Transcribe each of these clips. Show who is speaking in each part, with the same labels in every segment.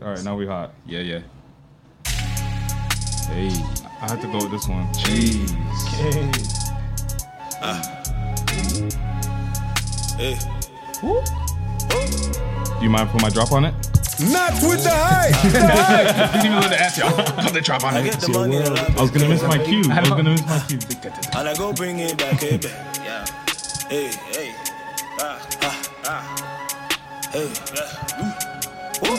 Speaker 1: All right, now we hot. Yeah, yeah. Hey, I have to go with this one. Jeez.
Speaker 2: Hey.
Speaker 1: Do you mind putting my drop on it?
Speaker 3: Not with the hype.
Speaker 4: didn't even let it ask y'all. Put the drop on
Speaker 2: I
Speaker 4: it.
Speaker 2: get the money and I
Speaker 1: I was gonna miss my cue. I was
Speaker 4: know.
Speaker 1: gonna miss my cue.
Speaker 2: And I go bring it back, hey, babe. Yeah. Hey, hey. Ah, ah, ah. Hey, yeah. Mm. Woo.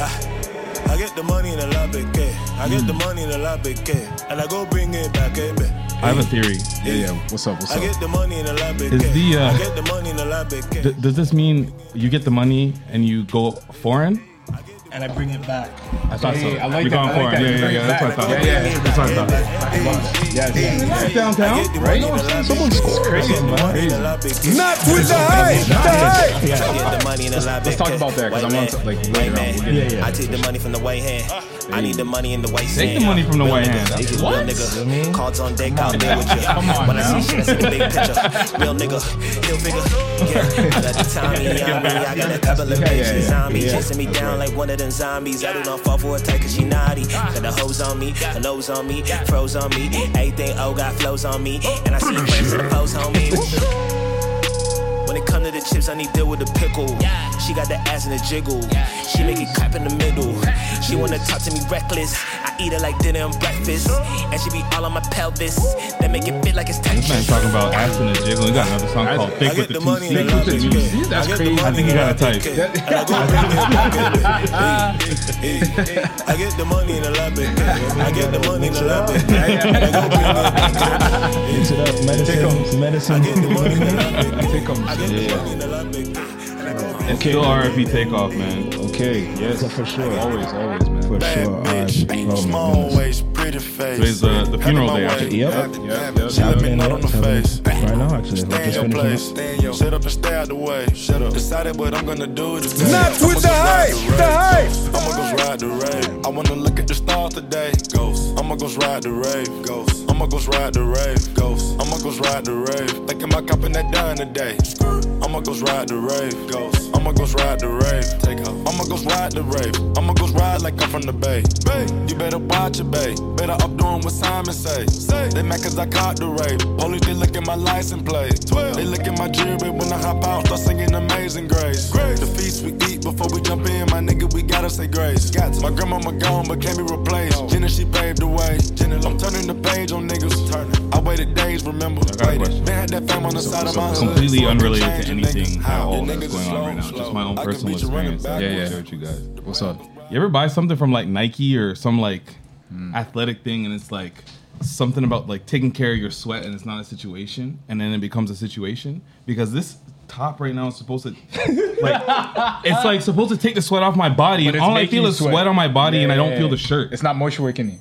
Speaker 2: Ah. I get the money in a lot, big K. I get the
Speaker 1: Mm.
Speaker 2: money in a lot, big K. And I go bring it back, hey, babe.
Speaker 1: I have a theory.
Speaker 4: Yeah, yeah. What's up? What's
Speaker 2: I
Speaker 4: up?
Speaker 2: get the money in a lot, big
Speaker 1: Is
Speaker 2: K.
Speaker 1: the, uh,
Speaker 2: I get the eh? money in a lot, big K.
Speaker 1: D- does this mean you get the money and you go foreign?
Speaker 5: and I bring it back.
Speaker 1: I thought so.
Speaker 4: Yeah, I like
Speaker 1: You're
Speaker 4: that.
Speaker 1: going
Speaker 4: I like
Speaker 1: foreign.
Speaker 4: that.
Speaker 1: Yeah, yeah,
Speaker 4: Bring
Speaker 1: yeah.
Speaker 4: it
Speaker 1: That's what I
Speaker 4: back.
Speaker 1: thought.
Speaker 4: Yeah, yeah.
Speaker 1: That's what I thought.
Speaker 4: Yes, yes.
Speaker 1: Not downtown,
Speaker 2: right?
Speaker 1: Someone scored. Crazy,
Speaker 2: I get the
Speaker 1: man.
Speaker 2: money in a
Speaker 1: Crazy.
Speaker 2: lot, big K.
Speaker 3: Not with the hype. The hype.
Speaker 2: I get the money in the lobby.
Speaker 4: let's talk about that, 'cause I'm on
Speaker 2: White
Speaker 4: to-
Speaker 2: man,
Speaker 4: like, later
Speaker 2: white
Speaker 4: on,
Speaker 2: man.
Speaker 4: we'll get into
Speaker 2: I take the money from the white hand. I need the money in the white
Speaker 1: Take the money from the white hand.
Speaker 2: What? Nigga. Cards on deck out there with you.
Speaker 4: Come on
Speaker 2: when I
Speaker 4: now.
Speaker 2: see shit, I see the big picture. Real nigga, real bigger. Yeah, I got the Tommy on me. I got a couple of
Speaker 4: Yeah, yeah,
Speaker 2: bitches
Speaker 4: yeah.
Speaker 2: on me,
Speaker 4: Yeah.
Speaker 2: chasing me down like one of them zombies. I do not fall for a type 'cause she naughty. Got the hoes on me, her nose on me, froze on me. Everything O got flows on me, and I see friends in the post on me. When it come to the chips, I need deal with the pickle. She got the ass in a jiggle. She make it clap in the middle. She wanna talk to me reckless. I eat it like dinner and breakfast. And she be all on my pelvis. That make it fit like it's
Speaker 1: This man's
Speaker 2: Tetris.
Speaker 1: talking about ass and a jiggle. He got another song called
Speaker 2: I
Speaker 1: Thick with
Speaker 2: get
Speaker 1: the
Speaker 2: the
Speaker 1: Two
Speaker 2: money in the
Speaker 1: Sticks.
Speaker 4: with the two
Speaker 2: lobby, yeah.
Speaker 4: sticks. That's
Speaker 2: I get the
Speaker 4: crazy.
Speaker 2: money
Speaker 4: I
Speaker 1: think
Speaker 2: in
Speaker 1: you
Speaker 2: the
Speaker 1: got it
Speaker 2: lobby, yeah. And I go bring it back, yeah. Hey, hey, hey. I get the money in the lobby. yeah. I get the money in the lobby. yeah. And I go bring it back, yeah.
Speaker 6: Mix it up. Medicine.
Speaker 2: I get
Speaker 6: Medicine.
Speaker 2: the money in the lobby.
Speaker 4: Take 'em.
Speaker 2: I get the money in the lobby. yeah. And I go bring
Speaker 1: It's still RFP takeoff, man.
Speaker 4: Okay. Yes.
Speaker 6: For sure.
Speaker 4: Always, always, man.
Speaker 6: For
Speaker 7: Bad
Speaker 6: sure. All right.
Speaker 7: bitch,
Speaker 6: Oh, my
Speaker 7: small
Speaker 6: goodness.
Speaker 7: waist, pretty face.
Speaker 1: Today's the- the funeral
Speaker 7: Out of
Speaker 1: day,
Speaker 7: my
Speaker 1: actually.
Speaker 7: way.
Speaker 6: Yep.
Speaker 7: Happy,
Speaker 4: Yep,
Speaker 7: happy.
Speaker 4: yep,
Speaker 7: She let me
Speaker 6: yep.
Speaker 7: nut on the
Speaker 6: Yep.
Speaker 7: face.
Speaker 6: Right now, actually.
Speaker 7: Stay in
Speaker 6: Just
Speaker 7: your
Speaker 6: finishing
Speaker 7: place.
Speaker 6: up.
Speaker 7: Stay in your- Shut up and stay out the way. Shut up. Decided what I'm gonna do today.
Speaker 3: Not
Speaker 7: I'ma
Speaker 3: with
Speaker 7: go
Speaker 3: the
Speaker 7: ride
Speaker 3: hype. The hype.
Speaker 7: rave. I'ma go ride the rave. I wanna look at the stars today. Ghost. I'ma go ride the rave. Ghost. I'ma go ride the rave. Ghost. I'ma go ride the rave. Thinking about copping that dime today. I'ma go ride the rave. Ghost. I'ma go ride the rave. Take off. I'ma go ride the rave. I'ma go ride like I'm from the bay. Bay. You better watch it, bay. Better up doing what Simon say. Say. They mad cause I caught the rave. Police they look at my license plate. They look at my jewelry when I hop out. Start singing Amazing Grace. The feast we eat before we jump in. My nigga, we gotta say grace. Got to. My grandmama gone but can't be replaced. Jenna, she paved the way. Jenna, I'm turning the page on niggas. Turning. I waited days, remember.
Speaker 1: got a
Speaker 7: Waited.
Speaker 1: question.
Speaker 7: Man had that fame on the side of my hood.
Speaker 1: completely
Speaker 7: Fuck
Speaker 1: unrelated to
Speaker 7: changing niggas.
Speaker 1: anything at
Speaker 7: How?
Speaker 1: all
Speaker 7: Your
Speaker 1: that's
Speaker 7: niggas
Speaker 1: going
Speaker 7: slow,
Speaker 1: on right now. Just
Speaker 7: slow.
Speaker 1: my own
Speaker 7: I could
Speaker 1: personal
Speaker 7: beat you running
Speaker 1: experience. that I
Speaker 7: backwards.
Speaker 1: can
Speaker 4: Yeah, yeah.
Speaker 1: share with you guys.
Speaker 4: What's up?
Speaker 1: You ever buy something from like Nike or some like athletic thing, and it's like something about like taking care of your sweat, and it's not a situation, and then it becomes a situation because this top right now is supposed to like it's like supposed to take the sweat off my body, and
Speaker 4: it's
Speaker 1: all I
Speaker 4: making
Speaker 1: feel
Speaker 4: you
Speaker 1: is
Speaker 4: sweat.
Speaker 1: sweat on my body, and I don't
Speaker 4: Yeah,
Speaker 1: feel
Speaker 4: yeah.
Speaker 1: the shirt.
Speaker 4: It's not moisture awakening.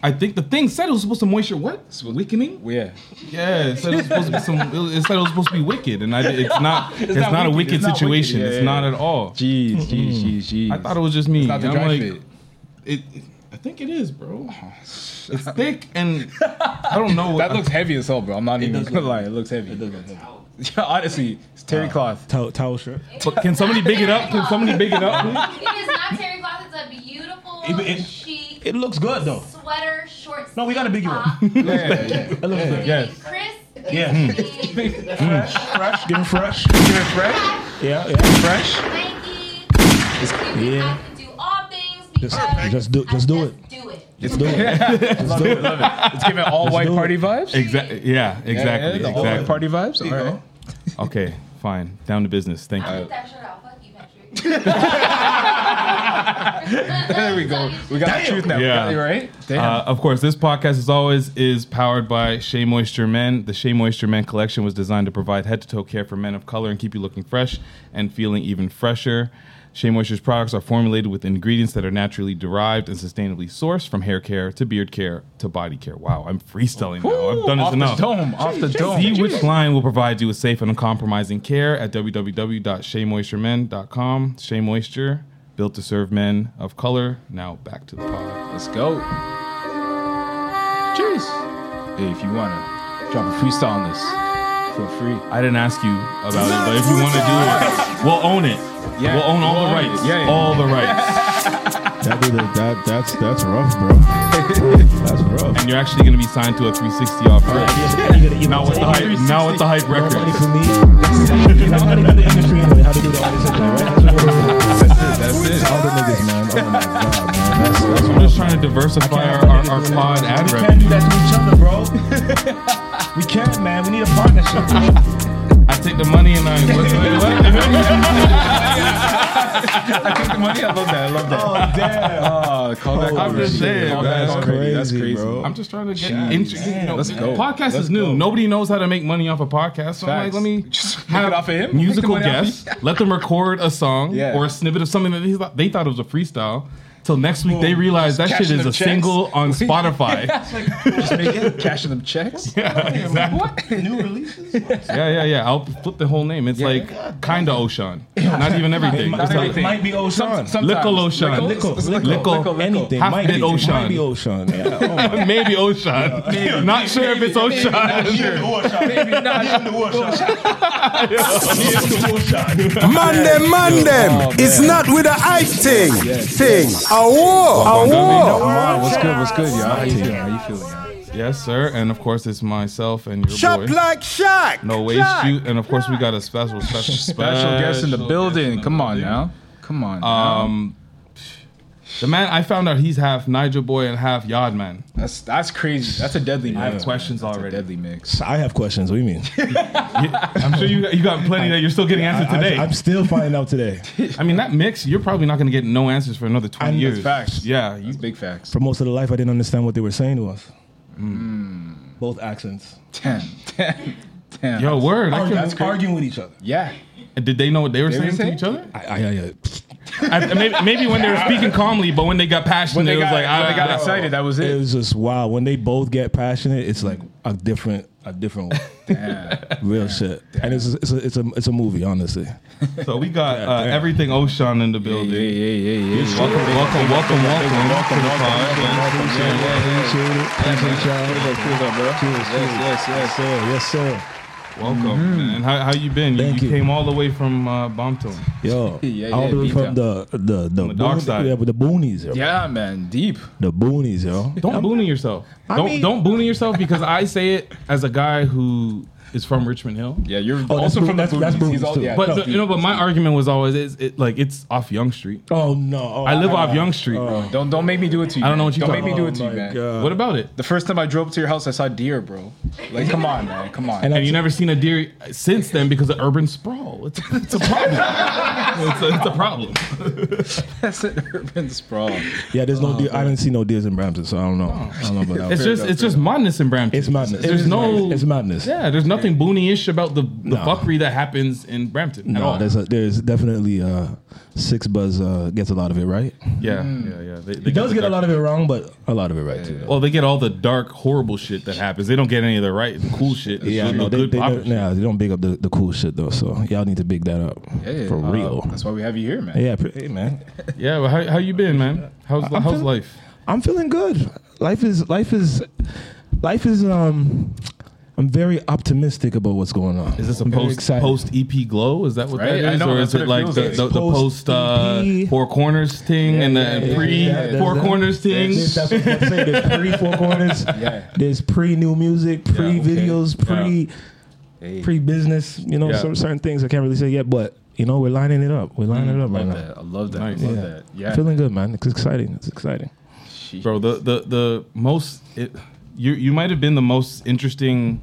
Speaker 1: I think the thing said it was supposed to moisture what weakening.
Speaker 4: Yeah.
Speaker 1: Yeah, it said it was supposed to be some. It said it was supposed to be wicked, and I, it's not. It's,
Speaker 4: not
Speaker 1: not, a
Speaker 4: wicked,
Speaker 1: wicked
Speaker 4: it's not wicked,
Speaker 1: situation.
Speaker 4: yeah,
Speaker 1: it's
Speaker 4: yeah,
Speaker 1: not
Speaker 4: yeah.
Speaker 1: at all.
Speaker 4: Jeez, jeez, jeez, jeez.
Speaker 1: Mm. I thought it was just me.
Speaker 4: It's not the
Speaker 1: I'm
Speaker 4: dry
Speaker 1: like,
Speaker 4: fit.
Speaker 1: It, it- I think it is, bro. It's thick, and I don't know.
Speaker 4: That
Speaker 1: I-
Speaker 4: looks heavy as hell, bro. I'm not
Speaker 5: does
Speaker 4: even gonna
Speaker 5: look-
Speaker 4: lie. It looks heavy.
Speaker 5: It doesn't matter.
Speaker 4: Yeah, honestly, it's terry cloth.
Speaker 6: Towel, towel shirt.
Speaker 1: but can somebody big it up? Can somebody big it up? please?
Speaker 8: It is not terry cloth. It's a beautiful,
Speaker 5: It- it-
Speaker 8: chic
Speaker 5: It looks good though.
Speaker 8: sweater, short.
Speaker 5: No, we gotta big it up.
Speaker 8: top. It's
Speaker 4: Yeah, yeah.
Speaker 5: It looks good.
Speaker 1: Yes.
Speaker 8: Crisp.
Speaker 5: Yeah.
Speaker 8: It's clean.
Speaker 6: Fresh. Give him fresh. Yeah. Yeah. Fresh.
Speaker 8: Nike.
Speaker 6: yeah.
Speaker 8: I can do all things because
Speaker 6: just do-
Speaker 8: I
Speaker 6: just do it.
Speaker 8: Do it.
Speaker 6: Let's do it. Let's do it.
Speaker 4: Love it. It's giving all white
Speaker 6: do it.
Speaker 4: party vibes.
Speaker 1: Exactly. Yeah. Exactly.
Speaker 4: Yeah, yeah, the all white
Speaker 1: exactly.
Speaker 4: party vibes. All right.
Speaker 1: Okay. Fine. Down to business. Thank you.
Speaker 8: Take that shirt out. Fuck you, Patrick.
Speaker 4: There we go. We got the truth now. We
Speaker 1: Yeah.
Speaker 4: got it right. Damn.
Speaker 1: Uh, of course, this podcast, as always, is powered by Shea Moisture Men. The Shea Moisture Men collection was designed to provide head to toe care for men of color and keep you looking fresh and feeling even fresher. Shea Moisture's products are formulated with ingredients that are naturally derived and sustainably sourced from hair care to beard care to body care. Wow, I'm freestyling now. I've done
Speaker 4: off
Speaker 1: this enough.
Speaker 4: the dome. Off the dome.
Speaker 1: See which line will provide you with safe and uncompromising care at www.sheamoisturemen.com. Shea Moisture, built to serve men of color. Now back to the pod.
Speaker 4: Let's go. Cheers. Hey, if you wanna drop a freestyle on this, for free.
Speaker 1: I didn't ask you about it, but if you want to do it, we'll own it.
Speaker 4: Yeah.
Speaker 1: We'll own all the
Speaker 4: We'll own it.
Speaker 1: rights.
Speaker 4: Yeah, yeah.
Speaker 1: All the rights.
Speaker 6: That, did it- that, that's, that's rough, bro. That's rough.
Speaker 1: And you're actually going to be signed to a 360 off rip. Now with the hype, now with the hype
Speaker 2: Money
Speaker 1: records.
Speaker 2: for me. You know how they do the industry anyway, how they do the all this anyway, right? That's what we're doing.
Speaker 6: Other niggas, man. Oh my god, man. That's, that's
Speaker 1: I'm just trying to diversify our, our, our pod ad
Speaker 2: We can't do
Speaker 1: revenue.
Speaker 2: that to each other, bro. we can't, man. We need a partnership. bro.
Speaker 1: I take the money and I. What, what, what?
Speaker 4: The money, I love that. I love that.
Speaker 2: Oh, damn.
Speaker 4: Oh, call that.
Speaker 1: I'm just saying,
Speaker 4: Call
Speaker 1: man.
Speaker 4: that
Speaker 6: That's
Speaker 4: already.
Speaker 6: crazy, bro.
Speaker 1: I'm just trying to get intro. You know,
Speaker 4: Let's go.
Speaker 1: Podcast is new. Nobody knows how to make money off a podcast. So I'm like,
Speaker 4: Facts.
Speaker 1: let me
Speaker 4: Just make
Speaker 1: have
Speaker 4: it off of him.
Speaker 1: musical
Speaker 4: Make the money off
Speaker 1: guests. let them record a song
Speaker 4: Yeah.
Speaker 1: or a snippet of something that they thought, they thought it was a freestyle. Till next week, they realize that shit
Speaker 4: cashing
Speaker 1: is a
Speaker 4: them checks.
Speaker 1: single on Spotify.
Speaker 4: Just make it, cashing them checks.
Speaker 5: New releases?
Speaker 1: yeah, yeah, yeah. I'll flip the whole name. It's like kinda Oshan. Not even everything. Just like
Speaker 4: everything.
Speaker 2: Might be Oshan.
Speaker 4: Sometimes.
Speaker 1: Lickle O'Shawn.
Speaker 4: Lickle,
Speaker 1: Lickle,
Speaker 4: Lickle,
Speaker 1: Lickle.
Speaker 4: Lickle.
Speaker 2: Anything.
Speaker 1: Half
Speaker 2: might
Speaker 1: bit
Speaker 2: be,
Speaker 1: Oshan.
Speaker 2: Might be Oshan. Yeah. Oh, my.
Speaker 1: maybe Oshan. Not sure if it's Oshan.
Speaker 5: Sure. Maybe not. Give him the war shot. Give him the war shot.
Speaker 9: Man them, man them. it's not with the hype thing. Thing. A war. A war.
Speaker 4: Wow, what's good? What's good, y'all? How you feeling? How you feeling? y'all?
Speaker 1: Yes, sir. And of course it's myself and your
Speaker 9: Chop
Speaker 1: boy.
Speaker 9: like Shaq.
Speaker 1: No waste
Speaker 9: Shaq.
Speaker 1: shoot. And of course we got a special special
Speaker 4: Special guest in the
Speaker 1: special
Speaker 4: building.
Speaker 1: guest
Speaker 4: Come on
Speaker 1: building.
Speaker 4: now. Come on.
Speaker 1: Um, the man I found out he's half Nigel boy and half Yod man.
Speaker 4: that's that's crazy. That's a deadly mix. I
Speaker 1: have questions already.
Speaker 4: deadly mix.
Speaker 6: I have questions. What do you mean?
Speaker 1: I'm sure you you got plenty that you're still getting answered today.
Speaker 6: I,
Speaker 1: I,
Speaker 6: am still finding out today
Speaker 1: mean that mix, you're probably not going to get no answers for another 20
Speaker 6: And that's
Speaker 1: years.
Speaker 4: facts.
Speaker 1: Yeah, you,
Speaker 4: Big facts.
Speaker 6: For most of the life, I didn't understand what they were saying to us. Both accents.
Speaker 4: Ten. Ten. Ten.
Speaker 1: yo, word. I
Speaker 4: that's
Speaker 1: couldn't-
Speaker 4: crazy.
Speaker 2: Arguing with each other.
Speaker 4: Yeah.
Speaker 1: did they know what they were
Speaker 4: They were
Speaker 1: saying to
Speaker 4: saying-
Speaker 1: each other?
Speaker 6: I, I, I,
Speaker 1: I, maybe, maybe when they were speaking calmly, but when they got passionate,
Speaker 4: When they
Speaker 1: it was
Speaker 4: got,
Speaker 1: like ah,
Speaker 4: when
Speaker 1: I
Speaker 4: they got excited, that was
Speaker 6: it
Speaker 4: it.
Speaker 6: was just wow. When they both get passionate, it's like a different, a different, real shit. And it's it's a, it's a it's a movie, honestly.
Speaker 1: So we got uh, everything Oshan in the
Speaker 4: Yeah,
Speaker 1: building.
Speaker 4: yeah, yeah, yeah, yeah.
Speaker 1: Welcome, welcome, welcome, welcome, welcome to the pod.
Speaker 6: Appreciate y'all.
Speaker 4: Yes, yes, yes.
Speaker 6: Yes, sir. Yes, sir.
Speaker 1: Welcome, man. How, how you been? You-
Speaker 6: Thank
Speaker 1: Mm-hmm. you,
Speaker 6: you.
Speaker 1: came all the way from uh, Bompton.
Speaker 6: Yo,
Speaker 4: Yeah,
Speaker 6: all
Speaker 4: yeah,
Speaker 6: the way
Speaker 4: deep
Speaker 6: from
Speaker 4: down.
Speaker 6: the the the,
Speaker 1: the dark
Speaker 6: boon-
Speaker 1: side.
Speaker 6: yeah, with the boonies, yo.
Speaker 4: Yeah, man. Deep.
Speaker 6: The boonies, yo.
Speaker 1: Don't boony yourself. don't
Speaker 6: mean-
Speaker 1: don't boony yourself because I say it as a guy who is from Richmond Hill.
Speaker 4: Yeah, you're
Speaker 1: Oh,
Speaker 6: that's
Speaker 4: also
Speaker 6: Bru-
Speaker 4: from the
Speaker 6: that's- that's
Speaker 4: Booties. He's
Speaker 6: Bruins
Speaker 4: all-
Speaker 6: too.
Speaker 4: yeah,
Speaker 1: But
Speaker 4: no,
Speaker 1: the-
Speaker 4: deep.
Speaker 1: you know, but my argument was always is it like it's off Young Street.
Speaker 6: Oh no, oh,
Speaker 1: I live off
Speaker 6: God.
Speaker 1: Young Street.
Speaker 4: Don't don't make me do it to you.
Speaker 1: I don't know
Speaker 4: man.
Speaker 1: what you're
Speaker 4: Don't
Speaker 1: talking
Speaker 4: make me do it to
Speaker 6: Oh
Speaker 4: you,
Speaker 6: my
Speaker 4: man.
Speaker 6: God.
Speaker 1: What about it?
Speaker 4: The first time I drove up to your house, I saw deer, bro. Like, come on, man. Come on.
Speaker 6: And I-
Speaker 1: And you never seen a deer since then because of urban sprawl. It's, it's a problem. it's, a, it's a problem.
Speaker 4: That's an urban sprawl.
Speaker 6: Yeah, there's no deer. I didn't see no deers in Brampton, so I don't know. I don't know about that.
Speaker 1: Oh, It's just it's just madness in Brampton.
Speaker 6: It's madness.
Speaker 1: There's
Speaker 6: It is
Speaker 1: no
Speaker 6: madness. It's madness.
Speaker 1: Yeah, there's nothing boony-ish about the, the
Speaker 6: No.
Speaker 1: fuckery that happens in Brampton at
Speaker 6: No,
Speaker 1: all.
Speaker 6: there's a, there's definitely uh, six buzz uh, gets a lot of it right.
Speaker 1: yeah, yeah, yeah. They,
Speaker 6: It Mm. does get a lot of it wrong, but a lot of it right too.
Speaker 1: Well, they get all the dark, horrible shit that happens. They don't get any of the right and cool shit. It's
Speaker 6: Yeah,
Speaker 1: just
Speaker 6: no,
Speaker 1: the
Speaker 6: they,
Speaker 1: good
Speaker 6: they,
Speaker 1: poppin'
Speaker 6: don't-
Speaker 1: shit.
Speaker 6: nah, they don't big up the, the cool shit though. So y'all need to big that up
Speaker 4: Yeah,
Speaker 6: for
Speaker 4: uh,
Speaker 6: real.
Speaker 4: That's why we have you here, man.
Speaker 6: yeah, pre- hey man,
Speaker 1: Yeah, well, how, how you been, man? How's
Speaker 6: I'm
Speaker 1: how's
Speaker 6: feeling-
Speaker 1: life?
Speaker 6: I'm feeling good. Life is life is life is um. I'm very optimistic about what's going on.
Speaker 1: Is this a
Speaker 6: I'm very
Speaker 1: post
Speaker 6: excited.
Speaker 1: post EP glow? Is that what
Speaker 4: Right?
Speaker 1: that
Speaker 4: I
Speaker 1: is,
Speaker 4: know,
Speaker 1: or
Speaker 4: that's
Speaker 1: is it
Speaker 4: what it
Speaker 1: like
Speaker 4: feels
Speaker 1: the,
Speaker 4: like.
Speaker 1: the, the
Speaker 6: Post
Speaker 1: post, uh,
Speaker 6: EP.
Speaker 1: four corners thing and the
Speaker 6: yeah,
Speaker 1: pre
Speaker 6: yeah, yeah.
Speaker 1: four
Speaker 6: There's
Speaker 1: corners thing?
Speaker 6: There's, that's what I'm saying. There's pre four corners.
Speaker 4: Yeah.
Speaker 6: There's pre new music,
Speaker 4: okay.
Speaker 6: pre videos, pre
Speaker 4: Hey.
Speaker 6: pre business. You know,
Speaker 1: Yeah.
Speaker 6: some certain things I can't really say yet, but you know, we're lining it up. We're lining it up
Speaker 4: I
Speaker 6: right
Speaker 4: Mm, love
Speaker 6: now.
Speaker 4: that. I love that.
Speaker 1: Nice.
Speaker 4: I love
Speaker 6: Yeah.
Speaker 4: that. Yeah.
Speaker 6: Feeling good, man. It's exciting. It's exciting.
Speaker 1: bro the the the most it, you you might have been the most interesting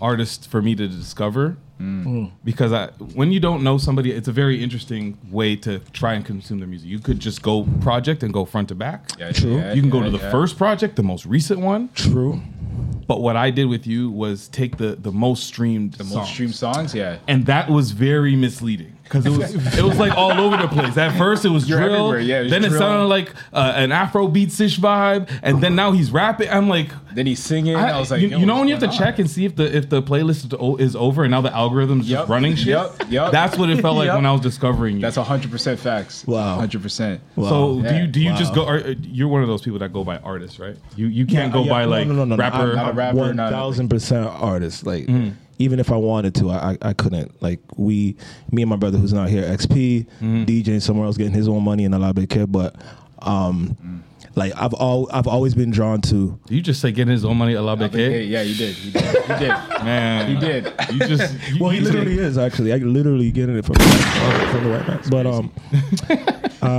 Speaker 1: artist for me to discover
Speaker 4: Mm.
Speaker 1: because I when you don't know somebody it's a very interesting way to try and consume their music you could just go project and go front to back
Speaker 4: Yeah, True. yeah,
Speaker 1: you can go
Speaker 4: yeah,
Speaker 1: to the
Speaker 4: yeah.
Speaker 1: first project the most recent one
Speaker 6: True.
Speaker 1: but what I did with you was take the the most streamed the
Speaker 4: Most stream songs, yeah.
Speaker 1: and that was very misleading because it was it was like all over the place. At first, it was
Speaker 4: You're
Speaker 1: drill.
Speaker 4: everywhere, yeah, it's
Speaker 1: then it
Speaker 4: drill.
Speaker 1: sounded like uh, an Afro beatsish vibe, and then now he's rapping. I'm like,
Speaker 4: Then he's singing. I,
Speaker 1: I,
Speaker 4: was like,
Speaker 1: you,
Speaker 4: yo,
Speaker 1: you know when you have
Speaker 4: what's
Speaker 1: to
Speaker 4: going
Speaker 1: check and see if the if the playlist is o- is over and now the algorithm's
Speaker 4: Yup,
Speaker 1: just running shit.
Speaker 4: yup, yup.
Speaker 1: That's what it felt like
Speaker 4: Yup.
Speaker 1: when I was discovering you.
Speaker 4: on? That's hundred percent facts.
Speaker 6: Wow.
Speaker 4: hundred percent.
Speaker 1: so do you do you
Speaker 6: Wow.
Speaker 1: just go? Are, uh, you're one of those people that go by artist, right? You you can't go
Speaker 6: Yeah,
Speaker 1: by
Speaker 6: no,
Speaker 1: like
Speaker 6: no, no, no, no.
Speaker 1: rapper.
Speaker 6: I'm,
Speaker 4: not a rapper,
Speaker 6: One
Speaker 4: not a-
Speaker 6: thousand percent artist. Like even if I wanted to, I, I I couldn't. Like we, me and my brother who's not here, XP, DJing somewhere else, getting his own money and a lot of kid. But um, like I've all I've always been drawn to.
Speaker 1: do you just say getting his own money a la
Speaker 4: Yeah,
Speaker 1: beke?
Speaker 4: yeah, you did. You did. You did.
Speaker 1: Man,
Speaker 4: You did.
Speaker 1: You just you,
Speaker 6: Well, he
Speaker 1: you did.
Speaker 6: literally is actually. I literally getting it from the white from the white man. But um, um,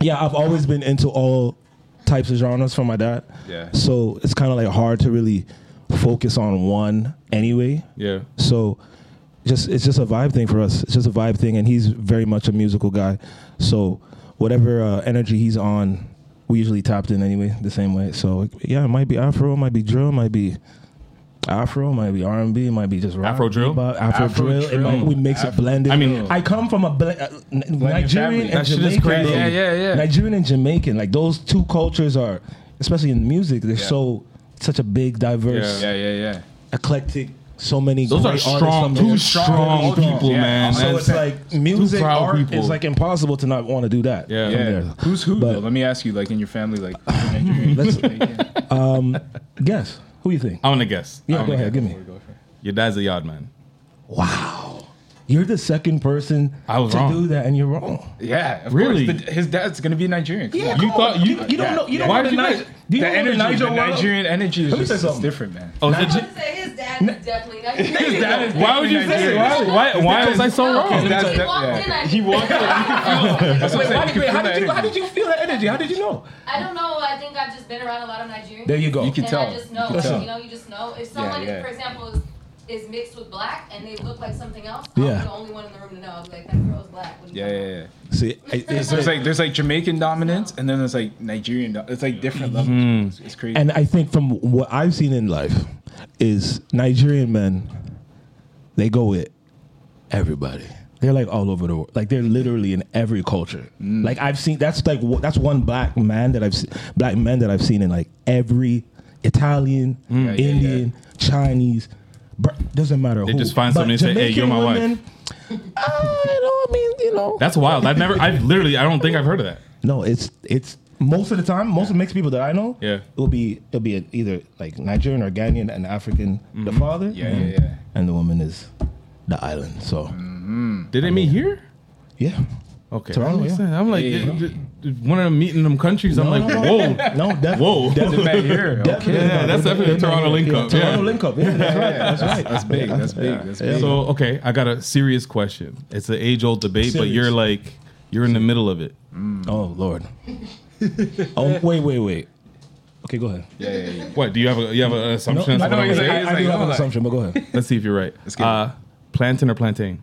Speaker 6: yeah, I've always been into all types of genres from my dad.
Speaker 4: Yeah.
Speaker 6: So it's kind of like hard to really focus on one anyway.
Speaker 1: Yeah.
Speaker 6: So just it's just a vibe thing for us. It's just a vibe thing, and he's very much a musical guy. So whatever uh, energy he's on, we usually tapped in anyway, the same way. So yeah, it might be Afro, it might be drill, it might be Afro, it might be R and B, it might be just rock,
Speaker 1: Afro drill?
Speaker 6: bebop, Afro,
Speaker 4: Afro
Speaker 6: drill. It
Speaker 4: drill.
Speaker 6: might, we mix it blended.
Speaker 1: I mean-
Speaker 6: I come from a ble- uh, N- Nigerian
Speaker 4: family.
Speaker 6: and
Speaker 1: That shit is
Speaker 6: Jamaican.
Speaker 1: crazy.
Speaker 6: bro.
Speaker 4: Yeah, yeah, yeah.
Speaker 6: Nigerian and Jamaican, like those two cultures are, especially in music, they're so such a big, diverse
Speaker 4: Yeah, yeah, yeah.
Speaker 6: eclectic. So many.
Speaker 1: Those are
Speaker 6: great artists
Speaker 1: strong,
Speaker 6: from
Speaker 1: two
Speaker 6: there.
Speaker 1: strong people,
Speaker 4: Yeah.
Speaker 1: man.
Speaker 6: So
Speaker 1: That's-
Speaker 6: it's like music,
Speaker 1: proud
Speaker 6: art
Speaker 1: people.
Speaker 6: is like impossible to not want to do that.
Speaker 1: Yeah.
Speaker 6: from
Speaker 4: Yeah.
Speaker 6: there.
Speaker 4: Who's who?
Speaker 6: But-
Speaker 4: though? Let me ask you, like in your family, like Nigerian,
Speaker 6: Let's-
Speaker 4: Jamaican?
Speaker 6: Guess who you think?
Speaker 1: I want to guess. I
Speaker 6: Yeah,
Speaker 4: Oh
Speaker 1: wanna
Speaker 6: go ahead,
Speaker 1: guess.
Speaker 6: give me.
Speaker 1: Your dad's a yard man.
Speaker 6: You're the second person
Speaker 1: I was
Speaker 6: to
Speaker 1: wrong.
Speaker 6: do that, and you're wrong.
Speaker 4: yeah, of
Speaker 1: Really?
Speaker 4: Course. The- his dad's gonna be Nigerian. Come on.
Speaker 1: You thought you
Speaker 6: You don't know. You don't
Speaker 1: Why
Speaker 6: know
Speaker 1: did you
Speaker 6: the Nigel.
Speaker 1: guys-
Speaker 6: Do you
Speaker 4: the
Speaker 6: know the
Speaker 4: energy,
Speaker 6: Nigel?
Speaker 4: the
Speaker 6: world?
Speaker 4: Nigerian energy is
Speaker 6: Let me
Speaker 4: just
Speaker 6: say
Speaker 4: it's
Speaker 6: something.
Speaker 4: different, man.
Speaker 1: Oh, is it-
Speaker 10: would say his dad is definitely not. His
Speaker 4: dad is
Speaker 1: why would you say? Why why, why was I so wrong?
Speaker 4: That's-
Speaker 10: he
Speaker 4: that-
Speaker 10: walked
Speaker 4: yeah.
Speaker 10: in. I,
Speaker 4: He walked in. You
Speaker 10: I,
Speaker 4: That's what I'm saying.
Speaker 6: Wait, how, did,
Speaker 4: You
Speaker 6: wait,
Speaker 4: can
Speaker 6: how
Speaker 4: feel
Speaker 6: did you
Speaker 4: that
Speaker 6: how did you feel that energy? How did you know?
Speaker 10: don't know. I think I've just been around a lot of Nigerians.
Speaker 6: There you go.
Speaker 4: You can
Speaker 10: and
Speaker 4: tell.
Speaker 10: I just know.
Speaker 4: You can tell.
Speaker 10: You know, you just know. If someone,
Speaker 4: yeah.
Speaker 10: for example, is, is mixed with black and they look like something else,
Speaker 6: Yeah.
Speaker 10: I'm the only one in the room to know. I'll be like, that girl's black. What are you
Speaker 4: Yeah,
Speaker 10: talking
Speaker 4: yeah, yeah.
Speaker 6: See, I-
Speaker 4: There's, there's like there's like Jamaican dominance, and then there's like Nigerian. do- It's like different levels. It's, it's crazy.
Speaker 6: and I think from what I've seen in life is Nigerian men, they go with everybody. They're like all over the world. Like they're literally in every culture.
Speaker 1: Mm.
Speaker 6: Like I've seen that's like wh- that's one black man that I've se- black men that I've seen in like every Italian,
Speaker 1: Mm.
Speaker 4: yeah, yeah.
Speaker 6: Indian, Chinese. Br- doesn't matter. They who.
Speaker 1: just find somebody and say, "Hey, you're my wife."
Speaker 6: wife. I don't mean you know.
Speaker 1: That's wild. I've never. I've literally. I don't think I've heard of that.
Speaker 6: No, it's it's most of the time, most of the mixed people that I know,
Speaker 1: Yeah.
Speaker 6: it'll be it'll be a, either like Nigerian or Ghanaian and African.
Speaker 1: Mm-hmm.
Speaker 6: The father,
Speaker 4: Yeah,
Speaker 6: and,
Speaker 4: yeah, yeah.
Speaker 6: and the woman is the island. So
Speaker 1: Did they meet here?
Speaker 6: yeah,
Speaker 1: Okay.
Speaker 6: Toronto,
Speaker 1: that makes
Speaker 6: yeah.
Speaker 1: sense. I'm like, uh,
Speaker 4: Yeah.
Speaker 1: d- d- d- one of them meeting them countries. I'm like, whoa.
Speaker 6: no, def-
Speaker 1: Whoa.
Speaker 6: definitely,
Speaker 4: Back here, okay.
Speaker 6: definitely,
Speaker 1: Yeah, that's definitely a Toronto link up.
Speaker 6: Toronto
Speaker 1: Yeah.
Speaker 6: link up. Yeah, that's right. That's right.
Speaker 4: That's big. That's big. That's big.
Speaker 1: So okay, I got a serious question. It's an age old debate, but
Speaker 6: Serious.
Speaker 1: you're like, you're in the middle of it.
Speaker 6: Oh lord. oh wait, wait, wait. Okay, go ahead.
Speaker 4: Yeah, yeah, yeah.
Speaker 1: What do you have? A, you have an assumption?
Speaker 6: I,
Speaker 1: as to what I'm
Speaker 4: no, yeah,
Speaker 1: gonna say?
Speaker 4: yeah.
Speaker 6: I,
Speaker 4: it's
Speaker 6: I do
Speaker 4: like,
Speaker 6: have an
Speaker 4: oh,
Speaker 6: assumption, but go ahead.
Speaker 1: Let's see if you're right.
Speaker 4: get it.
Speaker 1: Uh, plantain or plantain?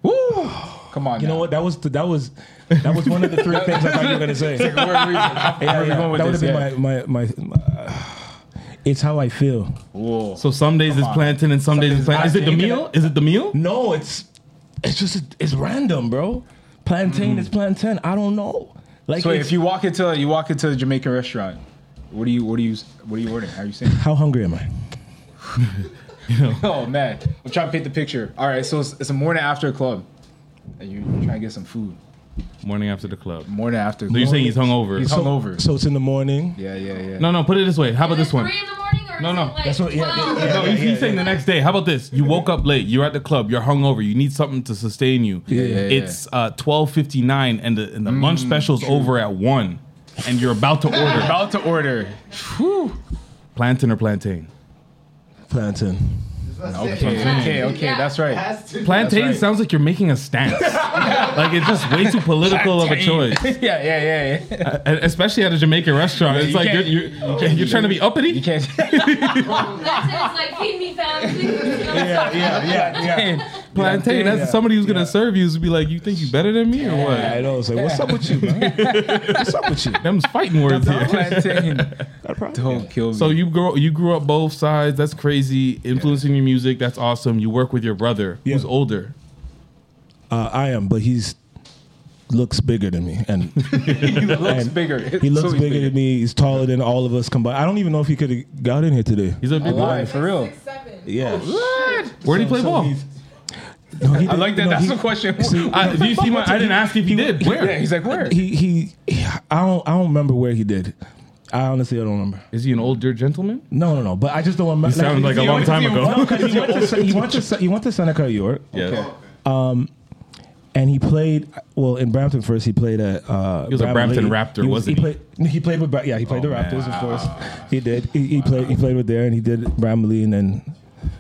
Speaker 4: Come on.
Speaker 6: You know
Speaker 4: now.
Speaker 6: what? That was that was that was one of the three things I thought you were gonna say.
Speaker 4: Where are we- where are we going with
Speaker 6: that
Speaker 4: this?
Speaker 6: would
Speaker 4: Yeah.
Speaker 6: have been my, my, my, uh, It's how I feel.
Speaker 4: Whoa.
Speaker 1: So some days it's plantain and some, days it's plantain. Is it the
Speaker 4: plantain.
Speaker 1: meal? Is it the meal?
Speaker 6: No, it's it's just it's random, bro. Plantain is plantain. I don't know. Like,
Speaker 4: So wait,
Speaker 6: it's-
Speaker 4: if you walk into you walk into a Jamaican restaurant, what do you what do you what are you ordering? How are you saying?
Speaker 6: how hungry am I?
Speaker 4: Oh man, I'm trying to paint the picture. All right, so it's, it's a morning after a club, and you're trying to get some food.
Speaker 1: Morning after the club.
Speaker 4: Morning after.
Speaker 1: So you're saying he's hungover?
Speaker 4: He's hungover.
Speaker 6: So it's in the morning.
Speaker 4: yeah, yeah, yeah.
Speaker 1: No, no. Put it this way. How about
Speaker 10: about? Is
Speaker 1: this
Speaker 10: it
Speaker 1: one?
Speaker 10: Three in the morning or
Speaker 1: No,
Speaker 10: is
Speaker 1: no.
Speaker 10: It like
Speaker 6: That's what- yeah, yeah,
Speaker 10: 12?
Speaker 6: yeah, yeah.
Speaker 1: No, he's, he's saying the next day. How about this? You woke up late. You're at the club. You're hungover. You need something to sustain you.
Speaker 4: yeah, yeah. Mm,
Speaker 1: It's uh, twelve fifty nine, and the and the lunch special's over at one, and you're about to order
Speaker 4: About to order.
Speaker 1: plantain or plantain.
Speaker 6: Plantain.
Speaker 4: Okay, okay, okay.
Speaker 10: Yeah.
Speaker 4: That's right.
Speaker 1: Plantain
Speaker 4: That's right.
Speaker 1: sounds like you're making a stance. like it's just way too political of a choice,
Speaker 4: yeah, yeah, yeah, yeah.
Speaker 1: And E, especially at a Jamaican restaurant. it's
Speaker 4: you
Speaker 1: like you're,
Speaker 4: can't-
Speaker 1: you're, you're, trying to be uppity.
Speaker 4: You can't.
Speaker 10: That's it. It's like feed me, fam. Feed me.
Speaker 6: Yeah, yeah, yeah, yeah.
Speaker 1: plantain. That's somebody who's gonna serve you. Is be like, you think you better than me or what?
Speaker 6: I know. It's like, what's up with you, man? what's up with you?
Speaker 1: Them's fighting words here.
Speaker 4: Plantain. Don't kill me.
Speaker 1: So you grow you grew up both sides. That's crazy. Influencing your music. That's awesome. You work with your brother, who's
Speaker 6: Yeah.
Speaker 1: older.
Speaker 6: Uh, I am, but he's looks bigger than me, and
Speaker 4: he looks
Speaker 6: and
Speaker 4: bigger.
Speaker 6: He looks
Speaker 4: So he's
Speaker 6: bigger, than me. He's taller than all of us combined. I don't even know if he could have got in here today.
Speaker 1: He's a big boy.
Speaker 4: Alive, for real.
Speaker 6: Yeah.
Speaker 1: Where did he play ball?
Speaker 6: No, he
Speaker 4: I
Speaker 6: did-
Speaker 4: like that.
Speaker 6: no,
Speaker 4: That's
Speaker 6: he-
Speaker 4: the question.
Speaker 1: I, did you see my, I didn't ask if he did.
Speaker 4: Yeah,
Speaker 1: Where?
Speaker 4: he's like, where?
Speaker 6: He, he I don't I don't remember where he did. I honestly I don't remember.
Speaker 1: Is he an old dirt gentleman?
Speaker 6: No, no, no. But I just don't remember.
Speaker 1: He sounded like a long time ago.
Speaker 6: because he went to Se- he went to Se- he went to Seneca, York,
Speaker 1: Yeah.
Speaker 6: and he played well in Brampton first. He played at uh, he
Speaker 1: was a Brampton Raptor,
Speaker 6: he
Speaker 1: wasn't
Speaker 6: he?
Speaker 1: he? Oh,
Speaker 6: Played, he played with Bra- yeah, he played the Raptors, of course. He did. He, he played he played with there, and he did Bramley, and then.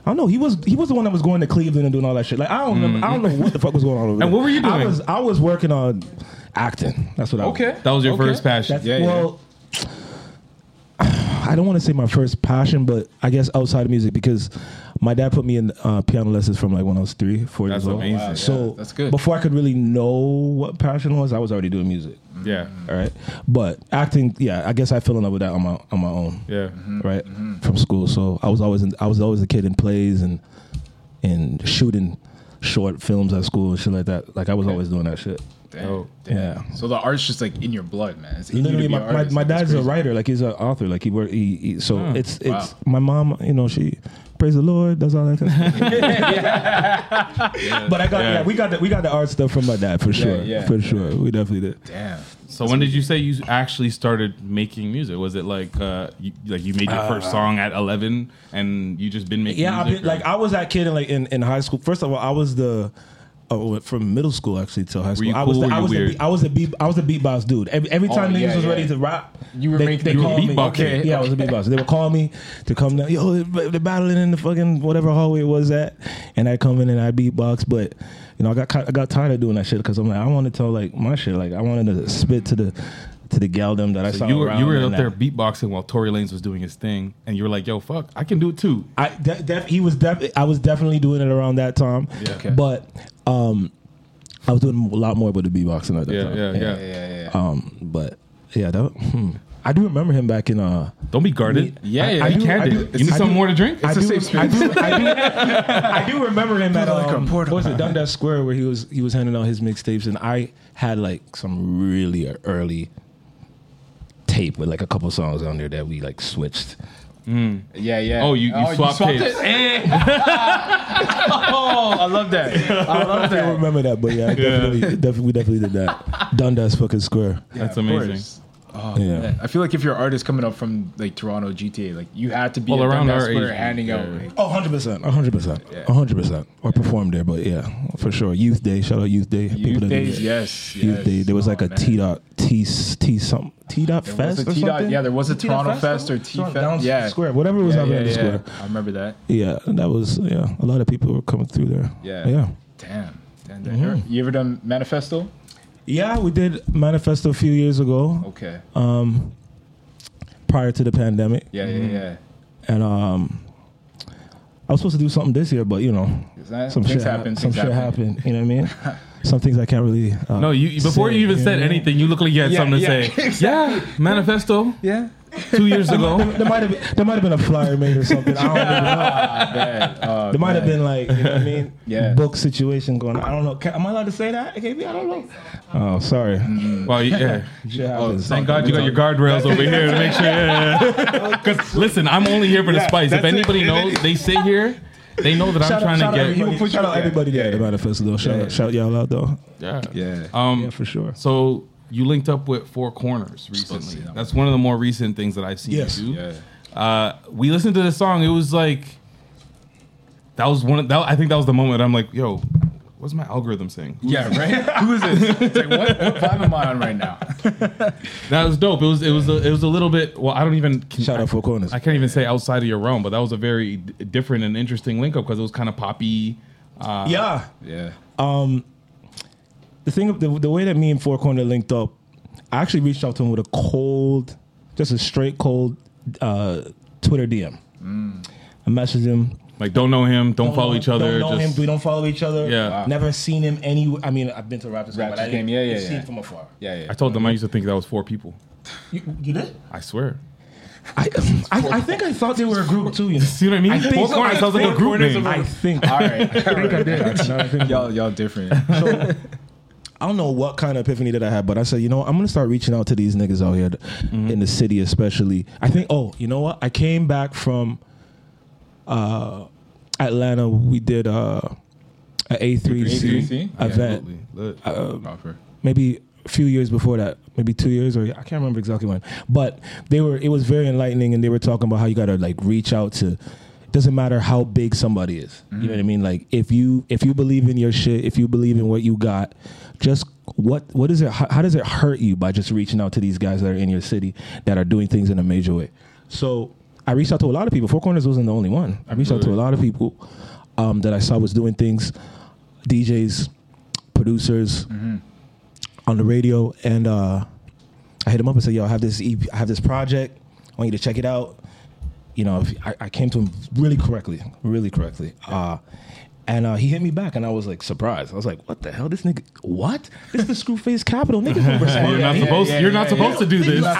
Speaker 6: I don't know. He was he was the one that was going to Cleveland and doing all that shit. Like I don't remember. I don't know what the fuck was going on over there.
Speaker 1: Mm-hmm. what were you
Speaker 6: I
Speaker 1: doing?
Speaker 6: was I was working on acting. That's what I was.
Speaker 4: Okay.
Speaker 1: That was your
Speaker 4: Okay.
Speaker 1: first passion.
Speaker 6: That's, well, I don't want to say my first passion, but I guess outside of music because my dad put me in uh, piano lessons from like when I was three, four
Speaker 1: That's
Speaker 6: years old.
Speaker 1: amazing. Wow, yeah,
Speaker 6: so
Speaker 4: that's good.
Speaker 6: Before I could really know what passion was, I was already doing music.
Speaker 1: yeah.
Speaker 6: All right, but acting, yeah, I guess I fell in love with that on my on my own,
Speaker 1: Yeah.
Speaker 6: right,
Speaker 1: Mm-hmm.
Speaker 6: from school. So I was always in, I was always a kid in plays and and shooting short films at school and shit like that. Like I was always doing that shit.
Speaker 1: Oh.
Speaker 4: Damn.
Speaker 6: Yeah.
Speaker 4: So the art's just like in your blood, man. It's in you to
Speaker 6: literally
Speaker 4: be
Speaker 6: my,
Speaker 4: an
Speaker 6: my,
Speaker 4: artist.
Speaker 6: my
Speaker 4: It's
Speaker 6: dad's a
Speaker 4: crazy.
Speaker 6: writer like he's an author like he work he, he so it's it's
Speaker 4: Wow.
Speaker 6: my mom you know she praise the lord does all that kind of stuff but i got yeah. we got the, we got the art stuff from my dad for sure
Speaker 4: yeah,
Speaker 6: for sure we definitely did
Speaker 4: Damn.
Speaker 1: So when did you say you actually started making music? Was it like uh, you, like you made your first song at 11 and you just been making
Speaker 6: Uh, yeah I
Speaker 1: music?
Speaker 6: been, like i was that kid in like in, in high school first of all i was the Oh, from middle school actually till high school,
Speaker 1: you
Speaker 6: I was
Speaker 1: cool
Speaker 6: the,
Speaker 1: or
Speaker 6: I
Speaker 1: you
Speaker 6: was the
Speaker 1: weird? Oh,
Speaker 6: beat, I was a beat I was a beatbox dude. Every, every time niggas
Speaker 4: yeah,
Speaker 6: was
Speaker 4: yeah.
Speaker 6: ready to rap,
Speaker 4: You were
Speaker 6: they,
Speaker 4: making-
Speaker 6: they
Speaker 4: you were
Speaker 6: called me.
Speaker 1: beatboxing.
Speaker 4: Okay,
Speaker 6: yeah, I was a beatboxer. They would call me to come down. Yo, they're battling in the fucking whatever hallway it was at, and I come in and I beatbox. But you know, I got ki- I got tired of doing that shit because I'm like, I want to tell like my shit. Like I wanted to spit to the to the gal them that I saw.
Speaker 1: you were
Speaker 6: around
Speaker 1: you were
Speaker 6: and
Speaker 1: out
Speaker 6: that.
Speaker 1: there beatboxing while Tory Lanez was doing his thing, and you were like, "Yo, fuck, I can do it too."
Speaker 6: I de- def- he was def- I was definitely doing it around that time.
Speaker 4: Okay.
Speaker 6: But um, I was doing a lot more with the beatboxing at that
Speaker 1: Yeah,
Speaker 6: time.
Speaker 1: yeah, yeah.
Speaker 4: Yeah, yeah.
Speaker 6: Um, but yeah, that hmm. I do remember him back in uh.
Speaker 1: Don't be guarded.
Speaker 4: Yeah,
Speaker 6: I-
Speaker 4: yeah,
Speaker 6: I
Speaker 4: you
Speaker 6: do-
Speaker 1: Candid.
Speaker 6: I do-
Speaker 1: you need
Speaker 6: I
Speaker 1: something
Speaker 6: do-
Speaker 1: more to drink?
Speaker 6: I
Speaker 4: It's a
Speaker 6: do,
Speaker 4: safe
Speaker 6: I
Speaker 4: space.
Speaker 6: do, I do, I do remember him at um, what was it Dundas Square where he was he was handing out his mixtapes, and I had like some really early tape with like a couple songs on there that we like switched.
Speaker 4: Yeah, yeah.
Speaker 1: Oh, you, you swapped, tapes.
Speaker 4: it? Eh. oh, I love that. I love
Speaker 6: I don't
Speaker 4: that.
Speaker 6: remember that, but yeah, Definitely, definitely, we definitely did that. Dundas fucking Square.
Speaker 1: That's
Speaker 4: Of
Speaker 1: amazing.
Speaker 4: course.
Speaker 6: yeah.
Speaker 4: I feel like if you're an artist coming up from like Toronto GTA, like you had to be
Speaker 1: All
Speaker 4: at
Speaker 1: around
Speaker 4: Dundas
Speaker 1: our
Speaker 4: Square
Speaker 1: age.
Speaker 4: handing out.
Speaker 1: Yeah.
Speaker 4: Like,
Speaker 6: Oh, 100%. 100%. 100%. Or performed there, but yeah, for sure. Youth Day. Shout out Youth Day.
Speaker 4: youth
Speaker 6: that do
Speaker 4: days,
Speaker 6: that.
Speaker 4: yes,
Speaker 6: Youth
Speaker 4: yes.
Speaker 6: Day. There was like
Speaker 4: Oh,
Speaker 6: a
Speaker 4: man.
Speaker 6: T dot, T, T something. T dot
Speaker 4: There was
Speaker 6: fest
Speaker 4: a
Speaker 6: or
Speaker 4: T dot-
Speaker 6: something?
Speaker 4: Yeah, there was a
Speaker 6: dot
Speaker 4: Toronto Fest or T
Speaker 6: Toronto-
Speaker 4: Fest.
Speaker 6: down
Speaker 4: Yeah,
Speaker 6: Square, whatever was
Speaker 4: Yeah,
Speaker 6: happening
Speaker 4: yeah,
Speaker 6: at the
Speaker 4: yeah.
Speaker 6: square.
Speaker 4: I remember that.
Speaker 6: Yeah, that was, yeah, a lot of people were coming through there.
Speaker 4: Yeah.
Speaker 6: Yeah.
Speaker 4: Damn. Damn, damn.
Speaker 6: Mm-hmm.
Speaker 4: You ever done Manifesto?
Speaker 6: Yeah, we did Manifesto a few years ago um,
Speaker 4: Okay.
Speaker 6: Uh, prior to the pandemic.
Speaker 4: yeah, yeah, yeah.
Speaker 6: And um, I was supposed to do something this year, but you know,
Speaker 4: Is that-
Speaker 6: some
Speaker 4: things
Speaker 6: shit
Speaker 4: happen,
Speaker 6: happened. Some
Speaker 4: things
Speaker 6: shit
Speaker 4: happen.
Speaker 6: happened. You know what I mean? some things I can't really. Uh,
Speaker 1: No, you before
Speaker 6: say,
Speaker 1: you even
Speaker 6: know
Speaker 1: said
Speaker 6: what I mean?
Speaker 1: anything, you look like you had
Speaker 4: Yeah,
Speaker 1: something to
Speaker 4: yeah,
Speaker 1: say. Yeah, manifesto
Speaker 4: Yeah.
Speaker 1: two years ago.
Speaker 6: There might have been, there might have been a flyer made or something. I don't even know.
Speaker 4: Bad. Oh,
Speaker 6: There might have
Speaker 4: man.
Speaker 6: been like, you know what I mean?
Speaker 4: Yeah.
Speaker 6: Book situation going on. I don't know. Can, am I allowed to say that? KB, I don't know. Oh, sorry.
Speaker 1: Well, yeah.
Speaker 6: Shit happens.
Speaker 1: Thank God you got your guardrails over here to make sure. Because listen, I'm only here for the spice. If
Speaker 4: that's it.
Speaker 1: anybody knows, they sit here. They know that I'm
Speaker 6: Shout out-
Speaker 1: trying
Speaker 6: shout out
Speaker 1: to
Speaker 6: everybody-
Speaker 1: get.
Speaker 4: put
Speaker 6: shout
Speaker 4: you-
Speaker 6: out everybody there at the manifesto though. Shout, out, shout y'all out though.
Speaker 1: Yeah.
Speaker 4: Yeah.
Speaker 1: Um,
Speaker 6: Yeah, for sure.
Speaker 1: So you linked up with Four Corners recently.
Speaker 4: that
Speaker 1: That's one of the more recent things that I've seen
Speaker 6: Yes.
Speaker 1: you do.
Speaker 4: Yeah.
Speaker 1: Uh, we listened to the song. It was like that was one. Of, that I think that was the moment I'm like, yo, what's my algorithm saying?
Speaker 4: Yeah, right? Who is this? It's like, what, what vibe am I on right now?
Speaker 1: That was dope. It was it was a, it was a little bit. Well, I don't even
Speaker 6: Shout out Four Corners.
Speaker 1: I can't even say outside of your realm, but that was a very d- different and interesting link up because it was kind of poppy.
Speaker 6: yeah.
Speaker 4: Yeah.
Speaker 6: the thing the, the way that me and four corner linked up i actually reached out to him with a cold just a straight cold uh, twitter dm i messaged him
Speaker 1: Like don't know him, don't, follow each other.
Speaker 6: don't know
Speaker 1: just
Speaker 6: him we don't follow each other
Speaker 1: Yeah. Wow.
Speaker 6: never seen him any i mean i've been to raptors, game, but
Speaker 4: Raptors
Speaker 6: i didn't
Speaker 4: game, yeah, yeah,
Speaker 6: see
Speaker 4: yeah.
Speaker 6: him from afar
Speaker 4: Yeah, yeah.
Speaker 1: I told them I used to think that was four people.
Speaker 6: you, you did
Speaker 1: I swear.
Speaker 6: I, I, I think I thought they were a group too. You know?
Speaker 1: See what I mean?
Speaker 6: I think-
Speaker 1: Four corners
Speaker 6: I
Speaker 1: sounds like a
Speaker 6: think
Speaker 1: group name.
Speaker 6: I think.
Speaker 4: All right, all
Speaker 6: I think I
Speaker 4: right.
Speaker 6: did. Now I think
Speaker 4: y'all y'all different.
Speaker 6: I don't know what kind of epiphany that I had, but I said, you know, what? I'm gonna start reaching out to these niggas out here th- in the city, especially. I think, oh, you know what? I came back from uh, Atlanta. We did uh, a A3C
Speaker 4: A3C?
Speaker 6: event,
Speaker 1: Absolutely. Look.
Speaker 6: Uh,
Speaker 4: Proper.
Speaker 6: maybe a few years before that, maybe two years or I can't remember exactly when. But they were, it was very enlightening, and they were talking about how you gotta like reach out to. Doesn't matter how big somebody is, you know what I mean. Like if you if you believe in your shit, if you believe in what you got, just what what is it? How, how does it hurt you by just reaching out to these guys that are in your city that are doing things in a major way? So I reached out to a lot of people. Four Corners wasn't the only one. I reached out to a lot of people um, that I saw was doing things, DJs, producers, on the radio, and uh, I hit him up and said, "Yo, I have this EP, I have this project. I want you to check it out." You know, if, I, I came to him really correctly, really correctly, uh, and uh, he hit me back, and I was like surprised. I was like, "What the hell, this nigga? What? This is the Screwface Capital niggas don't respond."
Speaker 1: You're not
Speaker 6: to me."
Speaker 1: supposed.
Speaker 4: yeah,
Speaker 1: you're
Speaker 4: yeah,
Speaker 1: not
Speaker 4: yeah.
Speaker 1: supposed to do this.
Speaker 6: I,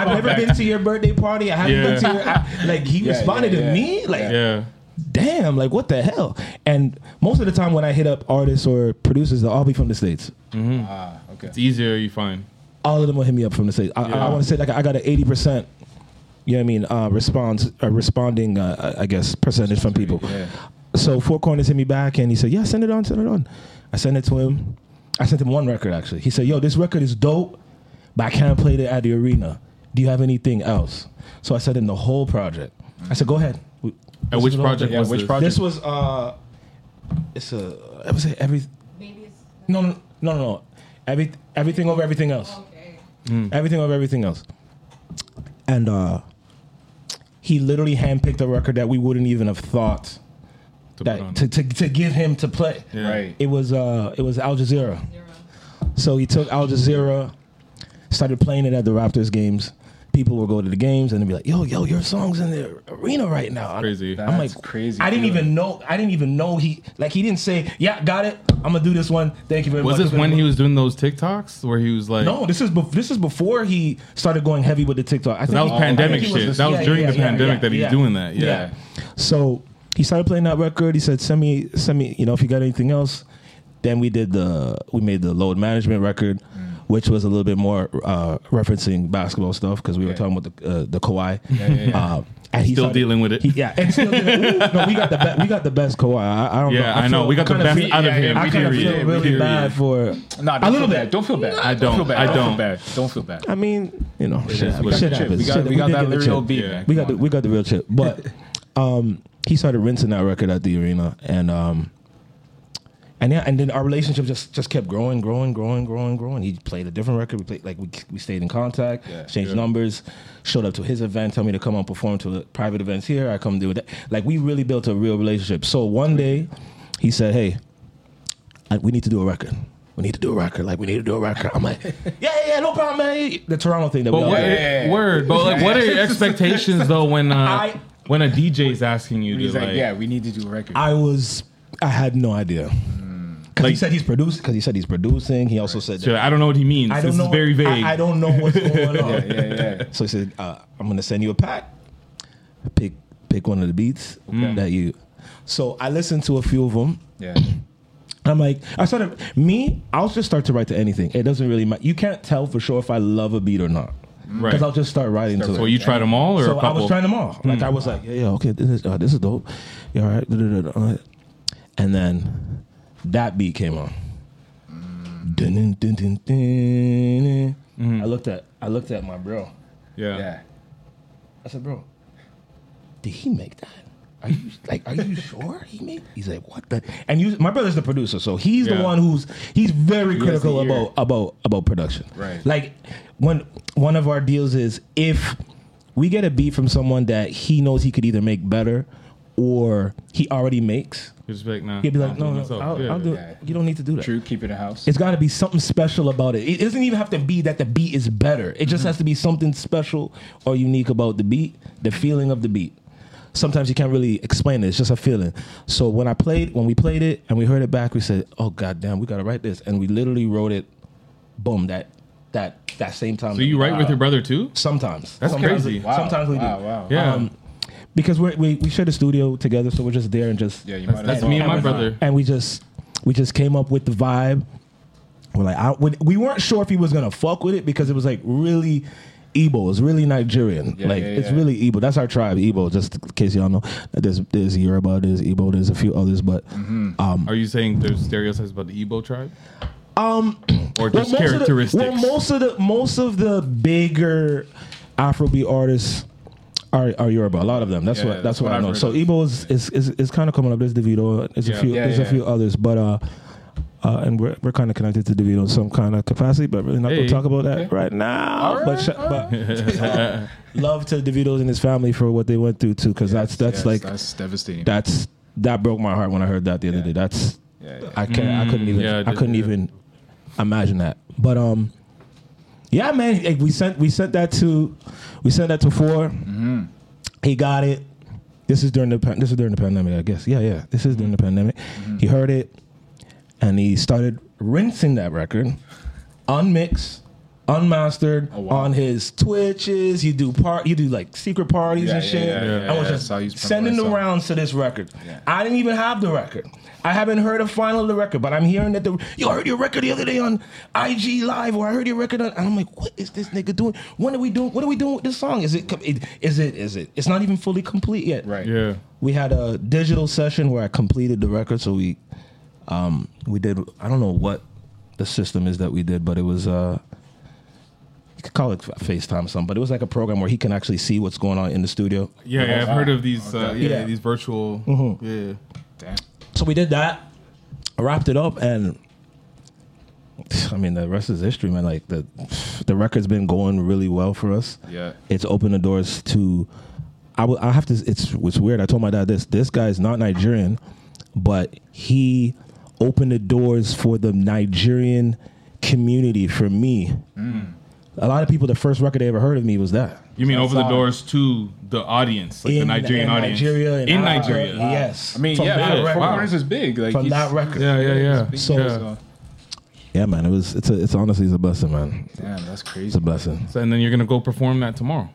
Speaker 6: have never been to your birthday party. I haven't been to your I, like. He responded
Speaker 4: yeah,
Speaker 6: to
Speaker 4: yeah.
Speaker 6: me like,
Speaker 1: Yeah.
Speaker 6: damn, like what the hell? And most of the time when I hit up artists or producers, they'll all be from the states.
Speaker 4: Ah, okay.
Speaker 1: It's easier. You find.
Speaker 6: All of them will hit me up from the states. I, I, want to say like I got an eighty percent. You know what I mean? Uh, response, uh, responding, uh, I guess, percentage from people. So Four Corners hit me back and he said, "Yeah, send it on, send it on." I sent it to him. I sent him one record actually. He said, "Yo, this record is dope, but I can't play it at the arena. Do you have anything else?" So I sent him the whole project. I said, "Go ahead." We-
Speaker 1: At
Speaker 6: this
Speaker 1: which
Speaker 6: was all-
Speaker 1: project
Speaker 4: Yeah,
Speaker 1: was
Speaker 4: which
Speaker 1: this?
Speaker 4: project?
Speaker 6: this was uh, it's a I would say every
Speaker 10: Maybe it's.
Speaker 6: no no no no, no. every everything over everything else,
Speaker 10: Okay.
Speaker 6: everything over everything else, and uh, he literally handpicked a record that we wouldn't even have thought
Speaker 1: To put on.
Speaker 6: that to, to, to give him to play.
Speaker 1: Yeah.
Speaker 4: Right.
Speaker 6: It was uh it was Al Jazeera.
Speaker 10: Zero.
Speaker 6: So he took Al Jazeera, started playing it at the Raptors games. People would go to the games and they'd be like, "Yo, yo, your song's in the arena right now." I'm-
Speaker 1: Crazy.
Speaker 6: I'm
Speaker 4: That's
Speaker 6: like,
Speaker 4: crazy
Speaker 6: I didn't
Speaker 4: feeling.
Speaker 6: even know. I didn't even know he like he didn't say, "Yeah, got it. I'm gonna do this one. Thank you very
Speaker 1: Was
Speaker 6: much."
Speaker 1: this when he was doing those TikToks where he was like?
Speaker 6: No, this is bef- this is before he started going heavy with the TikTok. I think
Speaker 1: That was
Speaker 6: he- I
Speaker 1: pandemic
Speaker 6: think he
Speaker 1: shit. that was
Speaker 6: yeah,
Speaker 1: during
Speaker 6: yeah,
Speaker 1: the
Speaker 6: yeah,
Speaker 1: pandemic
Speaker 6: yeah,
Speaker 1: that he's
Speaker 6: yeah.
Speaker 1: doing that. Yeah.
Speaker 6: So he started playing that record. He said, "Send me, send me. You know, if you got anything else." Then we did the we made the load management record,
Speaker 1: Mm.
Speaker 6: which was a little bit more uh, referencing basketball stuff because we were
Speaker 4: Yeah.
Speaker 6: talking about the uh, the Kawhi. Uh, and he
Speaker 1: Still dealing with it.
Speaker 6: he- yeah, and still dealing- no, we got the be- we got the best Kawhi. I, I don't.
Speaker 1: Yeah, I,
Speaker 6: feel-
Speaker 1: know. We got the
Speaker 6: kinda
Speaker 1: best
Speaker 6: feel-
Speaker 1: out of
Speaker 4: yeah,
Speaker 1: him.
Speaker 4: yeah,
Speaker 6: I
Speaker 1: We
Speaker 6: kind of
Speaker 1: did
Speaker 6: feel
Speaker 1: read it. We
Speaker 6: really
Speaker 1: did read
Speaker 6: bad
Speaker 1: it.
Speaker 6: for
Speaker 4: Nah,
Speaker 6: a
Speaker 4: don't
Speaker 6: little
Speaker 4: feel
Speaker 6: bit.
Speaker 4: bad. Don't feel bad.
Speaker 1: I don't.
Speaker 4: feel bad.
Speaker 1: I
Speaker 4: Don't
Speaker 1: don't.
Speaker 4: feel bad. Don't feel bad.
Speaker 6: I mean, you know, shit,
Speaker 1: is what
Speaker 6: happens.
Speaker 1: it
Speaker 6: shit
Speaker 1: is.
Speaker 6: happens.
Speaker 4: We got,
Speaker 6: Shit,
Speaker 4: we got
Speaker 6: did
Speaker 4: that
Speaker 6: get the
Speaker 4: real
Speaker 6: chip.
Speaker 4: beat.
Speaker 1: Yeah.
Speaker 4: man.
Speaker 6: We got the we got the real chip, but um, he started rinsing that record at the arena, and um, and yeah, and then our relationship just just kept growing, growing, growing, growing, growing. He played a different record. We played like we we stayed in contact, exchanged numbers, showed up to his event, told me to come on perform to the private events here. I come do that. Like we really built a real relationship. So one day, he said, "Hey, I, we need to do a record." We need to do a record. Like we need to do a record. I'm like, yeah, yeah, yeah, no problem, man. The Toronto thing that we
Speaker 1: But
Speaker 6: all
Speaker 1: what,
Speaker 6: did.
Speaker 4: yeah.
Speaker 1: word. But like, what are your expectations though when uh,
Speaker 6: I-
Speaker 1: when a DJ's asking you
Speaker 4: He's
Speaker 1: to like,
Speaker 4: like, Ah. yeah, we need to do a record.
Speaker 6: I was, I had no idea. Because he said he's producing. Because he said he's producing. He also said,
Speaker 1: should I I don't know what he means.
Speaker 6: I
Speaker 1: this
Speaker 6: don't know.
Speaker 1: is very vague.
Speaker 6: I, I don't know what's going on.
Speaker 4: yeah, yeah.
Speaker 6: So he said, uh, I'm going to send you a pack. Pick, pick one of the beats that you. So I listened to a few of them.
Speaker 4: Yeah.
Speaker 6: I'm like, I started me. I'll just start to write to anything. It doesn't really matter. You can't tell for sure if I love a beat or not.
Speaker 1: Right.
Speaker 6: Because I'll just start writing to it.
Speaker 1: so you tried them all or
Speaker 6: So
Speaker 1: a
Speaker 6: I
Speaker 1: couple? Hmm.
Speaker 6: was trying them all. Like I was like, yeah, yeah, okay, this is uh, this is dope. Yeah, all right. da, da, da, da, all right. And then that beat came on.
Speaker 1: Hmm.
Speaker 6: Dun, dun, dun, dun, dun, dun. I looked at I looked at my bro.
Speaker 1: yeah.
Speaker 4: Yeah.
Speaker 6: I said, bro, did he make that? Are you like, are you sure he made? He's like, what the? And you, my brother's the producer, so he's
Speaker 1: Yeah.
Speaker 6: the one who's he's very critical
Speaker 4: ear.
Speaker 6: about about about production.
Speaker 4: Right.
Speaker 6: Like, when one of our deals is if we get a beat from someone that he knows he could either make better or he already makes,
Speaker 1: You're just like, nah.
Speaker 6: he'd be
Speaker 1: I'll
Speaker 6: like,
Speaker 1: do it
Speaker 6: no, no,
Speaker 1: myself.
Speaker 6: I'll,
Speaker 1: Yeah.
Speaker 6: I'll do
Speaker 4: Yeah.
Speaker 6: it. You don't need to do that.
Speaker 4: True. Keep it in house.
Speaker 6: It's got to be something special about it. It doesn't even have to be that the beat is better. It just has to be something special or unique about the beat, the feeling of the beat. Sometimes you can't really explain it. It's just a feeling. So when I played, when we played it and we heard it back, we said, "Oh goddamn, we gotta write this," and we literally wrote it. Boom! That that that same time.
Speaker 1: So you write with
Speaker 6: Uh,
Speaker 1: your brother too?
Speaker 6: Sometimes.
Speaker 1: That's
Speaker 6: sometimes
Speaker 1: crazy.
Speaker 6: We, Sometimes we do. Um,
Speaker 4: Wow, wow.
Speaker 1: Yeah.
Speaker 6: Because we're, we we share the studio together, so we're just there and just
Speaker 4: Yeah, you might
Speaker 1: That's
Speaker 4: as well.
Speaker 1: me and my brother.
Speaker 6: and we just we just came up with the vibe. We're like, I, we- we weren't sure if he was gonna fuck with it because it was like really Igbo. It's really Nigerian. like
Speaker 4: yeah,
Speaker 6: it's
Speaker 4: yeah.
Speaker 6: really Igbo. That's our tribe, Igbo. Just in case y'all know, there's there's Yoruba, there's Igbo, there's a few others, but
Speaker 4: Mm-hmm.
Speaker 1: Are you saying there's stereotypes about the Igbo tribe? Um, or just
Speaker 6: most of the-
Speaker 1: characteristics?
Speaker 6: well, most of the most of the bigger Afrobeat artists are, are Yoruba. A lot of them. That's what that's, what, I know. So Igbo is is, is, is kind of coming up. There's Davido. There's
Speaker 1: Yeah.
Speaker 6: a few.
Speaker 4: Yeah,
Speaker 6: there's a
Speaker 4: yeah.
Speaker 6: few others, but uh. Uh, and we're, we're kind of connected to DeVito in some kind of capacity, but really not
Speaker 1: Hey.
Speaker 6: gonna talk about that right now. but, sh- but love to DeVito's and his family for what they went through too, because that's that's
Speaker 4: Yes,
Speaker 6: like
Speaker 4: that's devastating.
Speaker 6: that's that broke my heart when I heard that the other day. That's
Speaker 4: Yeah, Mm. yeah.
Speaker 6: I can't. I couldn't even.
Speaker 1: yeah, I
Speaker 6: I, couldn't
Speaker 1: did-
Speaker 6: even imagine that. But um, yeah, man. like, we sent we sent that to we sent that to 4
Speaker 4: Mm-hmm.
Speaker 6: He got it. This is during the pan- this is during the pandemic, I guess. Yeah, yeah. This is during the
Speaker 4: Mm-hmm.
Speaker 6: pandemic. He heard it, and he started rinsing that record, unmixed. Unmastered
Speaker 4: Oh, wow.
Speaker 6: on his Twitches, you do part, you do like secret parties
Speaker 4: Yeah,
Speaker 6: and
Speaker 4: yeah,
Speaker 6: shit.
Speaker 4: yeah, yeah,
Speaker 6: I was
Speaker 4: yeah.
Speaker 6: just
Speaker 4: So I used to
Speaker 6: sending
Speaker 4: promote
Speaker 6: the
Speaker 4: myself.
Speaker 6: round rounds to this record. I didn't even have the record. I haven't heard a final of the record, but I'm hearing that the yo I heard your record the other day on IG Live, or I heard your record on. And I'm like, what is this nigga doing? When are we doing? What are we doing with this song? Is it? com- it- Is it? Is it? It's not even fully complete yet.
Speaker 4: Right.
Speaker 1: yeah.
Speaker 6: We had a digital session where I completed the record, so we, um, we did. I don't know what the system is that we did, but it was uh. You could call it FaceTime, or something, but it was like a program where he can actually see what's going on in the studio.
Speaker 1: Yeah, yeah, I've heard of these. Uh, yeah,
Speaker 6: Yeah. Mm-hmm.
Speaker 1: these virtual. Yeah,
Speaker 6: So we did that, wrapped it up, and I mean the rest is history, man. Like the the record's been going really well for us.
Speaker 4: Yeah.
Speaker 6: it's opened the doors to. I will. I have to. It's it's weird. I told my dad this. This guy's not Nigerian, but he opened the doors for the Nigerian community for me.
Speaker 1: Mm.
Speaker 6: A lot of people, the first record they ever heard of me was that.
Speaker 1: you mean over the doors to the audience, like the Nigerian
Speaker 6: in
Speaker 1: audience
Speaker 6: Nigeria, in,
Speaker 1: in
Speaker 6: Africa,
Speaker 1: Nigeria. Ah.
Speaker 6: Yes.
Speaker 4: I mean,
Speaker 6: From
Speaker 4: yeah,
Speaker 6: that
Speaker 4: yeah, Four
Speaker 6: record.
Speaker 4: Corners is big. Like
Speaker 6: From
Speaker 4: he's-
Speaker 6: that record.
Speaker 1: Yeah, yeah, yeah.
Speaker 4: he's
Speaker 1: So,
Speaker 4: big,
Speaker 1: yeah.
Speaker 4: so-
Speaker 6: Yeah, man. It was. It's a. It's honestly. It's a blessing, man.
Speaker 4: Damn, that's
Speaker 6: It's a
Speaker 4: crazy.
Speaker 6: blessing.
Speaker 1: So, and then you're gonna go perform that tomorrow.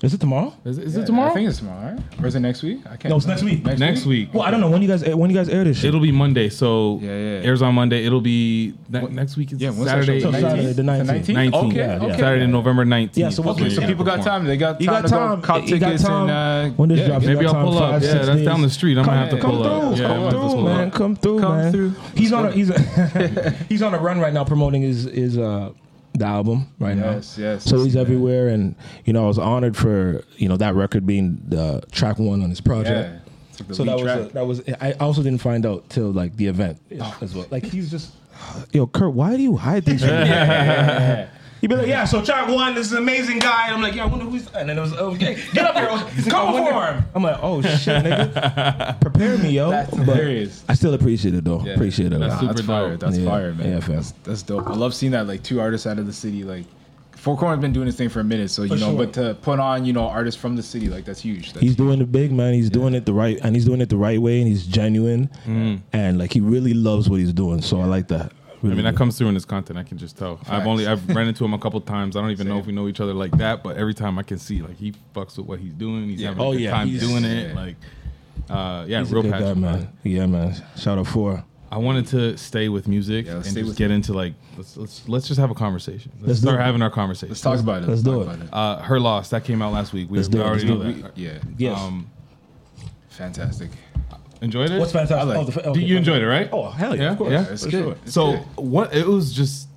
Speaker 6: Is it tomorrow?
Speaker 1: Is, is
Speaker 4: Yeah,
Speaker 1: it tomorrow?
Speaker 4: I think it's tomorrow, right? Or is it next week? I can't.
Speaker 6: No, it's next week.
Speaker 1: Next week.
Speaker 6: Well, I don't know when you guys eh, when you guys air this shit.
Speaker 1: It'll be Monday. So
Speaker 4: Yeah, yeah.
Speaker 1: airs on Monday. It'll be ne- next week. Is
Speaker 4: Yeah, when's that
Speaker 1: Saturday.
Speaker 4: show?
Speaker 6: So
Speaker 4: Nineteenth?
Speaker 6: Saturday the
Speaker 4: The
Speaker 6: 19th.
Speaker 4: 19th? Okay,
Speaker 1: Yeah,
Speaker 4: okay.
Speaker 1: yeah. Saturday, November 19th.
Speaker 6: Yeah, so what-
Speaker 1: is when you're
Speaker 6: so
Speaker 4: So
Speaker 1: gonna
Speaker 4: people got
Speaker 1: perform.
Speaker 4: time. They got
Speaker 6: You
Speaker 4: time
Speaker 6: got
Speaker 4: to go
Speaker 6: time.
Speaker 4: cop
Speaker 6: you got
Speaker 4: tickets and
Speaker 6: time.
Speaker 4: uh,
Speaker 6: when this
Speaker 4: yeah,
Speaker 6: drops,
Speaker 4: get-
Speaker 6: you
Speaker 1: Maybe
Speaker 6: got
Speaker 1: I'll
Speaker 6: time,
Speaker 1: pull up.
Speaker 6: five,
Speaker 1: Yeah,
Speaker 6: six
Speaker 1: that's
Speaker 6: days.
Speaker 1: down the street. I'm gonna have to
Speaker 4: Come
Speaker 1: pull
Speaker 6: Come
Speaker 1: up.
Speaker 6: through,
Speaker 1: Yeah, I'm
Speaker 6: come
Speaker 1: gonna have to
Speaker 6: through,
Speaker 1: pull
Speaker 6: man,
Speaker 1: up.
Speaker 6: come through,
Speaker 4: Come
Speaker 6: man.
Speaker 4: through.
Speaker 6: He's on a he's a, he's on a run right now promoting his his uh the album right
Speaker 4: Yes,
Speaker 6: now.
Speaker 4: yes,
Speaker 6: So
Speaker 4: yes,
Speaker 6: he's
Speaker 4: yeah.
Speaker 6: everywhere, and you know I was honored for you know that record being the track one on his project.
Speaker 4: Yeah. It's like the
Speaker 6: So
Speaker 4: lead
Speaker 6: that was
Speaker 4: track.
Speaker 6: a, that was. I also didn't find out till like the event as well. Like he's just, yo, Kurt, why do you hide things? from me? He'd be like, yeah, so track one, this is an amazing guy. And I'm like, yeah, I wonder who's. And then it was, okay, get up here. He's like, Come for him. I'm like, oh, shit, nigga. Prepare me, yo.
Speaker 4: That's
Speaker 6: But
Speaker 4: hilarious.
Speaker 6: I still appreciate it, though. Appreciate it.
Speaker 1: That's
Speaker 6: Nah,
Speaker 1: super
Speaker 4: That's fire.
Speaker 1: dope.
Speaker 4: That's
Speaker 6: Yeah.
Speaker 4: fire, man.
Speaker 6: Yeah, fam.
Speaker 4: that's, that's dope. I love seeing that. Like two artists out of the city. Like Four Corners been doing this thing for a minute, so you
Speaker 6: For
Speaker 4: know.
Speaker 6: sure.
Speaker 4: But to put on, you know, artists from the city, like that's huge. That's
Speaker 6: He's doing it big, man. He's doing it the right, and he's doing it the right way, and he's genuine, and like he really loves what he's doing. So I like that.
Speaker 1: I
Speaker 6: Really
Speaker 1: mean, that comes through in his content. I can just tell. I've only I've ran into him a couple times. I don't even know if we know each other like that, but every time I can see like he fucks with what he's doing. He's having a
Speaker 6: Oh,
Speaker 1: good
Speaker 6: yeah.
Speaker 1: time
Speaker 6: He's-
Speaker 1: doing it. Like, uh, yeah,
Speaker 6: he's a
Speaker 1: real
Speaker 6: good guy,
Speaker 1: passionate.
Speaker 6: man. Yeah, man. Shout out four.
Speaker 1: I wanted to stay with music
Speaker 4: Yeah,
Speaker 1: and
Speaker 4: let's
Speaker 1: just
Speaker 4: stay with
Speaker 1: get into like let's, let's let's just have a conversation. Let's,
Speaker 6: Let's do
Speaker 1: start
Speaker 6: it.
Speaker 1: having our conversation.
Speaker 4: Let's talk about it.
Speaker 6: Let's do
Speaker 4: talk
Speaker 6: it.
Speaker 4: about
Speaker 1: uh, her loss that came out last week. We,
Speaker 6: Let's
Speaker 1: we
Speaker 6: do it.
Speaker 1: already
Speaker 6: Let's
Speaker 1: know
Speaker 6: do
Speaker 1: that.
Speaker 4: Yeah,
Speaker 6: Yes.
Speaker 1: Um,
Speaker 4: fantastic.
Speaker 1: enjoyed it.
Speaker 6: What's fantastic?
Speaker 4: I
Speaker 6: oh,
Speaker 4: like-
Speaker 6: the,
Speaker 1: Do you enjoyed it, right?
Speaker 6: Oh hell yeah!
Speaker 1: yeah,
Speaker 6: Of course.
Speaker 1: yeah.
Speaker 4: It's
Speaker 6: for
Speaker 4: good.
Speaker 6: sure.
Speaker 1: So what it was just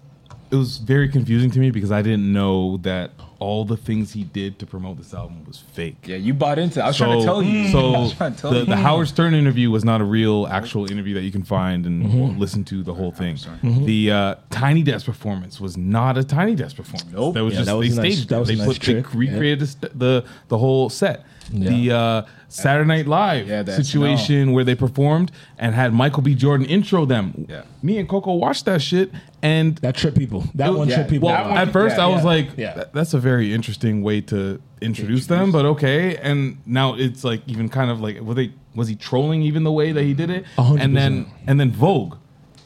Speaker 1: it was very confusing to me because I didn't know that all the things he did to promote this album was fake.
Speaker 4: Yeah, you bought into. it. I was trying to tell you. I
Speaker 1: So
Speaker 4: was trying to tell
Speaker 1: the,
Speaker 4: you.
Speaker 1: the Howard Stern interview was not a real, actual interview that you can find and
Speaker 4: Mm-hmm.
Speaker 1: listen to the whole thing. The uh, Tiny Desk performance was not a Tiny Desk performance.
Speaker 4: Nope.
Speaker 1: That was
Speaker 6: Yeah,
Speaker 1: just
Speaker 6: that was
Speaker 1: they
Speaker 6: a nice-
Speaker 1: staged.
Speaker 6: that
Speaker 1: it.
Speaker 6: was a
Speaker 1: they
Speaker 6: nice
Speaker 1: put they
Speaker 6: trick.
Speaker 1: recreated the st- the the whole set. The uh, Saturday Night Live
Speaker 4: Yeah, that's-
Speaker 1: situation where they performed and had Michael B. Jordan intro them.
Speaker 4: Yeah.
Speaker 1: Me and Coco watched that shit and
Speaker 6: That trip people. That one
Speaker 4: yeah.
Speaker 6: trip people.
Speaker 1: well,
Speaker 4: That one-
Speaker 1: at first
Speaker 4: yeah,
Speaker 1: I was
Speaker 6: yeah,
Speaker 1: like,
Speaker 6: yeah.
Speaker 1: "That- that's a very interesting way to introduce them, but okay. And now it's like even kind of like, were they was he trolling even the way that he did it?
Speaker 6: A hundred
Speaker 1: And then
Speaker 6: percent.
Speaker 1: and then Vogue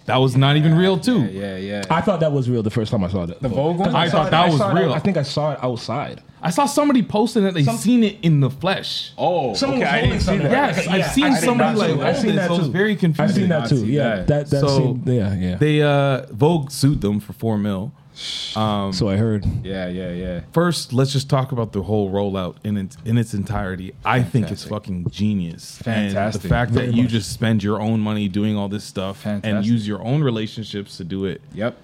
Speaker 1: That was not even real too.
Speaker 4: Yeah, yeah.
Speaker 6: I thought that was real the first time I saw that.
Speaker 4: The Vogue one?
Speaker 6: 'Cause
Speaker 1: I
Speaker 6: saw
Speaker 1: thought
Speaker 6: it-
Speaker 1: that was
Speaker 6: saw it-
Speaker 1: real.
Speaker 6: I think I saw it outside.
Speaker 1: I saw somebody posting that they seen it in the flesh.
Speaker 4: Oh, okay,
Speaker 6: Someone was
Speaker 4: I
Speaker 6: holding
Speaker 4: didn't see
Speaker 6: something.
Speaker 4: that.
Speaker 1: Yes,
Speaker 6: Yeah,
Speaker 1: I've
Speaker 6: I
Speaker 1: seen
Speaker 6: did
Speaker 1: somebody
Speaker 6: not see
Speaker 1: like
Speaker 6: that. I've
Speaker 1: oh,
Speaker 6: seen
Speaker 1: this,
Speaker 6: that
Speaker 1: so it's
Speaker 6: too.
Speaker 1: very
Speaker 6: I've
Speaker 1: confusing.
Speaker 6: seen that
Speaker 4: not
Speaker 6: too.
Speaker 4: see
Speaker 6: Yeah,
Speaker 4: that.
Speaker 6: that that
Speaker 1: So-
Speaker 6: seemed, yeah, yeah.
Speaker 1: They uh Vogue sued them for four mil. um,
Speaker 6: so I heard.
Speaker 4: Yeah, yeah, yeah.
Speaker 1: First, let's just talk about the whole rollout in its in its entirety. I think it's fucking genius. And the
Speaker 4: Fantastic.
Speaker 1: fact that you just spend your own money doing all this stuff and
Speaker 4: Fantastic.
Speaker 1: use your own relationships to do it.
Speaker 4: Yep.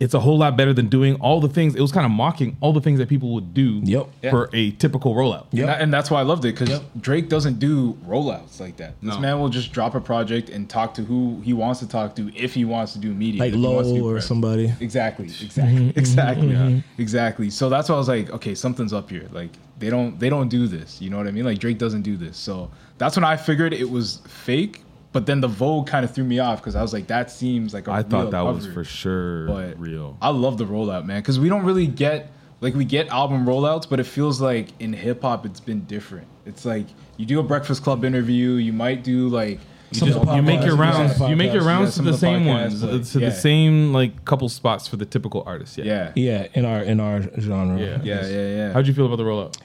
Speaker 1: It's a whole lot better than doing all the things. It was kind of mocking all the things that people would do
Speaker 6: Yep. Yeah.
Speaker 1: for a typical rollout.
Speaker 4: And, that- and that's why I loved it because Drake doesn't do rollouts like that. This
Speaker 1: No.
Speaker 4: man will just drop a project and talk to who he wants to talk to if he wants to do media,
Speaker 6: Like
Speaker 4: if he wants to
Speaker 6: Low
Speaker 4: do
Speaker 6: or
Speaker 4: press.
Speaker 6: somebody.
Speaker 4: Exactly,
Speaker 1: Mm-hmm,
Speaker 4: exactly, exactly, uh, exactly. So that's why I was like, okay, something's up here. Like they don't they don't do this. You know what I mean? Like Drake doesn't do this. So that's when I figured it was fake. But then the Vogue kind of threw me off because I was like, that seems like a
Speaker 1: I
Speaker 4: real
Speaker 1: thought that was
Speaker 4: cover.
Speaker 1: for sure
Speaker 4: but
Speaker 1: real.
Speaker 4: I love the rollout, man, because we don't really get like we get album rollouts, but it feels like in hip hop it's been different. It's like you do a Breakfast Club interview, you might do like
Speaker 1: You, just- you make your rounds. You make
Speaker 4: podcasts,
Speaker 1: your
Speaker 4: yeah,
Speaker 1: rounds
Speaker 4: some
Speaker 1: to the
Speaker 4: of the
Speaker 1: same
Speaker 4: podcasts,
Speaker 1: ones,
Speaker 4: like,
Speaker 1: to
Speaker 4: yeah.
Speaker 1: the same like couple spots for the typical artist. Yeah.
Speaker 4: yeah, yeah,
Speaker 6: Yeah, in our in our genre.
Speaker 1: Yeah.
Speaker 4: yeah, yeah.
Speaker 1: How'd you feel about the rollout?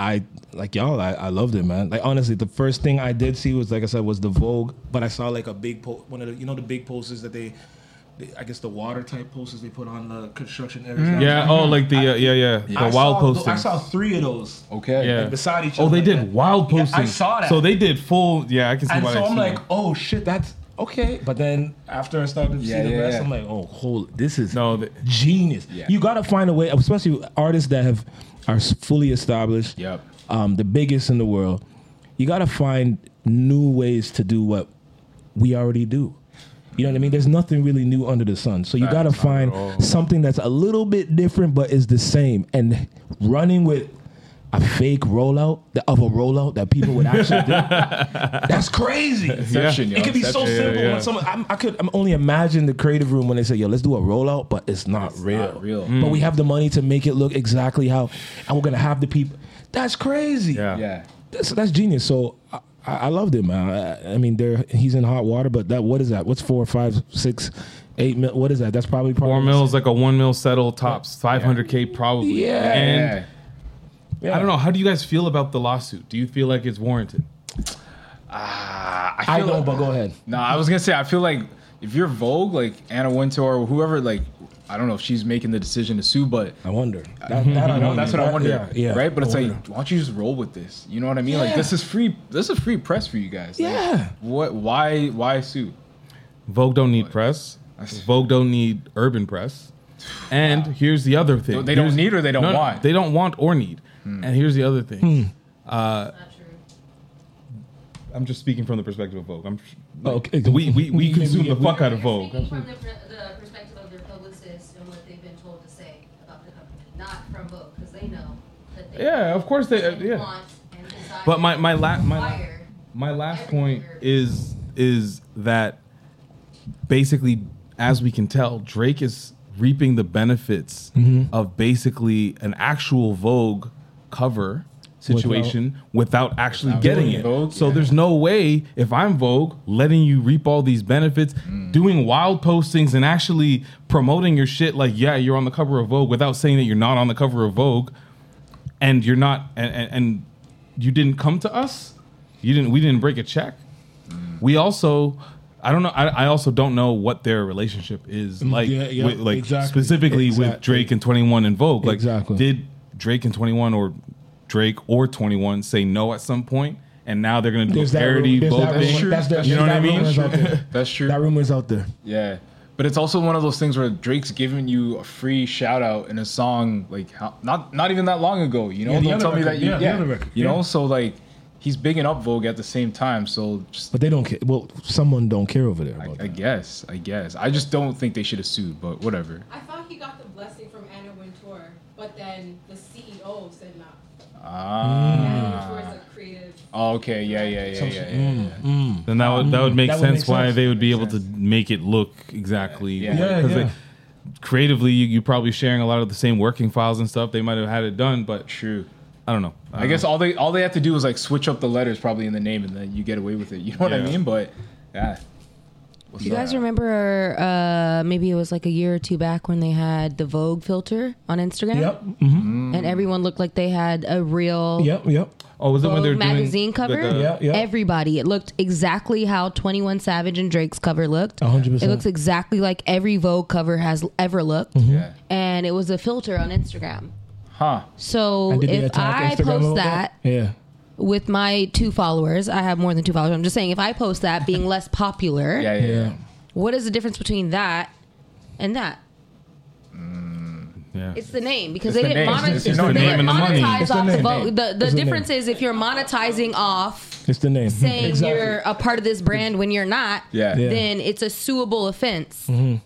Speaker 6: I like y'all. I, I loved it, man. Like honestly, the first thing I did see was like I said was the Vogue, but I saw like a big po- one of the you know the big posters that they, they I guess the water type posters they put on the construction areas.
Speaker 1: Yeah. Oh, like the uh, yeah, yeah, the
Speaker 6: I
Speaker 1: wild
Speaker 6: saw th-
Speaker 1: posting.
Speaker 6: I saw three of those.
Speaker 4: okay,
Speaker 1: yeah.
Speaker 6: like, beside each
Speaker 1: Oh, they
Speaker 6: other like
Speaker 1: did
Speaker 6: that.
Speaker 1: wild
Speaker 6: Yeah, I
Speaker 1: posting.
Speaker 6: saw that.
Speaker 1: So they did full. Yeah, I can see
Speaker 6: And
Speaker 1: why.
Speaker 6: so
Speaker 1: they
Speaker 6: I'm
Speaker 1: sued
Speaker 6: like,
Speaker 1: them.
Speaker 6: oh shit, that's okay. But then after I started to
Speaker 4: Yeah,
Speaker 6: see the
Speaker 4: yeah,
Speaker 6: rest,
Speaker 4: yeah.
Speaker 6: I'm like, oh, hold, this is
Speaker 1: no, they,
Speaker 6: genius. You gotta find a way, especially artists that have are s- fully established,
Speaker 4: Yep.
Speaker 6: um, the biggest in the world. You gotta find new ways to do what we already do. You know what I mean? There's nothing really new under the sun. So you gotta find something that's a little bit different but is the same. And running with a fake rollout the, of a rollout that people would actually do. That's crazy.
Speaker 4: Inception, yo,
Speaker 6: It could be so
Speaker 4: inception.
Speaker 6: simple.
Speaker 1: yeah.
Speaker 6: When someone, I'm, I could I'm only imagine the creative room when they say, "Yo, let's do a rollout," but it's not real.
Speaker 4: not real.
Speaker 1: Mm.
Speaker 6: But we have the money to make it look exactly how, and we're gonna have the people. That's crazy.
Speaker 1: yeah.
Speaker 4: yeah.
Speaker 6: That's, that's genius. So I, I loved him. I, I mean, there he's in hot water, but that what is that? What's four, five, six, eight? mil- What is that? That's probably probably
Speaker 1: Four mil is like a one mil settle tops, five hundred k probably.
Speaker 6: Yeah.
Speaker 1: And
Speaker 6: Yeah.
Speaker 1: I don't know. How do you guys feel about the lawsuit? Do you feel like it's warranted?
Speaker 6: I
Speaker 4: Ah, feel
Speaker 6: know,
Speaker 4: like-
Speaker 6: but go ahead.
Speaker 4: No, I was gonna say I feel like if you're Vogue, like Anna Wintour or whoever, like I don't know if she's making the decision to sue, but
Speaker 6: I wonder. That, that
Speaker 1: Mm-hmm.
Speaker 6: I
Speaker 4: No, that's what I wonder.
Speaker 6: Yeah, yeah.
Speaker 4: Right? But it's
Speaker 6: I
Speaker 4: like,
Speaker 6: wonder.
Speaker 4: why don't you just roll with this? You know what I mean? Like
Speaker 6: Yeah.
Speaker 4: this is free this is free press for you guys. Like,
Speaker 6: Yeah.
Speaker 4: what why why sue?
Speaker 1: Vogue don't need press. Vogue don't need urban press. And here's the other thing.
Speaker 4: They don't
Speaker 1: Here's-
Speaker 4: need or they don't
Speaker 1: No, no,
Speaker 4: want?
Speaker 1: They don't want or need.
Speaker 6: Hmm.
Speaker 1: And here's the other thing. Uh,
Speaker 10: Not true.
Speaker 1: I'm just speaking from the perspective of Vogue. I'm
Speaker 6: Oh, okay.
Speaker 1: we we, we consume
Speaker 6: yeah,
Speaker 1: the fuck out
Speaker 10: You're
Speaker 1: of Vogue.
Speaker 10: speaking from the, pr- the perspective of their publicists and what they've been told to say about the company, not from Vogue, because they know that they
Speaker 1: Yeah, of course they- uh,
Speaker 10: can
Speaker 1: yeah.
Speaker 10: want and decide
Speaker 1: But my my la- my la-
Speaker 10: fire.
Speaker 1: my last point is is that basically as we can tell, Drake is reaping the benefits of basically an actual Vogue cover situation without, actually getting
Speaker 4: doing
Speaker 1: it.
Speaker 4: Vogue,
Speaker 1: so there's no way if I'm Vogue letting you reap all these benefits, doing wild postings and actually promoting your shit like yeah, you're on the cover of Vogue without saying that you're not on the cover of Vogue and you're not and, and, and you didn't come to us you didn't we didn't break a check we also i don't know I, I also don't know what their relationship is like
Speaker 6: Mm, yeah, yeah,
Speaker 1: with, like
Speaker 6: exactly.
Speaker 1: specifically with
Speaker 6: Exactly.
Speaker 1: drake and 21 and vogue like
Speaker 6: Exactly.
Speaker 1: did drake and 21 or drake or 21 say no at some point and now they're gonna do
Speaker 6: There's
Speaker 1: a
Speaker 6: that
Speaker 1: parody
Speaker 6: rumor. There's
Speaker 1: Vogue
Speaker 6: that
Speaker 1: thing.
Speaker 6: rumor. That's the-
Speaker 1: you know what I
Speaker 6: that
Speaker 1: mean?
Speaker 6: rumor's out there.
Speaker 4: That's true.
Speaker 6: That rumor's out there.
Speaker 4: yeah. But it's also one of those things where Drake's giving you a free shout out in a song like how, not not even that long ago, you know?
Speaker 6: Yeah, the
Speaker 4: Don't
Speaker 6: other
Speaker 4: tell me that
Speaker 6: record.
Speaker 4: you
Speaker 6: Yeah,
Speaker 4: yeah,
Speaker 6: the other record.
Speaker 4: you
Speaker 6: Yeah.
Speaker 4: know, so like he's bigging up Vogue at the same time, so just
Speaker 6: But they don't care. Well, someone don't care over there.
Speaker 4: I,
Speaker 6: About
Speaker 4: I
Speaker 6: that.
Speaker 4: guess, I guess. I just don't think they should have sued, but whatever.
Speaker 11: I thought he got the blessing from Anna Wintour, but then the CEO said no.
Speaker 4: Ah.
Speaker 11: Anna Wintour is a creative.
Speaker 4: Oh, okay. Yeah, yeah, yeah, yeah. yeah.
Speaker 6: Mm-hmm.
Speaker 1: Then that would that would make
Speaker 6: Mm, That would
Speaker 1: sense
Speaker 6: make
Speaker 1: why
Speaker 6: sense.
Speaker 1: they would be able to make it look exactly
Speaker 4: Yeah.
Speaker 1: like-
Speaker 6: Yeah,
Speaker 1: 'cause they-
Speaker 6: yeah.
Speaker 1: creatively you, you probably sharing a lot of the same working files and stuff. They might have had it done, but
Speaker 4: True.
Speaker 1: I don't know.
Speaker 4: I guess all they all they have to do is like switch up the letters probably in the name, and then you get away with it. You know what I
Speaker 1: Yeah.
Speaker 4: mean? But yeah, What's
Speaker 8: Do you
Speaker 4: that?
Speaker 8: guys remember uh, maybe it was like a year or two back when they had the Vogue filter on Instagram?
Speaker 6: Yep.
Speaker 8: And everyone looked like they had a real
Speaker 6: Yep, yep.
Speaker 1: Oh, was it when
Speaker 8: Vogue
Speaker 1: they were doing
Speaker 8: magazine
Speaker 1: like
Speaker 8: cover.
Speaker 1: a- Yeah, yeah.
Speaker 8: Everybody. It looked exactly how 21 Savage and Drake's cover looked.
Speaker 6: 100%.
Speaker 8: It looks exactly like every Vogue cover has ever looked.
Speaker 6: Yeah.
Speaker 8: And it was a filter on Instagram.
Speaker 4: Huh.
Speaker 8: So
Speaker 6: And did they
Speaker 8: if
Speaker 6: attack
Speaker 8: I
Speaker 6: Instagram a
Speaker 8: post
Speaker 6: little bit?
Speaker 8: that,
Speaker 6: Yeah.
Speaker 8: with my two followers, I have more than two followers. I'm just saying, if I post that being less popular,
Speaker 4: Yeah, yeah, yeah.
Speaker 8: what is the difference between that and that?
Speaker 1: Yeah.
Speaker 8: It's the name because
Speaker 1: It's
Speaker 8: they
Speaker 1: the
Speaker 8: didn't
Speaker 1: name.
Speaker 8: monetize.
Speaker 1: It's the name and the money. It's
Speaker 8: monetize
Speaker 1: the
Speaker 8: off the,
Speaker 1: name.
Speaker 8: vote. The, the
Speaker 6: It's the
Speaker 8: difference is if you're monetizing off
Speaker 6: It's the name.
Speaker 8: saying you're a part of this brand when you're not,
Speaker 6: Yeah. Yeah.
Speaker 8: then it's a suable offense.
Speaker 1: Mm-hmm.
Speaker 6: Mhm.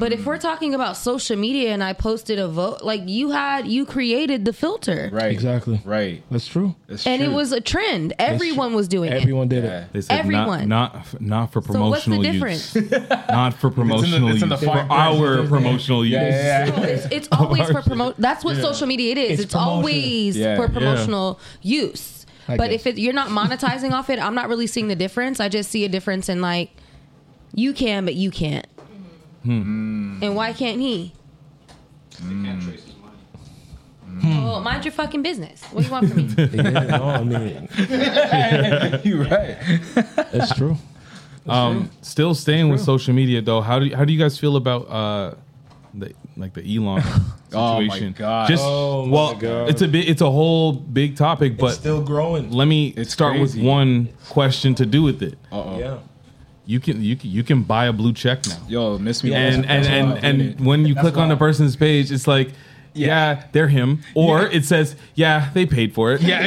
Speaker 8: But if we're talking about social media and I posted a vote, like you had, you created the filter,
Speaker 4: Right.
Speaker 6: Exactly.
Speaker 4: Right.
Speaker 6: That's true.
Speaker 8: and it was a trend. Everyone was doing it.
Speaker 6: Everyone did it.
Speaker 1: They said
Speaker 8: Everyone.
Speaker 1: Not, not, not for
Speaker 8: So what's the
Speaker 1: promotional use.
Speaker 8: difference?
Speaker 1: Not for promotional
Speaker 4: it's in the
Speaker 1: use. For
Speaker 4: fine print.
Speaker 1: our
Speaker 4: Yeah.
Speaker 1: promotional use.
Speaker 4: Yeah, yeah, yeah.
Speaker 8: it's, it's always for promote. That's what
Speaker 1: Yeah.
Speaker 8: social media it is.
Speaker 1: It's
Speaker 8: It's, always
Speaker 1: promotion. Yeah.
Speaker 8: for
Speaker 1: Yeah.
Speaker 8: promotional use.
Speaker 1: I
Speaker 8: but
Speaker 1: guess.
Speaker 8: if it, you're not monetizing off it, I'm not really seeing the difference. I just see a difference in like you can, but you can't,
Speaker 4: Hmm.
Speaker 8: and why can't he?
Speaker 4: Hmm.
Speaker 8: Oh, mind your fucking business. What do you want from me?
Speaker 6: yeah, no, I mean,
Speaker 4: You're right.
Speaker 6: That's true.
Speaker 1: Um, still staying with social media though. How do you, how do you guys feel about uh, the like the Elon
Speaker 4: Oh my
Speaker 1: situation?
Speaker 4: God.
Speaker 1: Just
Speaker 4: Oh my
Speaker 1: well,
Speaker 4: God.
Speaker 1: it's a bit, it's a whole big topic, but
Speaker 6: still growing.
Speaker 1: Let me start with
Speaker 4: crazy.
Speaker 1: one question to do with it.
Speaker 4: Uh-oh. Yeah.
Speaker 1: You can you can, you can buy a blue check now.
Speaker 4: Yo, miss me.
Speaker 1: and and
Speaker 4: That's why I
Speaker 1: and,
Speaker 4: did it.
Speaker 1: and when you
Speaker 4: That's
Speaker 1: click on
Speaker 4: why.
Speaker 1: the person's page, it's like. Yeah. they're him. Or it says, yeah, they paid for it. Yeah.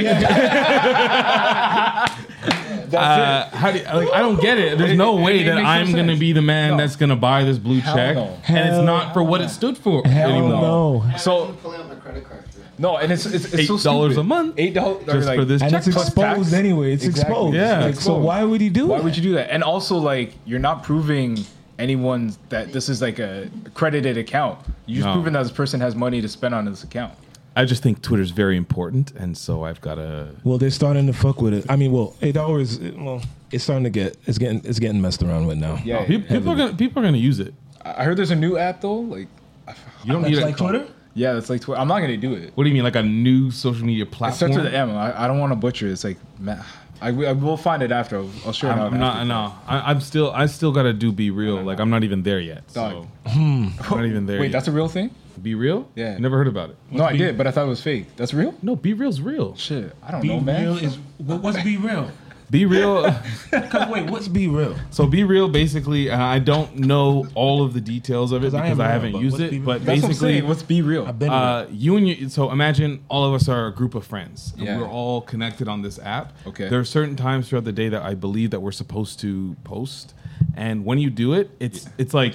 Speaker 1: uh, How do you, like, I don't get it. There's no
Speaker 4: It- it-
Speaker 1: way
Speaker 4: it
Speaker 1: that
Speaker 4: makes no
Speaker 1: I'm going to
Speaker 4: sense.
Speaker 1: be the man that's going to buy this blue
Speaker 4: Hell
Speaker 1: check.
Speaker 4: no.
Speaker 1: And it's
Speaker 4: Hell
Speaker 1: not for what it stood for anymore.
Speaker 4: So no, and it's it's, it's so
Speaker 1: $8 a
Speaker 4: stupid.
Speaker 1: month.
Speaker 4: Eight dollars
Speaker 1: Just for this
Speaker 6: And it's
Speaker 4: Plus
Speaker 6: exposed
Speaker 4: tax.
Speaker 6: anyway. It's exposed.
Speaker 4: It's
Speaker 6: Like, so why would he do
Speaker 4: Why would you do that? And also, like, you're not proving anyone that this is like a credited account. You're just
Speaker 1: No.
Speaker 4: proving that this person has money to spend on this account.
Speaker 1: I just think Twitter's very important. And so I've got to.
Speaker 6: Well, they're starting to fuck with it. I mean, well, it always well, it's starting to get it's getting it's getting messed around with now.
Speaker 4: Yeah,
Speaker 1: people, people, are gonna, people are going to use it.
Speaker 4: I heard there's a new app though. Like,
Speaker 1: You don't
Speaker 4: That's
Speaker 1: need a-
Speaker 4: like Twitter? yeah, that's like Twitter. I'm not gonna do it.
Speaker 1: What do you mean? Like a new social media
Speaker 4: It starts
Speaker 1: platform?
Speaker 4: with the M. I, I don't want to butcher. it. It's like, ma- I, I will find it after. I'll, I'll share it.
Speaker 1: I'm,
Speaker 4: out
Speaker 1: I'm
Speaker 4: after.
Speaker 1: not. No, I, I'm still. I still gotta do be real. Like I'm not even there yet. So I'm not even there.
Speaker 4: Hmm. Wait,
Speaker 1: yet.
Speaker 4: that's a real thing?
Speaker 1: Be real?
Speaker 4: Yeah.
Speaker 1: Never heard about it.
Speaker 4: No, I did, but I thought it was fake. That's real?
Speaker 1: No, Be Real's real.
Speaker 4: Shit, I don't
Speaker 2: Be
Speaker 4: know, man.
Speaker 2: real is what, what's be real?
Speaker 1: Be real.
Speaker 2: Cause wait, what's
Speaker 6: be real?
Speaker 1: so be real. Basically, and I don't know all of the details of it
Speaker 2: I
Speaker 1: because
Speaker 2: am
Speaker 1: I,
Speaker 2: real,
Speaker 1: haven't
Speaker 2: but
Speaker 1: used
Speaker 2: what's Be
Speaker 1: it.
Speaker 2: Real?
Speaker 1: But
Speaker 2: That's what I'm
Speaker 1: basically,
Speaker 2: saying, what's
Speaker 4: Be Real?
Speaker 2: been
Speaker 1: uh, you and you. So imagine all of us are a group of friends. And
Speaker 4: Yeah.
Speaker 1: We're all connected on this app.
Speaker 4: Okay.
Speaker 1: There are certain times throughout the day that I believe that we're supposed to post, and when you do it, it's it's like.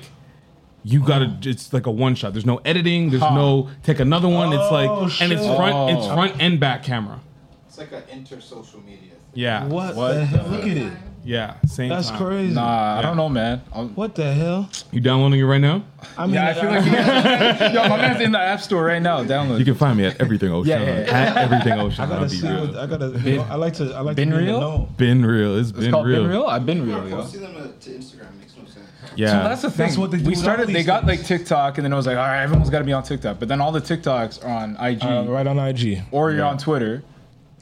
Speaker 1: You gotta. It's like a one shot. There's no editing. There's
Speaker 2: Huh.
Speaker 1: no take another one. it's like,
Speaker 2: Oh,
Speaker 1: and it's
Speaker 2: shit.
Speaker 1: front. It's
Speaker 2: Oh.
Speaker 1: front and back camera.
Speaker 12: It's like an inter-social media.
Speaker 1: Yeah.
Speaker 12: What What the hell? the- Look at it.
Speaker 1: Yeah. Same.
Speaker 12: That's
Speaker 1: time.
Speaker 12: crazy.
Speaker 4: Nah, I don't know, man.
Speaker 6: what the hell?
Speaker 1: You downloading it right now?
Speaker 6: I
Speaker 4: yeah, I feel like yo, my man's in the app store right now. Download.
Speaker 1: You can find me at everything Ocean.
Speaker 4: Yeah, yeah, yeah.
Speaker 1: At everything Ocean.
Speaker 6: I gotta
Speaker 1: I'll be
Speaker 6: see.
Speaker 1: real.
Speaker 6: What, I gotta.
Speaker 1: Been-
Speaker 6: I like to. I like
Speaker 1: been
Speaker 6: to be in the
Speaker 1: real?
Speaker 6: know.
Speaker 1: Been real. It's been
Speaker 4: called
Speaker 1: real.
Speaker 4: Been Real? I've been real, yo.
Speaker 12: Posting them to Instagram makes no sense.
Speaker 1: Yeah.
Speaker 4: So that's the thing.
Speaker 6: That's what they do
Speaker 4: we
Speaker 6: with all
Speaker 4: started.
Speaker 6: these
Speaker 4: They got like TikTok, and then it was like, all right, everyone's got to be on TikTok. But then all the TikToks are on IG,
Speaker 6: Uh, right on IG.
Speaker 4: or you're on Twitter,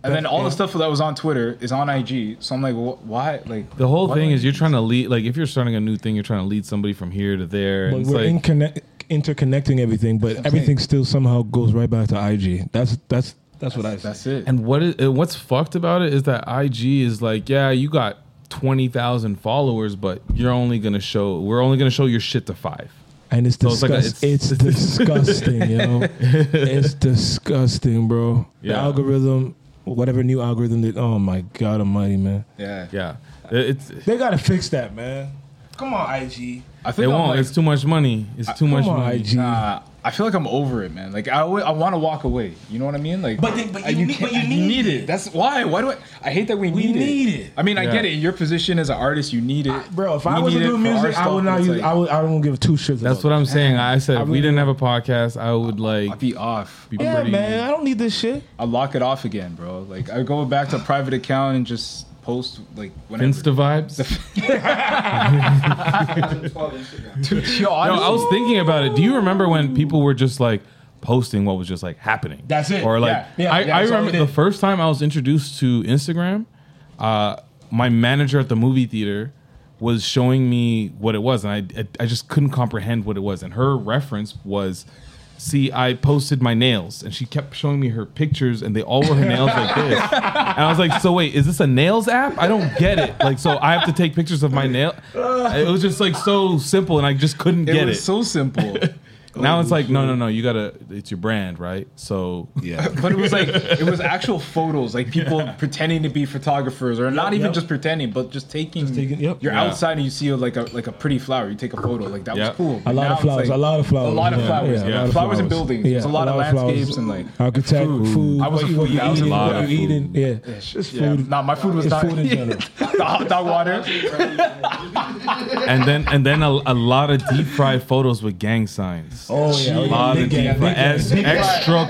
Speaker 4: and then
Speaker 6: That's-
Speaker 4: all
Speaker 6: yeah.
Speaker 4: the stuff that was on Twitter is on IG. So I'm like, wh- why? Like
Speaker 1: The whole
Speaker 4: why
Speaker 1: thing
Speaker 4: do I-
Speaker 1: is you're trying to lead. Like if you're starting a new thing, you're trying to lead somebody from here to there.
Speaker 6: But
Speaker 1: and it's
Speaker 6: we're
Speaker 1: like
Speaker 6: in connect, interconnecting everything, but everything still somehow goes right back to IG. That's that's that's what I. That's
Speaker 4: it.
Speaker 1: And what is and what's fucked about it is that IG is like, yeah, you got twenty thousand followers, but you're only gonna show. We're only gonna show your shit to five.
Speaker 6: And it's
Speaker 1: So it's like a-
Speaker 6: disgust- it's, disgusting, yo. It's disgusting, bro. The
Speaker 1: Yeah.
Speaker 6: algorithm, whatever new algorithm that oh my god almighty, man.
Speaker 4: Yeah.
Speaker 1: Yeah. It- It's.
Speaker 6: They gotta fix that, man. Come on, IG.
Speaker 4: I
Speaker 1: They
Speaker 4: think I'm
Speaker 1: won't.
Speaker 4: like-
Speaker 1: it's too much money. It's too much money.
Speaker 4: Nah, Uh, I feel like I'm over it, man. Like I, alwa- I want to walk away. You know what I mean? Like,
Speaker 2: But then- but
Speaker 4: I-
Speaker 2: you need-
Speaker 4: can't-
Speaker 2: but you
Speaker 4: I
Speaker 2: need
Speaker 4: it. That's why. Why do I? I hate that we need,
Speaker 2: need
Speaker 4: it.
Speaker 2: it.
Speaker 4: I mean, I
Speaker 2: Yeah.
Speaker 4: get it. In your position as an artist, you need it,
Speaker 6: Bro, if I was to do music, I would not use. I would. I don't give two shits.
Speaker 1: That's what I'm saying. I said if we didn't have a podcast, I would like. I'd
Speaker 4: be off.
Speaker 1: Be
Speaker 6: Yeah,
Speaker 1: pretty-
Speaker 6: man. I don't need this shit.
Speaker 4: I lock it off again, bro. Like I go back to private account and just post like whenever.
Speaker 1: Finsta vibes.
Speaker 4: Yo,
Speaker 1: No, I was thinking about it. Do you remember when people were just like posting what was just like happening?
Speaker 4: That's it.
Speaker 1: Or like,
Speaker 4: Yeah, yeah,
Speaker 1: I,
Speaker 4: yeah,
Speaker 1: I
Speaker 4: that's all
Speaker 1: remember
Speaker 4: we
Speaker 1: the
Speaker 4: did.
Speaker 1: first time I was introduced to Instagram, uh, my manager at the movie theater was showing me what it was, and I, I I just couldn't comprehend what it was. And her reference was. See, I posted my nails, and she kept showing me her pictures, and they all were her nails like this. And I was like, "So wait, is this a nails app? I don't get it. Like, so I have to take pictures of my nail? It was just like so simple, and I just couldn't
Speaker 4: It
Speaker 1: get
Speaker 4: was
Speaker 1: it.
Speaker 4: so simple.
Speaker 1: Now it's like, no, no, no. You gotta. It's your brand, right? So yeah.
Speaker 4: but it was like it was actual photos, like people pretending to be photographers, or not even
Speaker 1: yep.
Speaker 4: just pretending, but just taking. You're
Speaker 1: Yeah.
Speaker 4: outside and you see like a like a pretty flower. You take a photo, like that
Speaker 1: Yep.
Speaker 4: was cool.
Speaker 6: A
Speaker 4: Now
Speaker 6: lot of
Speaker 4: it's
Speaker 6: flowers,
Speaker 4: like-
Speaker 6: a lot of flowers,
Speaker 4: a lot of
Speaker 6: yeah,
Speaker 4: flowers,
Speaker 6: yeah, a lot of
Speaker 4: flowers and
Speaker 6: flowers.
Speaker 4: buildings. There's a
Speaker 6: Yeah,
Speaker 4: lot,
Speaker 6: a lot
Speaker 4: of
Speaker 6: of flowers.
Speaker 4: landscapes and like
Speaker 6: Architect, food.
Speaker 4: I was a
Speaker 6: What you
Speaker 4: foodie. I was a
Speaker 6: eating,
Speaker 4: lot
Speaker 6: what
Speaker 4: of
Speaker 6: you
Speaker 4: food.
Speaker 6: eating, yeah.
Speaker 4: It's
Speaker 6: just
Speaker 4: yeah.
Speaker 6: food.
Speaker 4: Nah, my food was
Speaker 6: It's
Speaker 4: not
Speaker 6: food in general.
Speaker 4: the hot dog water.
Speaker 1: And then and then a, a lot of deep fried photos with gang signs.
Speaker 4: Oh, yeah,
Speaker 1: a
Speaker 4: oh, yeah,
Speaker 1: lot
Speaker 4: big
Speaker 1: of
Speaker 4: gang,
Speaker 1: deep fried,
Speaker 4: big gang,
Speaker 1: ex-
Speaker 4: big gang.
Speaker 1: extra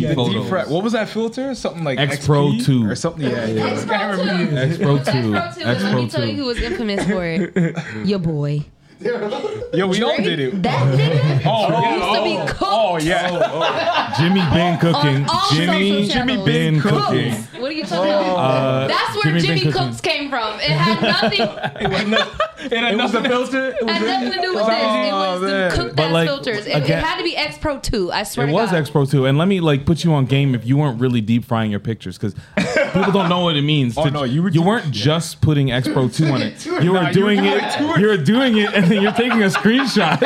Speaker 4: The deep
Speaker 1: photos.
Speaker 4: fried. What was that filter? Something like
Speaker 1: X Pro
Speaker 4: XP?
Speaker 1: Two
Speaker 4: or something. Yeah, yeah.
Speaker 8: X
Speaker 4: I can't remember.
Speaker 1: X-Pro
Speaker 8: That's
Speaker 1: Two.
Speaker 8: Pro Two. Let me tell you who was infamous for it. Your boy.
Speaker 4: Yo, we all did it. That nigga oh,
Speaker 8: used to be cooked.
Speaker 4: Oh yeah.
Speaker 1: Jimmy been cooking.
Speaker 8: all
Speaker 1: Jimmy
Speaker 8: social
Speaker 1: Jimmy
Speaker 8: channels.
Speaker 1: been
Speaker 8: Cooks.
Speaker 1: cooking.
Speaker 8: What are you talking about?
Speaker 1: Uh,
Speaker 8: That's where
Speaker 1: Jimmy
Speaker 8: Jimmy,
Speaker 1: Been Cooking.
Speaker 8: Cooks came from. It had nothing,
Speaker 4: It had nothing to filter.
Speaker 8: had nothing to do with this. It was
Speaker 1: man.
Speaker 8: the cooked
Speaker 1: But,
Speaker 8: ass
Speaker 1: like,
Speaker 8: filters. It, it
Speaker 1: again-
Speaker 8: had to be X Pro Two. I swear
Speaker 1: It
Speaker 8: to
Speaker 1: was
Speaker 8: God.
Speaker 1: X Pro Two, and let me like put you on game if you weren't really deep frying your pictures because people don't know what it means.
Speaker 4: Oh,
Speaker 1: to-
Speaker 4: no,
Speaker 1: you were not just putting X Pro Two on it. You were
Speaker 4: Nah, you were
Speaker 1: doing
Speaker 4: doing
Speaker 1: it. You were doing it, and then you're taking a screenshot,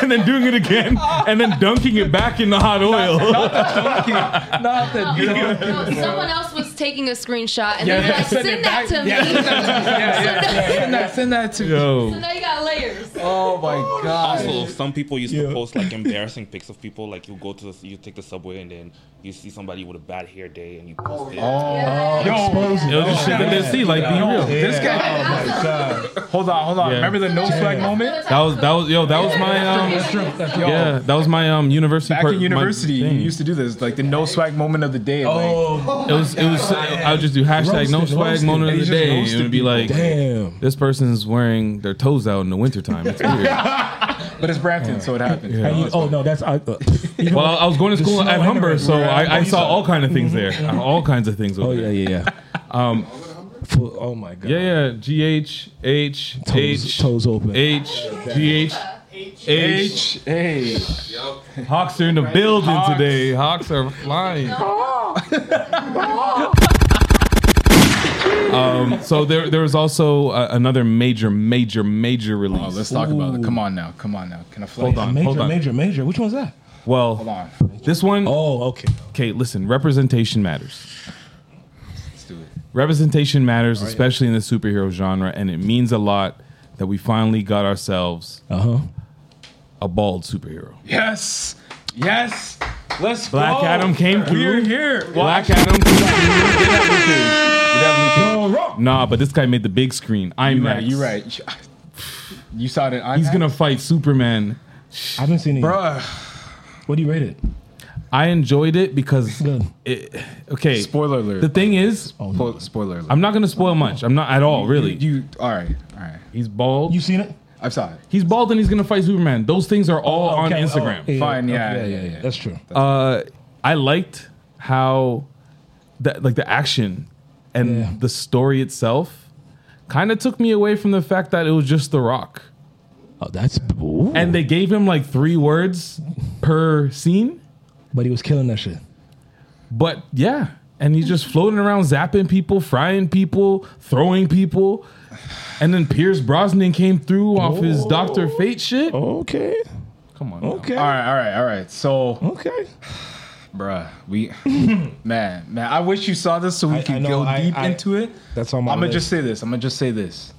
Speaker 1: and then doing it again, and then dunking it back in the hot oil.
Speaker 4: Not the
Speaker 8: No, someone else was taking a screenshot and
Speaker 1: Yeah,
Speaker 8: they were like,
Speaker 1: send
Speaker 8: send,
Speaker 1: it
Speaker 8: that to me.
Speaker 4: Send that, send that to
Speaker 1: Yo.
Speaker 8: So now you got layers.
Speaker 4: Oh my god.
Speaker 13: Also, some people used to post like embarrassing pics of people. Like you go to the, you take the subway and then you see somebody with a bad hair day and you post it.
Speaker 4: Oh,
Speaker 1: Exposing. It was just shit that they see, like, be real.
Speaker 4: This guy.
Speaker 1: Yeah.
Speaker 4: Hold on, hold on.
Speaker 1: Oh, Yeah.
Speaker 4: Remember the no flag moment?
Speaker 1: That was that was yo. That was my um.
Speaker 4: Yo,
Speaker 1: Yeah, that was my um university.
Speaker 4: Back
Speaker 1: part-
Speaker 4: in
Speaker 1: my
Speaker 4: university, you
Speaker 1: thing.
Speaker 4: used to do this, like the no swag moment of the day.
Speaker 1: Oh. It was- it was- I would just do hashtag no swag moment of the day. It would be like,
Speaker 6: Damn.
Speaker 1: this person's wearing their toes out in the wintertime. It's weird.
Speaker 4: But it's Brampton, so it happens.
Speaker 1: Yeah.
Speaker 6: And you, oh no, that's I. Uh, you know
Speaker 1: well,
Speaker 6: what?
Speaker 1: I was going to
Speaker 6: The
Speaker 1: school
Speaker 6: snow
Speaker 1: at
Speaker 6: and
Speaker 1: Humber,
Speaker 6: everything.
Speaker 1: so I, I
Speaker 6: Oh, you
Speaker 1: saw all kind of things there. Uh, All kinds of things. Over oh
Speaker 6: yeah, yeah,
Speaker 1: yeah. Um,
Speaker 6: Full- oh my god.
Speaker 1: yeah, yeah. G H H H
Speaker 6: toes open.
Speaker 1: H G H H H. Hawks are in the building
Speaker 6: Hawks.
Speaker 1: today. Hawks are flying. Um, so there, there was also uh, another major, major, major release.
Speaker 4: Oh, let's talk about it. Come on now, come on now. Can I flex?
Speaker 1: Hold on,
Speaker 6: Major,
Speaker 1: hold on.
Speaker 6: major, major. Which one's that?
Speaker 1: Well,
Speaker 4: Hold on.
Speaker 1: this one.
Speaker 6: Oh, okay.
Speaker 1: Okay, listen. Representation matters.
Speaker 4: Let's do it.
Speaker 1: Representation matters,
Speaker 4: Oh,
Speaker 1: especially in the superhero genre, and it means a lot that we finally got ourselves
Speaker 6: Uh-huh.
Speaker 1: a bald superhero.
Speaker 4: Yes, yes. Let's
Speaker 1: Black
Speaker 4: go.
Speaker 1: Adam came through.
Speaker 4: We're here.
Speaker 1: Black Adam came through. Nah, but this guy made the big screen.
Speaker 4: You
Speaker 1: IMAX.
Speaker 4: right. You right. You saw it. In
Speaker 1: He's gonna fight Superman.
Speaker 6: I haven't seen it.
Speaker 4: Bruh.
Speaker 6: What do you rate it?
Speaker 1: I enjoyed it because it, okay.
Speaker 4: Spoiler alert.
Speaker 1: The thing is,
Speaker 4: Spo- spoiler alert.
Speaker 1: I'm not gonna spoil much. I'm not at all, really.
Speaker 4: You, you all right? All right.
Speaker 1: He's bald.
Speaker 6: You seen it?
Speaker 4: I saw it.
Speaker 1: He's bald and he's gonna fight Superman. Those things are all on
Speaker 6: Okay,
Speaker 1: Instagram.
Speaker 6: oh,
Speaker 4: Fine,
Speaker 6: okay,
Speaker 4: yeah,
Speaker 6: yeah, yeah, yeah. That's true.
Speaker 1: uh, I liked how that like the action and the story itself kind of took me away from the fact that it was just The Rock.
Speaker 6: Oh, that's ooh.
Speaker 1: And they gave him like three words per scene,
Speaker 6: but he was killing that shit.
Speaker 1: but yeah, and he's just floating around zapping people, frying people, throwing people. And then Pierce Brosnan came through off
Speaker 4: Oh.
Speaker 1: his Doctor Fate shit.
Speaker 6: Okay.
Speaker 1: Come on.
Speaker 6: Okay.
Speaker 4: All right. All right. All right. So,
Speaker 6: Okay.
Speaker 4: bruh, we, man, man, I wish you saw this so we
Speaker 6: I- I
Speaker 4: could
Speaker 6: know,
Speaker 4: go
Speaker 6: I-
Speaker 4: deep
Speaker 6: I-
Speaker 4: into it.
Speaker 6: That's on my.
Speaker 4: I'm gonna
Speaker 6: list.
Speaker 4: just say this. I'm gonna just say this.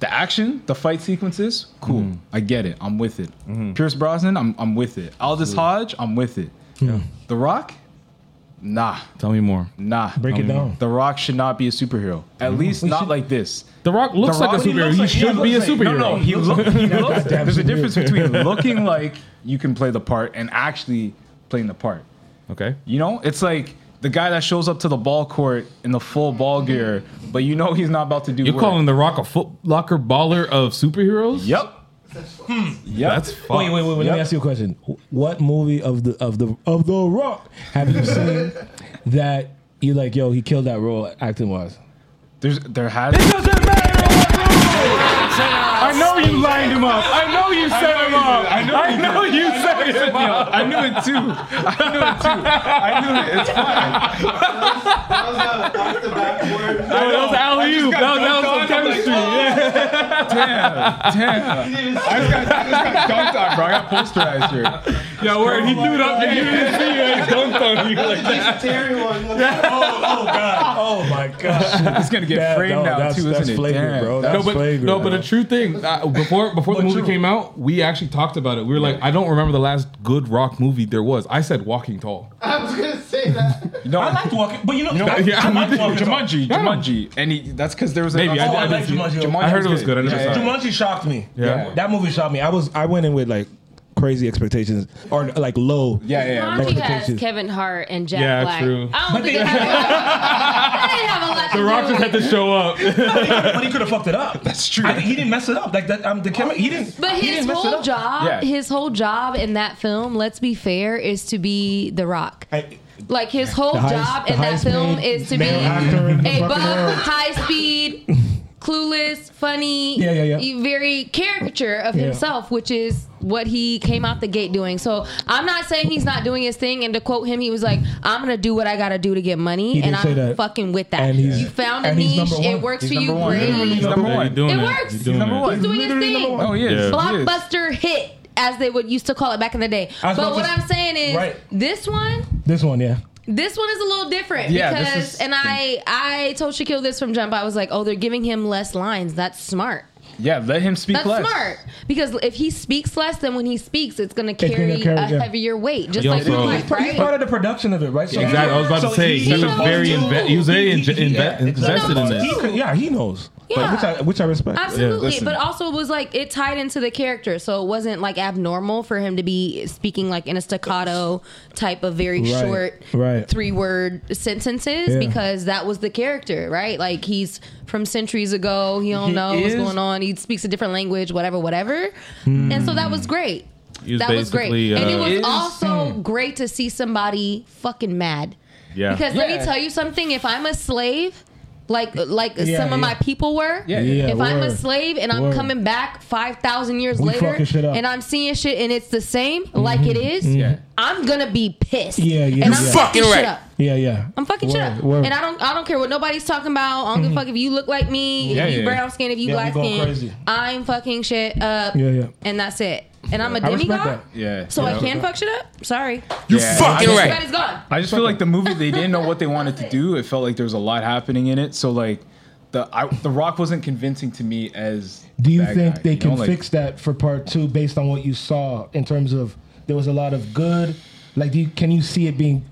Speaker 4: The action, the fight sequences, cool.
Speaker 6: Mm-hmm.
Speaker 4: I get it. I'm with it. Pierce Brosnan, I'm, I'm with it. Aldous Hodge, I'm with it.
Speaker 6: Yeah.
Speaker 4: The Rock, nah,
Speaker 1: Tell me more.
Speaker 4: nah.
Speaker 6: Break it down. Mm-hmm.
Speaker 4: The Rock should not be a superhero. At least not like this.
Speaker 1: The Rock looks
Speaker 4: The
Speaker 1: like
Speaker 4: Rock-
Speaker 1: a superhero. He,
Speaker 4: looks
Speaker 1: should
Speaker 4: like-
Speaker 1: be a
Speaker 4: looks like-
Speaker 1: superhero.
Speaker 4: No, no, he, look, he looks.
Speaker 6: damn
Speaker 4: There's a
Speaker 6: superhero.
Speaker 4: difference between looking like you can play the part and actually playing the part.
Speaker 1: okay.
Speaker 4: You know, it's like the guy that shows up to the ball court in the full ball gear, but you know he's not about to do.
Speaker 1: You're
Speaker 4: work.
Speaker 1: calling The Rock a foot locker baller of superheroes?
Speaker 4: Yep.
Speaker 1: Yeah. That's Fox.
Speaker 6: Wait, wait, wait. wait Let me ask you a question. Wh- What movie of the of the of the Rock have you seen that you like? Yo, he killed that role acting wise.
Speaker 4: There's there has.
Speaker 5: I know you lined him up. I know you set him up.
Speaker 4: I know
Speaker 5: I know you set
Speaker 4: set
Speaker 5: him
Speaker 4: me
Speaker 5: up.
Speaker 4: up. I knew it too. I knew it too. I knew it. It's fine.
Speaker 5: That was alley oop. That was that was some chemistry.
Speaker 4: Damn, damn. I just got, I just got dunked on, bro. I got posterized here.
Speaker 1: Yo, word, he threw it up and you didn't see it. He dunked on you like
Speaker 5: that.
Speaker 4: Oh, god. Oh my god. It's gonna get
Speaker 1: That-
Speaker 4: framed
Speaker 1: no,
Speaker 4: now
Speaker 1: that's-
Speaker 4: too,
Speaker 1: that's
Speaker 4: isn't
Speaker 1: flagrant,
Speaker 4: it? Damn.
Speaker 1: bro. That's No, but- flagrant, no, but bro. a true thing. Uh, before before the movie came out, we actually talked about it. We were like, I don't remember the last good rock movie there was. I said Walking Tall.
Speaker 12: I was gonna say that.
Speaker 4: No, I
Speaker 13: liked walking, but you know,
Speaker 4: No,
Speaker 1: I-
Speaker 4: yeah,
Speaker 1: I liked
Speaker 4: Jumanji,
Speaker 1: Walking Tall.
Speaker 4: Jumanji,
Speaker 1: Yeah.
Speaker 4: Jumanji, and he, that's because there was a-
Speaker 6: Maybe, I- I didn't see it.
Speaker 1: I heard it was good. I never
Speaker 6: Yeah,
Speaker 1: saw it.
Speaker 6: Jumanji shocked me.
Speaker 1: Yeah.
Speaker 6: that movie shocked me. I was I went in with like crazy expectations or like low.
Speaker 8: Jumanji has Kevin Hart and Jack
Speaker 6: Yeah,
Speaker 8: Black.
Speaker 6: true.
Speaker 8: I don't think they have. that didn't have a lot to do with it.
Speaker 1: show up.
Speaker 6: but he could have fucked it up. That's true. I think he didn't mess it up. Like that. Um, the camera. He didn't.
Speaker 8: But
Speaker 6: he
Speaker 8: his
Speaker 6: didn't mess it
Speaker 8: whole
Speaker 6: up.
Speaker 8: job,
Speaker 6: Yeah.
Speaker 8: his whole job in that film, let's be fair, is to be The Rock. like his whole
Speaker 6: The highest-
Speaker 8: job
Speaker 6: the
Speaker 8: in that
Speaker 6: highest
Speaker 8: film
Speaker 6: paid
Speaker 8: is to be
Speaker 6: male actor in the
Speaker 8: a
Speaker 6: fucking
Speaker 8: buff,
Speaker 6: world.
Speaker 8: high speed, clueless, funny, e,
Speaker 6: Yeah, yeah, yeah.
Speaker 8: very caricature of
Speaker 6: Yeah.
Speaker 8: himself, which is what he came out the gate doing. So I'm not saying he's not doing his thing. And to quote him, he was like, "I'm gonna do what I gotta do to get money,
Speaker 6: He
Speaker 8: and
Speaker 6: did say
Speaker 8: I'm
Speaker 6: that.
Speaker 8: fucking with that.
Speaker 6: And he's-
Speaker 8: you found a
Speaker 6: and he's
Speaker 8: niche.
Speaker 6: number
Speaker 8: It
Speaker 6: one.
Speaker 8: works
Speaker 6: He's
Speaker 8: for you.
Speaker 6: number one. Literally
Speaker 8: Great.
Speaker 6: number Number one. one.
Speaker 1: He's doing
Speaker 8: It
Speaker 1: it.
Speaker 8: works.
Speaker 1: He's
Speaker 4: Mm.
Speaker 1: doing Number it. one.
Speaker 8: He's doing his
Speaker 1: Literally
Speaker 8: thing.
Speaker 1: number one. Oh, he is. Yeah. He is.
Speaker 8: Blockbuster hit, as they would used to call it back in the day.
Speaker 6: I
Speaker 8: But
Speaker 6: was about
Speaker 8: what
Speaker 6: to-
Speaker 8: I'm saying is,
Speaker 6: Right.
Speaker 8: this one,
Speaker 6: This one, yeah.
Speaker 8: this one is a little different
Speaker 6: Yeah, this
Speaker 8: because,
Speaker 6: is-
Speaker 8: and I, I told Shaquille this from jump. I was like, oh, they're giving him less lines. That's smart.
Speaker 4: Yeah, let him speak
Speaker 8: That's
Speaker 4: less.
Speaker 8: smart because if he speaks less, then when he speaks, it's going to
Speaker 6: gonna
Speaker 8: carry
Speaker 6: carry-
Speaker 8: a
Speaker 6: yeah.
Speaker 8: heavier weight, just
Speaker 1: Yo,
Speaker 8: like
Speaker 1: so-
Speaker 8: your life,
Speaker 6: But he's part
Speaker 8: right?
Speaker 6: of the production of it, right? So
Speaker 1: Exactly. I was about to say, he was very inve- he was very inve- inve- invested in
Speaker 6: He
Speaker 1: this.
Speaker 6: could- yeah, he knows. But
Speaker 8: Yeah.
Speaker 6: which, I, which I respect.
Speaker 8: Absolutely, but also it was like it tied into the character, so it wasn't like abnormal for him to be speaking like in a staccato type of very
Speaker 6: Right,
Speaker 8: short,
Speaker 6: right.
Speaker 8: three word sentences
Speaker 6: Yeah.
Speaker 8: because that was the character, right? Like he's from centuries ago, he don't
Speaker 6: He
Speaker 8: know
Speaker 6: is-
Speaker 8: what's going on, he speaks a different language, whatever, whatever,
Speaker 6: Hmm.
Speaker 8: and so that was great.
Speaker 1: He was
Speaker 8: That was great,
Speaker 1: basically,
Speaker 8: and it
Speaker 1: uh,
Speaker 8: was
Speaker 1: Is-
Speaker 8: also
Speaker 6: Hmm.
Speaker 8: great to see somebody fucking mad.
Speaker 1: Yeah.
Speaker 8: Because let me
Speaker 1: Yeah.
Speaker 8: tell you something. If I'm a slave, like like
Speaker 6: Yeah,
Speaker 8: some of my
Speaker 6: yeah.
Speaker 8: people were,
Speaker 6: Yeah, yeah.
Speaker 8: if I'm a
Speaker 6: Word.
Speaker 8: slave and I'm
Speaker 6: Word.
Speaker 8: coming back five thousand years
Speaker 6: We
Speaker 8: later
Speaker 6: fucking shit up.
Speaker 8: and I'm seeing shit and it's the same like it is,
Speaker 6: Yeah.
Speaker 8: I'm gonna be pissed.
Speaker 6: Yeah, yeah.
Speaker 8: And
Speaker 6: yeah.
Speaker 8: I'm fucking shit up.
Speaker 6: Yeah, yeah.
Speaker 8: I'm fucking shit
Speaker 6: Word,
Speaker 8: up.
Speaker 6: word.
Speaker 8: And I don't I don't care what nobody's talking about. I don't give a fuck if you look like me,
Speaker 6: Yeah,
Speaker 8: if you
Speaker 6: yeah.
Speaker 8: brown skin, if you
Speaker 6: Yeah, we
Speaker 8: black
Speaker 6: going
Speaker 8: skin.
Speaker 6: crazy.
Speaker 8: I'm fucking shit up.
Speaker 6: Yeah, yeah.
Speaker 8: And that's it. And I'm a
Speaker 4: I respect
Speaker 8: demigod.
Speaker 4: that. Yeah.
Speaker 8: So
Speaker 4: Yeah.
Speaker 8: I can fuck shit up? Sorry.
Speaker 4: You Yeah. fucking right.
Speaker 8: Everybody's gone.
Speaker 4: I just feel like the movie they didn't know what they wanted to do. It felt like there was a lot happening in it. So like the I, the Rock wasn't convincing to me as.
Speaker 6: Do you
Speaker 4: that
Speaker 6: think
Speaker 4: guy,
Speaker 6: they
Speaker 4: you know,
Speaker 6: can
Speaker 4: like-
Speaker 6: fix that for part two based on what you saw in terms of there was a lot of good? Like, do you, can you see it being?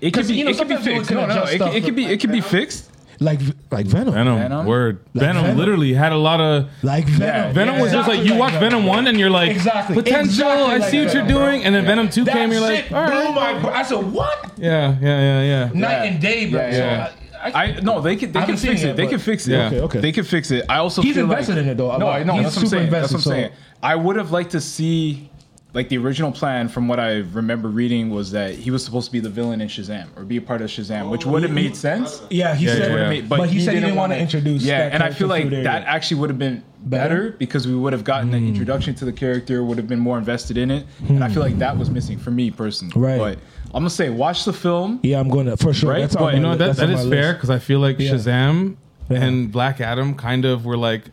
Speaker 4: It could
Speaker 6: 'cause,
Speaker 4: be.
Speaker 6: you know,
Speaker 4: it could be
Speaker 6: sometimes you
Speaker 4: fixed.
Speaker 6: can
Speaker 4: No, no, no.
Speaker 6: adjust
Speaker 4: It,
Speaker 6: stuff,
Speaker 4: could- it could be.
Speaker 6: but-
Speaker 4: It could be fixed.
Speaker 6: Like, like Venom.
Speaker 1: Venom,
Speaker 4: Venom?
Speaker 1: word.
Speaker 6: Like
Speaker 1: Venom,
Speaker 6: Venom.
Speaker 1: literally had a lot of
Speaker 6: like Venom.
Speaker 1: Venom was just like you watch Venom one and you're like
Speaker 6: Exactly.
Speaker 1: potential. I
Speaker 6: Exactly like
Speaker 1: see what you're
Speaker 6: Venom, bro.
Speaker 1: doing, and then Venom two came. You're like,
Speaker 6: Shit blew my br- I said what?
Speaker 1: yeah, yeah, yeah, yeah.
Speaker 6: Night and day, bro.
Speaker 1: Yeah, yeah.
Speaker 6: So
Speaker 4: I, no, they could.
Speaker 6: I
Speaker 4: They
Speaker 6: haven't
Speaker 4: can
Speaker 6: seen
Speaker 4: fix
Speaker 6: it
Speaker 4: it.
Speaker 6: yet,
Speaker 4: they
Speaker 6: but-
Speaker 4: can fix it.
Speaker 6: Yeah. Okay, okay.
Speaker 4: They can fix it. I also
Speaker 6: He's
Speaker 4: feel
Speaker 6: invested
Speaker 4: like,
Speaker 6: in it, though, a
Speaker 4: No,
Speaker 6: lot.
Speaker 4: I know.
Speaker 6: He's
Speaker 4: That's what I'm
Speaker 6: super
Speaker 4: saying. That's what I'm
Speaker 6: invested,
Speaker 4: saying. I would have liked to see. Like the original plan, from what I remember reading, was that he was supposed to be the villain in Shazam or be a part of Shazam, which would have made sense.
Speaker 6: Yeah, he
Speaker 4: Which
Speaker 6: said-
Speaker 4: would've
Speaker 6: but he said he didn't wanna
Speaker 4: wanna-
Speaker 6: introduce
Speaker 4: Yeah,
Speaker 6: that
Speaker 4: and I feel like
Speaker 6: character
Speaker 4: that
Speaker 6: through there.
Speaker 4: actually would have been better because we would have gotten the introduction to the character, would have been more invested in it, and I feel like that was missing for me personally.
Speaker 6: Right.
Speaker 4: But I'm gonna say, watch the film.
Speaker 6: Yeah, I'm going to for sure.
Speaker 4: Right,
Speaker 6: That's
Speaker 4: but
Speaker 6: on
Speaker 1: you
Speaker 6: my
Speaker 1: know
Speaker 6: li-
Speaker 1: that
Speaker 6: that's
Speaker 1: that
Speaker 6: on
Speaker 1: is
Speaker 6: my
Speaker 1: fair
Speaker 6: list.
Speaker 1: because I feel like
Speaker 6: Yeah.
Speaker 1: Shazam and Black Adam kind of were like.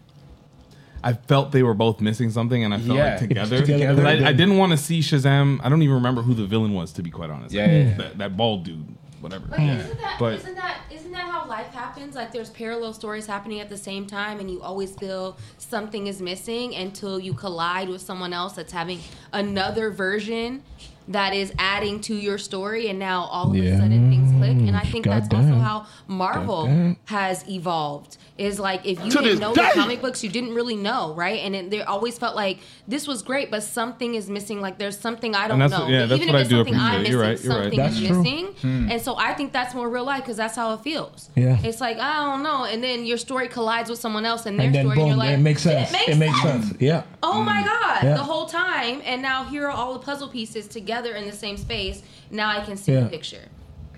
Speaker 1: I felt they were both missing something, and I felt
Speaker 4: Yeah.
Speaker 1: like together.
Speaker 4: Together.
Speaker 1: 'Cause I, I didn't want to see Shazam. I don't even remember who the villain was, to be quite honest.
Speaker 4: Yeah, yeah, yeah.
Speaker 1: That, that bald dude, whatever.
Speaker 10: Like, isn't that
Speaker 1: But
Speaker 10: isn't that isn't that how
Speaker 8: how life happens? Like there's parallel stories happening at the same time, and you always feel something is missing until you collide with someone else that's having another version that is adding to your story, and now all of a
Speaker 6: Yeah.
Speaker 8: sudden things click. And I think that's also
Speaker 6: Goddamn.
Speaker 8: how Marvel
Speaker 6: Goddamn.
Speaker 8: has evolved. Is like if you
Speaker 6: To
Speaker 8: didn't
Speaker 6: this
Speaker 8: know
Speaker 6: day.
Speaker 8: the comic books, you didn't really know, right? And it, they always felt like this was great, but something is missing. Like there's something I don't
Speaker 1: And that's-
Speaker 8: know.
Speaker 1: yeah, that's
Speaker 8: Even
Speaker 1: what
Speaker 8: if
Speaker 1: I
Speaker 8: it's
Speaker 1: do
Speaker 8: something I'm
Speaker 1: appreciate. You're
Speaker 8: missing,
Speaker 1: right, you're right.
Speaker 8: something
Speaker 1: That's
Speaker 8: is
Speaker 1: true.
Speaker 8: missing.
Speaker 1: Hmm.
Speaker 8: And so I think that's more real life because that's how it feels.
Speaker 6: Yeah.
Speaker 8: It's like I don't know, and then your story collides with someone else and their
Speaker 6: and then
Speaker 8: story, and
Speaker 6: boom,
Speaker 8: you're like,
Speaker 6: it makes sense.
Speaker 8: It makes, sense.
Speaker 6: Yeah.
Speaker 8: Oh my god!
Speaker 6: Yeah.
Speaker 8: The whole time, and now here are all the puzzle pieces together in the same space. Now I can see
Speaker 1: Yeah.
Speaker 8: the picture.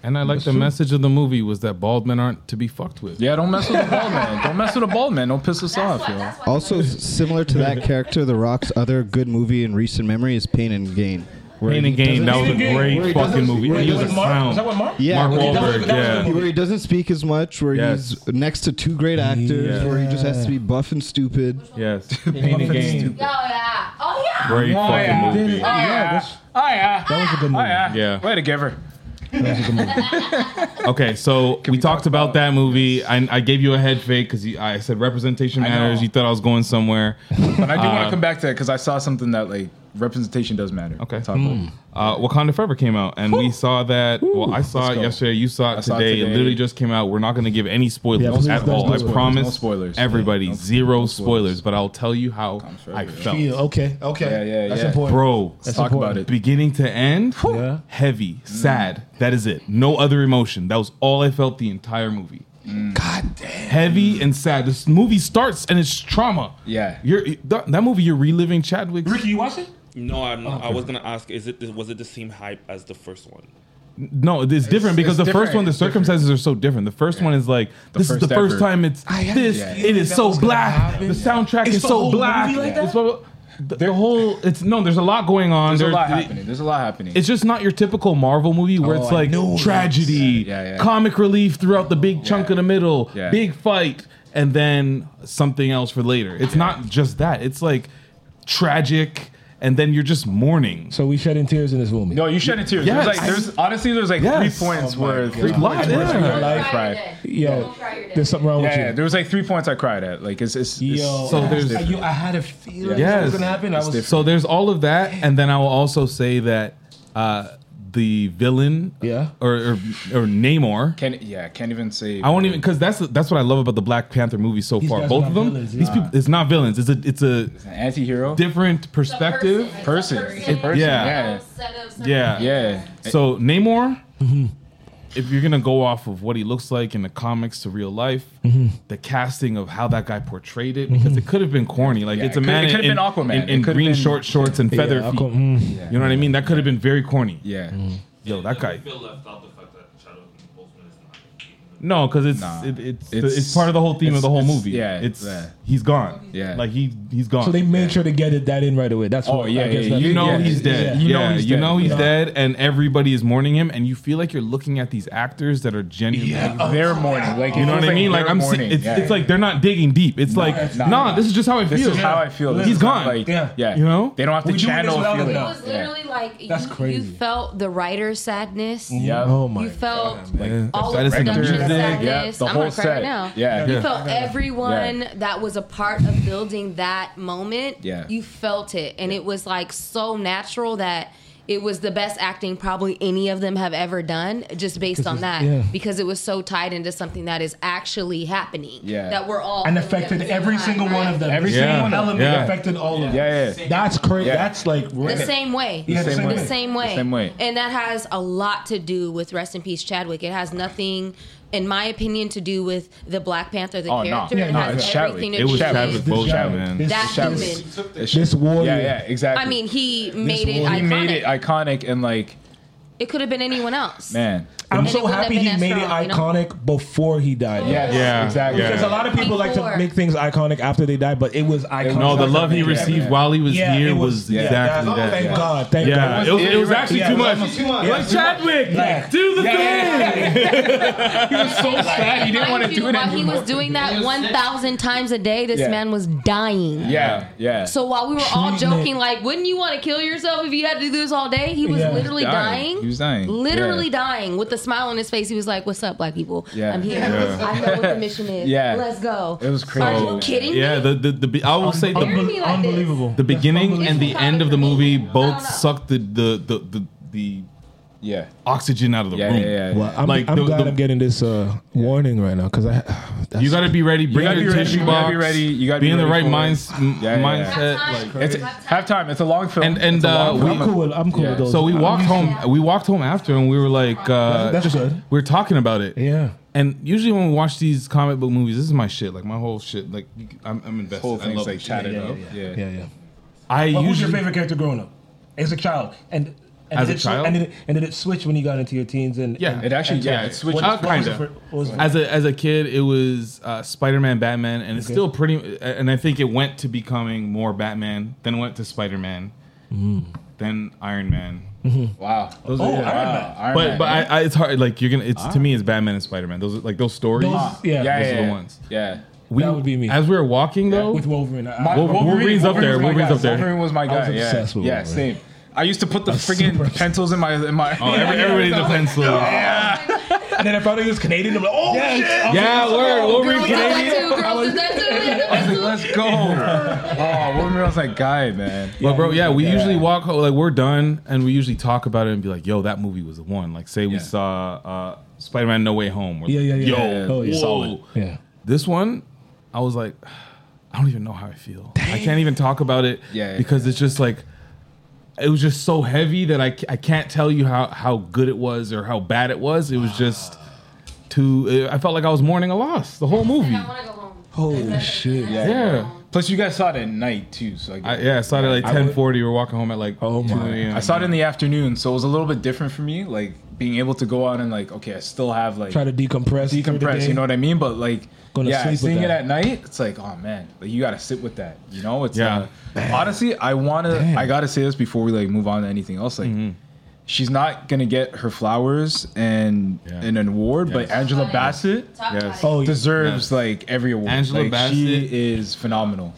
Speaker 1: And I like the
Speaker 4: true.
Speaker 1: message of the movie was that bald men aren't to be fucked with.
Speaker 4: Yeah, don't mess with the bald man. Don't mess with the bald man. Don't piss us off, yo.
Speaker 14: Also, s- similar to that character, The Rock's other good movie in recent memory is Pain and Gain. where
Speaker 1: Pain
Speaker 14: he
Speaker 1: and Gain,
Speaker 14: doesn't-
Speaker 1: that was a great fucking movie. And he was a clown.
Speaker 14: Yeah,
Speaker 1: Mark
Speaker 14: where he doesn't-
Speaker 1: Wahlberg, yeah.
Speaker 14: Where he doesn't speak as much, where he's next to two great actors,
Speaker 1: Yeah.
Speaker 14: where he just has to be buff and stupid.
Speaker 1: Yes. Pain and Gain.
Speaker 8: yeah. Oh yeah.
Speaker 1: Great
Speaker 14: Oh,
Speaker 1: fucking
Speaker 14: yeah.
Speaker 1: movie.
Speaker 14: Oh, yeah.
Speaker 4: Oh yeah.
Speaker 6: That was a good
Speaker 4: movie. Oh yeah.
Speaker 1: Yeah.
Speaker 4: Way to give her.
Speaker 1: Okay, so we, talked about, that movie. I, I gave you a head fake because I said representation
Speaker 4: I know.
Speaker 1: matters. You thought I was going somewhere.
Speaker 4: But I do want
Speaker 1: Uh,
Speaker 4: to come back to that because I saw something that like representation does matter. Okay. Talk about. it.
Speaker 1: Uh, Wakanda Forever came out, and we saw that. Well, I saw
Speaker 4: Let's
Speaker 1: it
Speaker 4: go.
Speaker 1: yesterday. You saw it,
Speaker 4: I
Speaker 1: today.
Speaker 4: saw it
Speaker 1: It
Speaker 4: today.
Speaker 1: literally just came out. We're not going to give any spoilers
Speaker 4: please,
Speaker 1: at
Speaker 4: there's
Speaker 1: all.
Speaker 4: no
Speaker 1: I
Speaker 4: spoilers.
Speaker 1: promise.
Speaker 4: No spoilers.
Speaker 1: Everybody,
Speaker 4: Yeah, no-
Speaker 1: zero
Speaker 4: no
Speaker 1: spoilers.
Speaker 4: spoilers.
Speaker 1: But I'll tell you how I felt.
Speaker 6: Feel, okay, okay.
Speaker 1: Yeah, yeah,
Speaker 6: That's
Speaker 1: yeah.
Speaker 6: important.
Speaker 1: Bro,
Speaker 6: That's important.
Speaker 1: Beginning to end, heavy, sad. That is it. No other emotion. That was all I felt the entire movie.
Speaker 13: Mm.
Speaker 1: God damn. Heavy and sad. This movie starts and it's trauma.
Speaker 4: Yeah.
Speaker 1: You're that, that movie. You're reliving Chadwick.
Speaker 13: Ricky, you watch it? No, I'm not. I was gonna ask. Is it was it the same hype as the first one?
Speaker 1: No, it's, different because
Speaker 13: it's
Speaker 1: the first
Speaker 13: different.
Speaker 1: one, the
Speaker 13: It's different.
Speaker 1: circumstances are so different. The first one is like this is
Speaker 13: first
Speaker 1: the first
Speaker 13: effort.
Speaker 1: time it's this.
Speaker 13: yeah.
Speaker 1: It is
Speaker 13: That
Speaker 1: so
Speaker 13: was gonna
Speaker 1: black. The soundtrack
Speaker 13: It's
Speaker 1: is
Speaker 13: the
Speaker 1: so
Speaker 13: whole
Speaker 1: black.
Speaker 13: movie like
Speaker 1: It's so- the, the whole it's no. There's a lot going on.
Speaker 4: There's a
Speaker 1: There-
Speaker 4: lot
Speaker 1: the-
Speaker 4: happening. There's a lot happening.
Speaker 1: It's just not your typical Marvel movie where
Speaker 4: Oh,
Speaker 1: it's
Speaker 4: I
Speaker 1: like
Speaker 4: know this.
Speaker 1: tragedy,
Speaker 4: Yeah, yeah, yeah.
Speaker 1: comic relief throughout the big chunk of the middle,
Speaker 4: Yeah.
Speaker 1: big fight, and then something else for later. It's not just that. It's like tragic, and then you're just mourning.
Speaker 6: So we shed in tears in this movie.
Speaker 4: No, you shedding tears.
Speaker 1: Yes.
Speaker 4: There's like there's honestly there's like
Speaker 1: Yes.
Speaker 4: three points
Speaker 1: Oh my
Speaker 4: where
Speaker 1: God.
Speaker 4: three
Speaker 1: Lot,
Speaker 4: points where
Speaker 1: yeah.
Speaker 4: I
Speaker 1: Don't
Speaker 4: like
Speaker 1: cry
Speaker 4: cried.
Speaker 6: Yo, there's something wrong with
Speaker 4: Yeah,
Speaker 6: you.
Speaker 4: yeah, there was like three points I cried at. Like it's it's,
Speaker 6: Yo,
Speaker 4: it's
Speaker 1: So
Speaker 6: I-
Speaker 1: there's-
Speaker 6: I, you, I had a feeling
Speaker 1: yes.
Speaker 6: this was gonna happen. I was
Speaker 1: so there's all of that, and then I will also say that uh, the villain, yeah, or or, or Namor.
Speaker 4: Can yeah, can't even say
Speaker 1: I won't even because that's that's what I love about the Black Panther movies so
Speaker 4: These
Speaker 1: far.
Speaker 4: guys
Speaker 1: Both
Speaker 4: are
Speaker 1: of
Speaker 4: not
Speaker 1: them,
Speaker 4: villains,
Speaker 1: these
Speaker 4: yeah.
Speaker 1: people, it's not villains. It's a it's a
Speaker 4: an anti-hero
Speaker 1: different perspective.
Speaker 4: person.
Speaker 1: It-
Speaker 4: person.
Speaker 1: yeah.
Speaker 4: yeah.
Speaker 1: Yeah.
Speaker 4: Yeah.
Speaker 1: So Namor, if you're gonna go off of what he looks like in the comics to real life,
Speaker 6: Mhm.
Speaker 1: the casting of how that guy portrayed it, because it could have been corny. Like
Speaker 4: Yeah,
Speaker 1: it's a
Speaker 4: it could-
Speaker 1: man
Speaker 4: it
Speaker 1: in,
Speaker 4: could have been Aquaman. It
Speaker 1: in- in
Speaker 4: could have
Speaker 1: green
Speaker 4: been-
Speaker 1: short shorts and
Speaker 4: Yeah,
Speaker 1: feather feet.
Speaker 4: Aqua- mm.
Speaker 1: You know what I mean? That could have been very corny.
Speaker 4: Yeah.
Speaker 1: Hmm. Yo, that guy.
Speaker 13: Bill left out the fact that Chadwick Boseman is not.
Speaker 1: No, because it's,
Speaker 4: Nah.
Speaker 1: it, it's
Speaker 4: It's-
Speaker 1: it's part of the whole theme of
Speaker 4: it's-
Speaker 1: the whole
Speaker 4: it's-
Speaker 1: movie.
Speaker 4: yeah,
Speaker 1: it's
Speaker 4: yeah.
Speaker 1: he's gone.
Speaker 4: Yeah.
Speaker 1: like he he's gone.
Speaker 6: So they made sure to get it that in right away. That's
Speaker 1: Oh
Speaker 6: what,
Speaker 1: yeah,
Speaker 6: I guess
Speaker 1: yeah.
Speaker 6: that's-
Speaker 1: You know he's dead. Yeah,
Speaker 6: yeah.
Speaker 1: you know he's, dead.
Speaker 6: Yeah.
Speaker 1: and everybody is mourning him, and you feel like you're looking at these actors that are genuinely.
Speaker 4: They're mourning. Like
Speaker 1: You know what I mean? Like I'm, see-
Speaker 4: mourning.
Speaker 1: it's,
Speaker 4: yeah.
Speaker 1: it's like they're not digging deep. It's like,
Speaker 4: it's
Speaker 1: nah,
Speaker 4: not.
Speaker 1: this is just how I feel.
Speaker 4: This is how I feel. This
Speaker 1: He's
Speaker 4: is not
Speaker 1: gone.
Speaker 4: Like, yeah. yeah.
Speaker 1: You know,
Speaker 4: They don't have to channel feeling.
Speaker 8: It was literally like
Speaker 4: That's
Speaker 8: you,
Speaker 4: crazy.
Speaker 8: you felt the writer's sadness.
Speaker 4: Yeah. Oh
Speaker 6: my
Speaker 8: You felt all
Speaker 1: All
Speaker 8: of
Speaker 1: the
Speaker 8: production sadness.
Speaker 4: Yeah, the
Speaker 8: I'm
Speaker 4: whole
Speaker 8: gonna cry right
Speaker 4: set.
Speaker 8: now.
Speaker 4: Yeah.
Speaker 8: You
Speaker 4: Yeah.
Speaker 8: felt everyone that was a part of building that moment.
Speaker 4: Yeah.
Speaker 8: You felt it, and it was like so natural that. It was the best acting probably any of them have ever done, just based on that,
Speaker 6: yeah.
Speaker 8: because it was so tied into something that is actually happening.
Speaker 6: Yeah.
Speaker 8: that we're all
Speaker 6: and
Speaker 8: feeling at
Speaker 6: affected
Speaker 8: the same
Speaker 6: every
Speaker 8: time,
Speaker 6: single
Speaker 8: right?
Speaker 6: one of them.
Speaker 4: Every
Speaker 6: Every
Speaker 4: single
Speaker 6: one
Speaker 4: one.
Speaker 6: element
Speaker 4: Yeah.
Speaker 6: affected all of them.
Speaker 4: Yeah, yeah.
Speaker 6: That's crazy.
Speaker 4: Yeah.
Speaker 6: That's like
Speaker 8: The same way.
Speaker 6: Yeah, the same way.
Speaker 8: The same way.
Speaker 4: The same way.
Speaker 8: And that has a lot to do with rest in peace Chadwick. It has nothing, in my opinion, to do with the Black Panther, the
Speaker 4: Oh, no.
Speaker 8: character.
Speaker 4: Yeah,
Speaker 8: it
Speaker 4: no,
Speaker 8: has
Speaker 4: it's Chadwick.
Speaker 8: everything
Speaker 4: It
Speaker 8: to
Speaker 4: was
Speaker 8: do
Speaker 4: Chadwick
Speaker 8: with
Speaker 4: Boseman, man. This
Speaker 8: That
Speaker 4: is Chadwick.
Speaker 8: human.
Speaker 6: This warrior.
Speaker 4: Yeah, yeah, exactly.
Speaker 8: I mean, he made
Speaker 4: This
Speaker 8: it
Speaker 4: warrior.
Speaker 8: iconic.
Speaker 4: He made it iconic and like,
Speaker 8: It could have been anyone else.
Speaker 4: man.
Speaker 6: I'm
Speaker 8: And it
Speaker 6: so
Speaker 8: wouldn't have
Speaker 6: happy
Speaker 8: been
Speaker 6: he
Speaker 8: as
Speaker 6: made it
Speaker 8: strong, you know?
Speaker 6: iconic before he died.
Speaker 4: Yes, Yeah, exactly.
Speaker 6: Because
Speaker 4: yeah.
Speaker 6: a lot of people like
Speaker 8: Before.
Speaker 6: to make things iconic after they die, but it was iconic.
Speaker 1: No, the love he
Speaker 6: Yeah.
Speaker 1: received while he was
Speaker 6: Yeah,
Speaker 1: here
Speaker 6: it
Speaker 1: was,
Speaker 6: yeah,
Speaker 1: exactly
Speaker 6: that's-
Speaker 1: that.
Speaker 6: Thank God. Thank
Speaker 1: yeah.
Speaker 6: God.
Speaker 1: it was, it was actually
Speaker 6: Yeah,
Speaker 1: too
Speaker 6: it was
Speaker 1: much.
Speaker 6: almost too much.
Speaker 1: Like Chadwick,
Speaker 6: Yeah.
Speaker 1: do the thing.
Speaker 4: He was so sad. He didn't
Speaker 8: Mind
Speaker 4: want to
Speaker 8: you,
Speaker 4: do it
Speaker 8: while
Speaker 4: anymore.
Speaker 8: he was doing that 1,000 times a day, this
Speaker 4: Yeah.
Speaker 8: man was dying.
Speaker 4: Yeah, yeah.
Speaker 8: So while we were all
Speaker 4: Treatment.
Speaker 8: joking, like, wouldn't you want to kill yourself if you had to do this all day? He was
Speaker 4: Yeah.
Speaker 8: literally dying.
Speaker 4: He was dying.
Speaker 8: Literally
Speaker 4: Yeah.
Speaker 8: dying with the smile on his face. He was like, "What's up, black people?
Speaker 1: Yeah.
Speaker 8: I'm here.
Speaker 1: Yeah.
Speaker 8: I know what the mission is.
Speaker 1: Yeah.
Speaker 8: let's go."
Speaker 1: It was
Speaker 8: Are you kidding me?
Speaker 1: Yeah, the the, the be- I will say the,
Speaker 8: Unbe- Like unbelievable.
Speaker 1: The beginning and the end of the movie both sucked the the the the, the
Speaker 4: yeah
Speaker 1: oxygen out of the
Speaker 6: Yeah,
Speaker 1: room.
Speaker 6: yeah, Well, I'm, I'm
Speaker 1: the-
Speaker 6: glad
Speaker 1: the-
Speaker 6: I'm getting this uh, warning right now because I.
Speaker 1: you got to be ready.
Speaker 6: You
Speaker 1: Bring
Speaker 6: gotta
Speaker 1: your
Speaker 6: be ready,
Speaker 1: tissue
Speaker 6: you
Speaker 1: box.
Speaker 6: gotta be ready, you gotta
Speaker 1: be,
Speaker 6: be
Speaker 1: in the
Speaker 6: ready
Speaker 1: right
Speaker 6: for it.
Speaker 1: minds, m-
Speaker 4: Yeah, yeah, yeah.
Speaker 1: mindset. Like,
Speaker 4: It's halftime. It's a long film.
Speaker 1: and and
Speaker 4: It's a
Speaker 1: uh,
Speaker 4: long
Speaker 1: we,
Speaker 4: film. Yeah.
Speaker 1: So we walked home. We walked home after, and we were like, uh,
Speaker 6: That's- that's good.
Speaker 1: We were talking about it.
Speaker 6: Yeah.
Speaker 1: And usually when we watch these comic book movies, this is my shit. Like my whole shit. Like you- I'm, I'm invested.
Speaker 4: whole
Speaker 1: I
Speaker 4: thing's
Speaker 1: love
Speaker 4: like
Speaker 1: this shit.
Speaker 4: tatted
Speaker 1: Yeah,
Speaker 4: up.
Speaker 1: yeah,
Speaker 4: Yeah.
Speaker 1: yeah.
Speaker 6: yeah.
Speaker 1: I
Speaker 2: Well, who's your
Speaker 1: usually-
Speaker 2: favorite character growing up? As a child, and. And
Speaker 1: As
Speaker 2: did
Speaker 1: a
Speaker 2: it swi-
Speaker 1: child?
Speaker 2: and did, it, and did it switch when you got into your teens? And
Speaker 1: Yeah,
Speaker 2: and,
Speaker 1: it actually
Speaker 2: and-
Speaker 1: yeah, it switched
Speaker 2: what-
Speaker 1: out
Speaker 2: what
Speaker 1: kind
Speaker 2: was the fir- what was
Speaker 1: of.
Speaker 2: the-
Speaker 1: As a as a kid, it was uh, Spider Man, Batman, and it's
Speaker 2: Okay.
Speaker 1: still pretty. And I think it went to becoming more Batman, then it went to Spider Man,
Speaker 2: Mm.
Speaker 1: then Iron Man.
Speaker 4: Wow. Those
Speaker 2: Oh,
Speaker 4: are,
Speaker 2: Iron
Speaker 4: wow.
Speaker 2: Man.
Speaker 4: Iron
Speaker 1: but
Speaker 4: Man,
Speaker 1: but
Speaker 4: yeah.
Speaker 1: I, I, it's hard. Like you're gonna. It's to me, it's Batman and Spider Man. Those are like those stories.
Speaker 2: Ah. Those- yeah. Yeah,
Speaker 1: those
Speaker 2: yeah,
Speaker 1: are the
Speaker 2: yeah.
Speaker 1: ones.
Speaker 4: Yeah.
Speaker 1: We, that would be me. As we were walking though,
Speaker 2: with Wolverine, I-
Speaker 4: My-
Speaker 1: Wol- Wolverine's up there.
Speaker 4: was my
Speaker 1: Wolverine's
Speaker 4: guy.
Speaker 1: up there.
Speaker 4: Wolverine was my
Speaker 1: I
Speaker 4: guy.
Speaker 1: was
Speaker 4: yeah.
Speaker 1: obsessed with
Speaker 4: yeah,
Speaker 1: Wolverine.
Speaker 4: same. I used to put the friggin' pencils in my in my.
Speaker 1: Oh, every- everybody needs a pencil.
Speaker 4: Yeah.
Speaker 2: and then I found out he was Canadian. I'm like, oh shit! I'm
Speaker 1: Yeah,
Speaker 2: like,
Speaker 1: word,
Speaker 2: oh,
Speaker 1: Wolverine
Speaker 2: girls, I like
Speaker 1: Canadian.
Speaker 2: you, girls,
Speaker 1: I
Speaker 2: is that too?
Speaker 4: I was like, let's go. Oh, Wolverine was like guy, man.
Speaker 1: But bro, yeah, we
Speaker 4: Yeah.
Speaker 1: usually walk home, like we're done, and we usually talk about it and be like, "Yo, that movie was the one." Like, say we saw uh, Spider-Man: No Way Home. We're
Speaker 6: Yeah, yeah,
Speaker 1: like,
Speaker 6: yeah.
Speaker 1: Yo,
Speaker 6: Oh, yeah.
Speaker 1: whoa.
Speaker 6: Solid. Yeah.
Speaker 1: This one, I was like, I don't even know how I feel. I can't even talk about it
Speaker 4: Yeah, yeah,
Speaker 1: because it's just like it was just so heavy that I, ca- I can't tell you how how good it was or how bad it was. It was just too. I felt like I was mourning a loss the whole movie.
Speaker 6: Holy shit!
Speaker 1: Yeah. Yeah.
Speaker 4: Plus, you guys saw it at night too, so I guess.
Speaker 1: I, yeah, I saw it at like ten forty. We're walking home at like oh
Speaker 4: I saw it in the afternoon, so it was a little bit different for me. Like being able to go out and like, okay, I still have like
Speaker 6: Try to decompress. through the
Speaker 4: decompress.
Speaker 6: day.
Speaker 4: You know what I mean? But like,
Speaker 6: Gonna sleep
Speaker 4: yeah,
Speaker 6: with
Speaker 4: seeing it
Speaker 6: that.
Speaker 4: at night, it's like, oh man, like you gotta sit with that. You know, it's
Speaker 1: Yeah.
Speaker 4: yeah. honestly, I wanna, I gotta say this before we like move on to anything else. Like,
Speaker 1: Mm-hmm.
Speaker 4: she's not gonna get her flowers and and an award, but Angela Bassett
Speaker 1: Yes.
Speaker 6: Oh,
Speaker 4: deserves
Speaker 1: Yes.
Speaker 4: like every award.
Speaker 1: Angela
Speaker 4: Like, she is phenomenal.